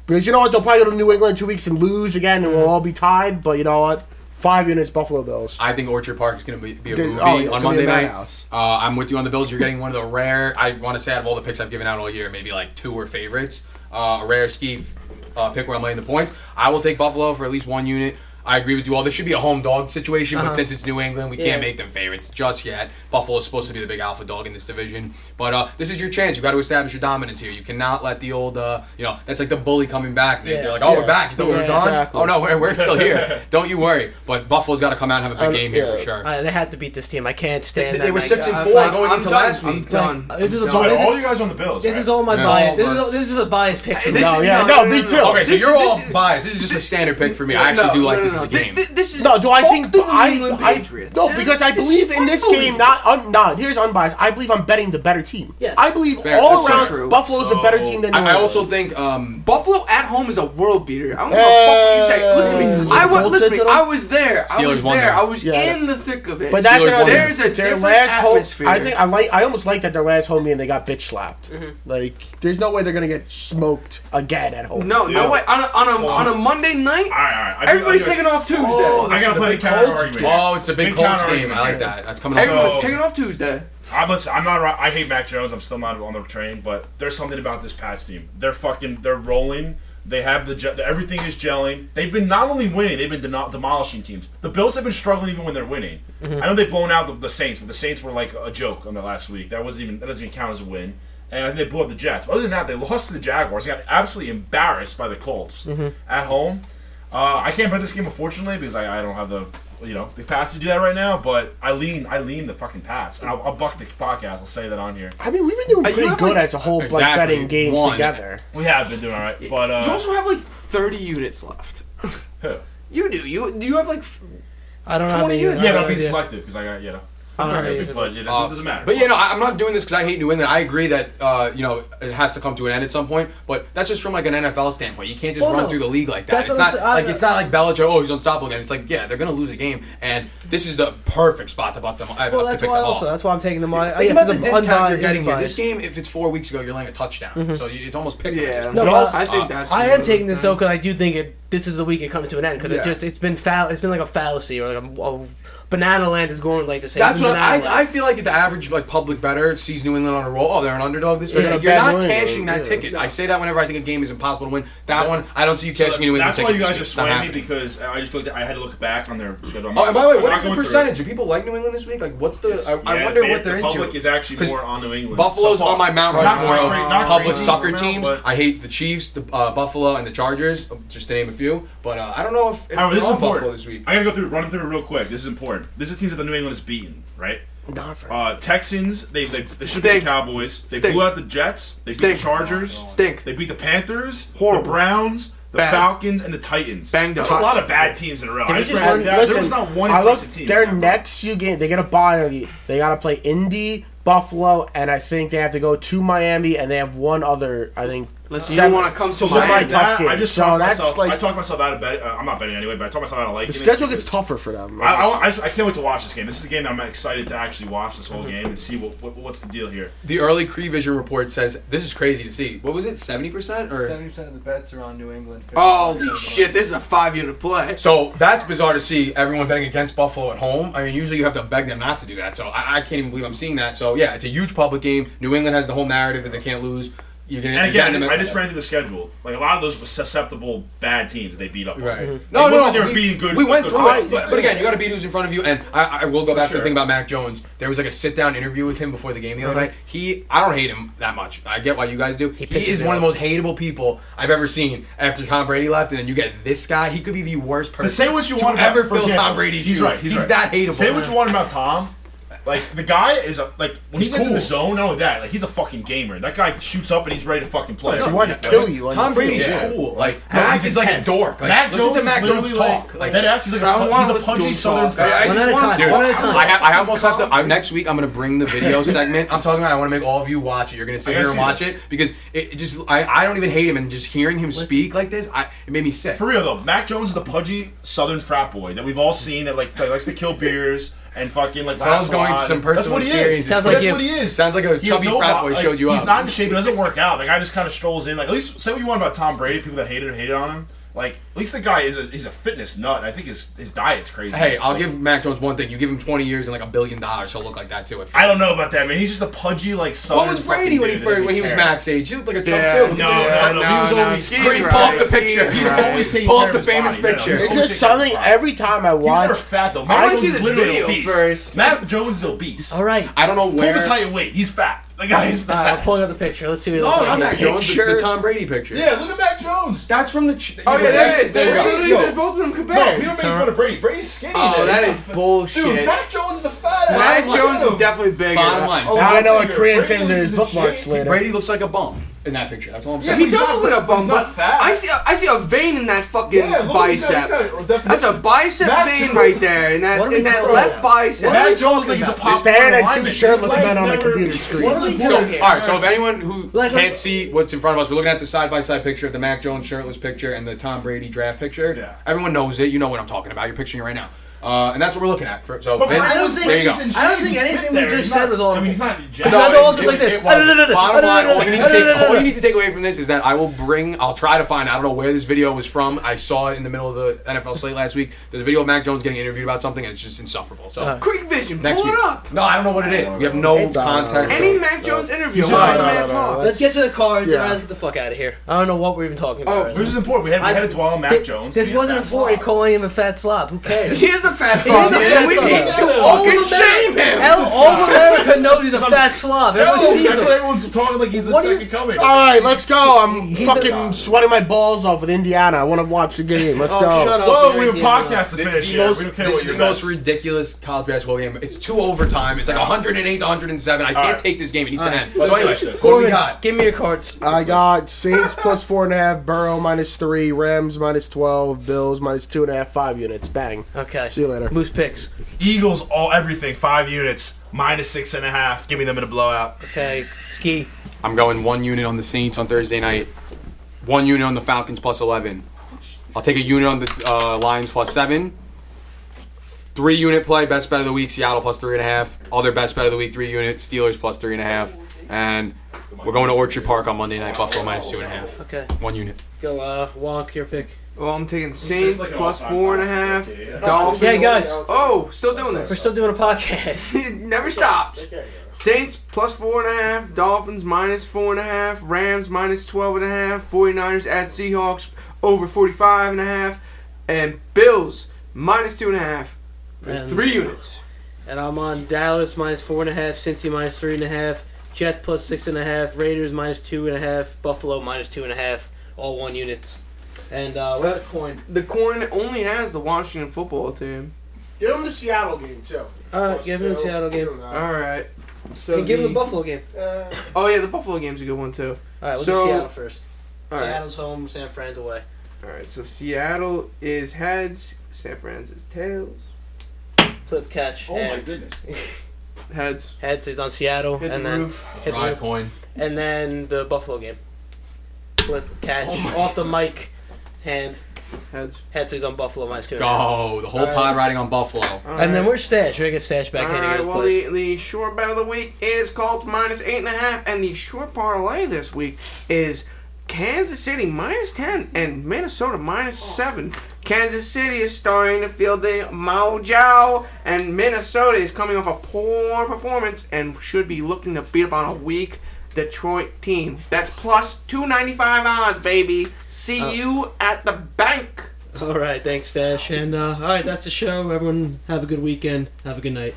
S7: because you know what they'll probably go to New England two weeks and lose again, and we'll all be tied. But you know what? Five units, Buffalo Bills.
S5: I think Orchard Park is going to be, be a
S7: Good-
S5: movie
S7: oh, yeah, it's
S5: on
S7: gonna be
S5: Monday
S7: a
S5: night.
S7: madhouse.
S5: Uh, I'm with you on the Bills. You're getting one of the rare. I want to say out of all the picks I've given out all year, maybe like two were favorites. Uh, a rare ski uh, pick where I'm laying the points. I will take Buffalo for at least one unit. I agree with you all. This should be a home dog situation,
S7: Uh-huh.
S5: but since it's New England, we
S1: Yeah.
S5: can't make them favorites just yet. Buffalo's supposed to be the big alpha dog in this division, but uh, this is your chance. You got to establish your dominance here. You cannot let the old, uh, you know, that's like the bully coming back. They,
S1: Yeah.
S5: They're like, oh,
S7: Yeah.
S5: we're back. You thought we
S7: Yeah,
S5: were gone.
S7: exactly.
S5: Oh no, we're, we're still (laughs) here. Don't you worry. But Buffalo's got to come out and have a big
S7: Um,
S5: game here
S7: yeah.
S5: for sure.
S1: I, Uh, they had to beat this team. I can't
S5: They-
S1: stand.
S5: they
S1: that
S5: were
S1: night,
S5: six
S1: guys.
S5: and four
S2: I'm-
S5: going
S2: I'm
S5: into
S2: done.
S5: last
S2: I'm
S5: week.
S2: done.
S1: Like, this is a
S6: So wait,
S1: bias.
S6: all you guys are on the Bills.
S1: This
S6: right?
S1: is all my
S5: Yeah.
S1: bias.
S5: All
S1: This
S5: of
S1: is,
S5: us.
S1: this is a biased pick. for
S2: This
S1: me.
S7: No,
S2: is-
S7: yeah,
S2: no,
S7: no,
S2: no,
S7: me
S2: no,
S7: too.
S2: no.
S5: Okay, so
S2: This
S5: you're
S2: is-
S5: all
S2: this is-
S5: biased. This is just a standard pick for me. I actually do like this as a game.
S2: Th- th- this is
S7: No, do I
S2: fuck
S7: think
S2: the
S7: I,
S2: New England
S7: I-
S2: Patriots?
S7: no because I
S2: This is
S7: believe in this game.
S2: unbelievable.
S7: Not un, not here's unbiased. I believe I'm betting the better team.
S1: Yes.
S7: I believe
S5: Fair.
S7: all
S5: That's so
S7: around
S2: true.
S7: Buffalo's a better team than New
S5: I, I
S7: England.
S5: also think um,
S2: Buffalo at home is a world beater. I don't give a fuck what you say. Listen to me.
S7: Uh,
S2: I was
S7: Colts
S2: listen to
S7: into
S2: me.
S7: them?
S2: I was there. I
S5: Steelers
S2: was
S5: won
S2: there.
S5: there.
S2: I was
S7: Yeah.
S2: in the thick of it.
S7: But that's
S5: Steelers
S7: another
S5: won.
S7: thing.
S2: There's a different atmosphere.
S7: Home, I think I like. I almost like that their last home game they got bitch slapped.
S2: Mm-hmm.
S7: Like, there's no way they're gonna get smoked again at home.
S2: no, no
S6: Dude.
S2: way. On a, on a, on a Monday night,
S6: All right, all right. I do- I
S2: everybody's
S6: do-
S2: taking off Tuesday.
S6: I gotta play the counter
S5: Colts.
S6: argument.
S5: Oh, it's a big,
S6: Big
S5: Colts
S6: counter
S5: game. I
S6: argument.
S5: like that. That's coming
S2: Everyone's
S5: up.
S2: taking off Tuesday.
S6: I'm, listen, I'm not. I hate Mac Jones. I'm still not on the train, but there's something about this Pats team. They're fucking. They're rolling. They have the ge- everything is gelling. They've been not only winning, they've been deno- demolishing teams. The Bills have been struggling even when they're winning. I know they've blown out the, the Saints, but the Saints were like a joke on the last week. That wasn't even that doesn't even count as a win. And I think they blew up the Jets. But other than that, they lost to the Jaguars. They got absolutely embarrassed by the Colts at home. Uh, I can't bet this game unfortunately because I, I don't have the you know the capacity to do that right now. But I lean I lean the fucking Pats. And I'll, I'll buck the podcast. I'll say that on here.
S7: I mean we've been doing
S2: Uh, you
S7: pretty
S2: have,
S7: good
S2: like-
S7: as a whole, like
S5: Exactly.
S7: betting games
S5: One.
S7: together.
S6: We have been doing all right, but uh,
S2: you also have like 30 units left.
S6: who?
S2: you do. You do. You have like. f-
S1: I don't know.
S2: 20 years.
S6: yeah, but
S1: no,
S6: I'm being selective because I got you know.
S1: I don't
S6: I
S1: know.
S6: got
S1: these
S6: big
S1: are-
S6: blood. It doesn't,
S5: Uh,
S6: doesn't matter.
S5: But yeah, no, I- I'm not doing this because I hate New England. I agree that uh, you know it has to come to an end at some point, but that's just from like an NFL standpoint. You can't just
S1: Oh,
S5: run
S1: no.
S5: through the league like that.
S1: That's
S5: it's
S1: what I'm
S5: not
S1: sa- I-
S5: like it's not like Belichick. Oh, he's unstoppable again. It's like yeah, they're gonna lose a game, and this is the perfect spot to buck them. I-
S1: Well,
S5: to
S1: that's
S5: pick
S1: why
S5: them
S1: also.
S5: off.
S1: That's why I'm taking them on.
S5: Think
S1: yes,
S5: about the
S1: it's
S5: discount
S1: unbiased-
S5: you're getting here. This
S1: unbiased.
S5: game, if it's four weeks ago, you're laying a touchdown, so you, it's almost picked.
S2: Yeah.
S1: No, but
S2: I
S5: uh,
S2: think that's.
S1: I am taking this though because I do think it, this is the week it comes to an end because
S2: Yeah.
S1: it just it's been foul it's been like a fallacy or like a, a banana land is going like to say
S5: That's
S1: it's been
S5: what
S1: banana land.
S5: I, I feel like. If the average like public better sees New England on a roll, oh, they're an underdog this week.
S7: Yeah,
S5: You're
S7: bad
S5: not
S7: New England,
S5: cashing that
S7: yeah.
S5: ticket. I say that whenever I think a game is impossible to win. That one, I don't see you
S6: So
S5: cashing a New England
S6: that's why
S5: ticket.
S6: you guys
S5: this
S6: are
S5: week.
S6: swaying
S5: It's not
S6: me
S5: happening.
S6: because I just looked. At, I had to look back on their schedule. I'm
S5: Oh, and by the way, what
S6: not
S5: is the
S6: going through it.
S5: percentage? Do people like New England this week? Like, what's the?
S6: It's-
S5: I, I
S6: yeah,
S5: wonder
S6: they-
S5: what they're
S6: the
S5: into.
S6: public is actually
S5: 'Cause
S6: more on New England.
S5: Buffalo's
S6: so far.
S5: on my Mount
S6: Not
S5: Rushmore
S6: crazy- not
S5: of public
S6: crazy
S5: soccer
S6: amount,
S5: teams.
S6: but-
S5: I hate the Chiefs, the uh, Buffalo, and the Chargers, just to name a few. But uh, I don't know if, if
S6: However,
S5: they're
S6: this is
S5: on
S6: important.
S5: Buffalo this week.
S6: I gotta go through, run through real quick. This is important. This is teams that the New England has beaten, right?
S7: Not for
S6: Uh, Texans, they they, they should
S2: Stink.
S6: beat the Cowboys. They
S2: Stink.
S6: blew out the Jets. They beat
S2: Stink.
S6: the Chargers.
S2: Stink.
S6: They beat the Panthers.
S2: Horrible.
S6: The Browns. The
S2: Bad.
S6: Falcons and the Titans.
S2: Banged
S6: That's
S2: up.
S6: a lot of bad teams in a row. I
S1: we
S6: just
S1: just
S6: read
S1: run-
S6: that.
S7: listen,
S6: there was not one
S7: I look,
S6: impressive team.
S7: their
S6: in that
S7: next few games, they get a bye. on the- They got to play Indy, Buffalo, and I think they have to go to Miami, and they have one other. I think.
S2: Let's
S7: seven-
S2: want to come to
S6: So
S7: Mine
S6: I,
S7: are
S2: my.
S7: tough
S6: that, I
S7: games.
S6: just
S7: So
S6: talked
S7: that's
S6: myself.
S7: like-
S6: I talked myself out of bet. Uh, I'm not betting anyway, but I talked myself out of liking.
S7: The
S6: it
S7: schedule gets
S6: because
S7: tougher for them.
S6: I, I, I, just- I can't wait to watch this game. This is a game that I'm excited to actually watch this whole game and see what, what what's the deal here.
S5: The early Cree Vision report says this is crazy to see. What was it, seventy percent or?
S11: Seventy percent of the bets are on New England. 50%
S2: Holy
S11: on-
S2: shit! This is a five-unit play.
S5: So that's bizarre to see everyone betting against Buffalo at home. I mean, usually you have to beg them not to do that. So I, I can't even believe I'm seeing that. So yeah, it's a huge public game. New England has the whole narrative that they can't lose. You're gonna,
S6: And
S5: you're
S6: again, I
S5: gonna-
S6: just- I just ran through the schedule. Like a lot of those were susceptible bad teams that they beat up. on.
S5: Right.
S6: Mm-hmm. It
S5: No,
S6: wasn't
S5: no, no.
S6: like They were
S5: we,
S6: beating good.
S5: we went
S6: good
S5: through
S6: quality
S5: it.
S6: teams.
S5: But, but again, you got to beat who's in front of you. And I, I will go back to
S6: sure.
S5: the thing about Mac Jones. There was like a sit down interview with him before the game the
S6: Uh-huh.
S5: other night. He, I don't hate him that much. I get why you guys do. He,
S1: pisses
S5: is
S1: me
S5: one of the
S1: off.
S5: most hateable people I've ever seen. After Tom Brady left, and then you get this guy. He could be the worst person.
S6: But say what you
S5: to
S6: want about
S5: ever
S6: for
S5: fill
S6: example,
S5: Tom Brady's
S6: He's
S5: shoes.
S6: right. He's,
S5: He's
S6: right.
S5: that hateable.
S6: Say what you want about Tom. Like the guy is a like when he
S5: He's
S6: gets in the
S5: cool.
S6: zone. Not only that, like he's a fucking gamer. That guy shoots up and he's ready to fucking play.
S7: he wanted to kill you. on
S5: Tom
S7: the field.
S5: Brady's
S6: Yeah.
S5: cool. Like
S6: No,
S5: Mac
S6: he's
S5: is like a
S6: intense.
S5: dork. Like,
S6: Mac
S5: listen
S6: Jones
S5: to Mac Jones
S6: literally, like-
S5: talk. Like,
S6: that ass. He's like a,
S2: I don't
S6: pu-
S2: wanna
S6: he's a
S2: listen to
S6: punchy
S2: him
S6: southern.
S2: talk.
S6: guy.
S5: I- I
S1: One
S5: just
S1: at a
S5: wanna-
S1: time.
S5: dude,
S1: One at a time.
S5: I, I, I almost have to. I, next week, I'm gonna bring the (laughs) video segment. I'm talking about. I want to make all of you watch it. You're gonna sit
S6: I
S5: here
S6: gotta
S5: and
S6: see
S5: watch
S6: this.
S5: it because it, it just. I, I don't even hate him, and just hearing him speak like this, I it made me sick.
S6: For real though, Mac Jones is the pudgy Southern frat boy that we've all seen that like that likes to kill beers and fucking like.
S5: I
S6: laughs
S5: was
S6: a
S5: going
S6: lot.
S5: to some personal
S6: That's what he is.
S5: experiences.
S1: Sounds
S6: That's
S1: like
S6: what
S1: you-
S6: he is.
S5: Sounds like a
S6: He has
S5: chubby
S6: no
S5: frat
S6: bo-
S5: boy
S6: like,
S5: showed you
S6: he's
S5: up.
S6: not in shape. He doesn't work out. The guy just kind of strolls in. Like at least say what you want about Tom Brady. People that hated hated on him. Like at least the guy is a he's a fitness nut. and I think his his diet's crazy.
S5: Hey, I'll
S6: Like,
S5: give Mac Jones one thing. You give him 20 years and like a billion dollars, he'll look like that too. If
S6: I don't know about that man. He's just a pudgy like.
S5: what
S6: southern
S5: was Brady
S6: fucking
S5: when he
S6: dude that
S5: first
S6: doesn't
S5: when he was
S6: care.
S5: Mac's age? He looked like a chump
S2: Yeah,
S5: too. Look
S6: No,
S5: at
S6: no,
S5: that.
S6: no.
S2: Yeah,
S6: he was
S2: no,
S6: always
S2: he's
S6: crazy.
S2: right.
S5: Pull up the
S2: He's
S5: picture.
S6: He's
S2: right.
S6: always taking
S5: Pull
S6: care
S5: up
S6: of
S5: the
S6: his
S5: famous
S6: body. No, no,
S5: picture.
S6: he's
S5: It's
S7: It's
S6: always
S7: just
S6: taking care of
S7: something
S6: his body.
S7: every time I
S6: He was
S7: watch.
S6: never fat though.
S2: I
S6: Matt
S2: wanna
S6: Jones
S2: see
S6: is
S2: this
S6: literally
S2: video
S6: obese.
S2: first.
S6: Matt Jones is obese.
S1: All right.
S5: I don't know
S6: Pull
S5: where.
S6: this height and weight. He's fat. The guy is
S1: All right, I'm
S6: fat.
S1: pulling up the picture. Let's see what it
S5: No,
S1: looks
S5: not
S1: like.
S5: Mac Jones. The, the
S7: Picture.
S5: Tom Brady picture.
S6: Yeah, look at Matt Jones.
S5: That's from the. Ch-
S2: Oh yeah, there it is.
S5: There
S2: There
S5: we go.
S2: literally,
S6: Yo.
S2: there's both of them
S6: No,
S2: compared.
S6: people making fun of Brady. Brady's skinny.
S2: Oh,
S6: man.
S2: that
S6: He's
S2: is
S6: not-
S2: bullshit.
S6: Dude, Mac Jones is a fat ass.
S2: Matt
S6: Look at
S2: Jones
S6: him.
S2: is definitely bigger.
S5: Bottom line.
S6: Oh,
S5: Now
S7: I know what
S6: Brady
S7: Korean
S6: looks
S7: saying
S6: in
S7: there's
S6: shape.
S7: bookmarks later.
S5: Brady looks like a bum in that picture. That's all I'm
S2: Yeah,
S5: saying.
S2: he
S6: he's
S2: does
S6: not-
S2: look like a bum,
S6: he's not
S2: but
S6: fat.
S2: I see, a, I see a vein in that fucking
S6: Yeah, look at- he's got- he's
S2: bicep.
S6: got a definition.
S2: That's a bicep
S6: Matt
S2: vein
S6: Jones-
S2: right there, in
S1: What
S2: that
S1: are we
S2: in that
S1: talking
S2: left
S1: about?
S2: bicep.
S6: Matt Jones like he's a pop.
S7: staring at two shirtless men on the computer screen.
S1: What are we
S5: So, all
S1: doing here?
S5: right. So if anyone who
S1: Like-
S5: can't see what's in front of us, we're looking at the side by side picture of the Mac Jones shirtless picture and the Tom Brady draft picture.
S6: Yeah.
S5: Everyone knows it. You know what I'm talking about. You're picturing it right now, uh, and that's what we're looking at. For, so
S6: But
S5: Vince,
S1: I
S6: Matt
S1: don't
S6: Jones
S1: think-
S5: there you
S6: is
S5: go.
S6: in
S1: I don't
S6: shape.
S1: think
S6: He's
S1: anything
S6: fit
S1: we
S6: there.
S1: just
S6: He's
S1: said
S6: not-
S1: was all-
S6: I mean, he's not.
S1: No,
S6: jacked.
S1: no, all just like this.
S5: it wasn't.
S1: No, no, no, no.
S5: Bottom
S1: No, no,
S5: line,
S1: no, no,
S5: all you need
S1: no,
S5: to
S1: no, no,
S5: take,
S1: no,
S5: all
S1: no.
S5: you need to take away from this is that I will bring, I'll try to find, I don't know where this video was from. I saw it in the middle of the NFL slate last week. There's a video of Mac Jones getting interviewed about something, and it's just insufferable. So
S2: Quick vision,
S5: next
S2: Uh. pull
S5: week,
S2: it up.
S5: no, I don't know what it is. We have no context.
S2: Any Mac Jones interview,
S6: He's
S2: we'll let
S6: just- no,
S2: the man
S7: no, no,
S2: talk.
S7: no,
S1: Let's get to the cards.
S7: Yeah.
S1: All right, let's get the fuck out of here. I don't know what we're even talking
S2: Oh,
S1: about. right now.
S6: This is important. We had we
S1: I-
S6: had to dwell on Mac Jones.
S1: This
S6: being a
S1: wasn't
S6: fat
S1: important.
S6: slob.
S1: Calling him a fat slob. Who cares?
S2: He is a fat
S1: He's a
S2: slob, man.
S1: fat
S2: We
S1: slob.
S2: need to
S1: All
S2: fucking
S1: of
S2: shame
S1: America-
S2: him.
S1: All all of America knows he's a fat slob.
S6: No,
S1: Everyone sees
S6: exactly.
S1: him.
S6: Everyone's talking like he's the
S1: What do you-
S6: second coming.
S7: All right, let's go. I'm
S1: He- he-
S6: uh,
S7: fucking sweating my balls off with Indiana. I want to watch the game. Let's
S1: Oh,
S7: go.
S1: shut up.
S6: Whoa,
S1: you're
S6: we have a
S1: in the-
S6: podcast to
S5: The,
S6: finish.
S5: the
S6: here.
S5: most,
S6: we don't care
S5: this
S6: what
S5: is
S6: your
S5: the most
S6: best.
S5: ridiculous college basketball game. It's two overtime. It's like 108 to 107. I can't
S6: right.
S5: take this game. It needs to end.
S6: Let's
S5: So anyway,
S6: finish this.
S5: what do we
S1: Gordon,
S5: got?
S1: Give me your cards.
S7: I got Saints plus four and a half, Burrow minus three, Rams minus twelve, Bills minus two and a half, five units. Bang.
S1: Okay.
S7: See you later.
S1: Moose picks.
S6: Eagles all everything five units minus six and a half. Give me them in a blowout.
S1: Okay. Ski.
S5: I'm going one unit on the Saints on Thursday night, one unit on the Falcons plus 11. I'll take a unit on the uh, Lions plus seven. Three unit play, best bet of the week, Seattle plus three and a half. All their best bet of the week, three units, Steelers plus three and a half. And we're going to Orchard Park on Monday night, Buffalo minus two and a half.
S1: Okay.
S5: One unit.
S1: Go, uh, Wonk, your pick.
S2: Well, Oh, I'm taking Saints
S6: like an
S2: plus
S6: all-time
S2: four and a half.
S6: classic. Yeah.
S2: Dolphins.
S1: Yeah, guys.
S2: Oh, still doing
S1: We're
S2: this.
S1: still doing a podcast.
S2: (laughs) Never stopped. Saints plus four and a half. Dolphins minus four and a half. Rams minus 12 and a half. 49ers at Seahawks over 45 and a half. And Bills minus two and a half. for
S1: And-
S2: Three units.
S1: And I'm on Dallas minus four and a half, Cincy minus three and a half, Jet plus six and a half, Raiders minus two and a half, Buffalo minus two and a half, all one units. And uh, what's the coin?
S2: The coin only has the Washington football team.
S7: Give him the Seattle game too.
S1: All right, give him the Seattle game.
S2: All right. So
S1: And give him
S2: the-
S1: the Buffalo game.
S2: Oh yeah, the Buffalo game's a good one too.
S1: All right, we'll
S2: So-
S1: do Seattle first.
S2: All right.
S1: Seattle's home, San Fran's away.
S2: All right. So Seattle is heads. San Fran's is tails.
S1: Flip catch.
S6: Oh my
S1: heads.
S6: goodness.
S2: Heads.
S1: Heads is on Seattle,
S2: Hit
S1: and
S2: the
S1: then
S2: roof.
S1: hit the roof.
S5: coin.
S1: and then the Buffalo game. Flip catch off the mic, hand.
S2: Heads.
S1: Heads is on Buffalo minus two. and a half.
S5: Go. The whole
S1: All
S5: pod
S1: right.
S5: riding on Buffalo.
S2: All
S1: And then
S2: right.
S1: we're stash. We're gonna get stash back
S2: All
S1: handing
S2: right.
S1: his
S2: Well,
S1: place.
S2: the, the short bet of the week is Colts minus eight and a half, and the short parlay this week is Kansas City minus ten and Minnesota minus seven. Kansas City is starting to feel the mojo, and Minnesota is coming off a poor performance and should be looking to beat up on a weak Detroit team. That's plus two ninety five odds, baby. See
S1: Oh.
S2: you at the bank.
S1: All right, thanks, Dash. And uh, all right, that's the show. Everyone, have a good weekend. Have a good night.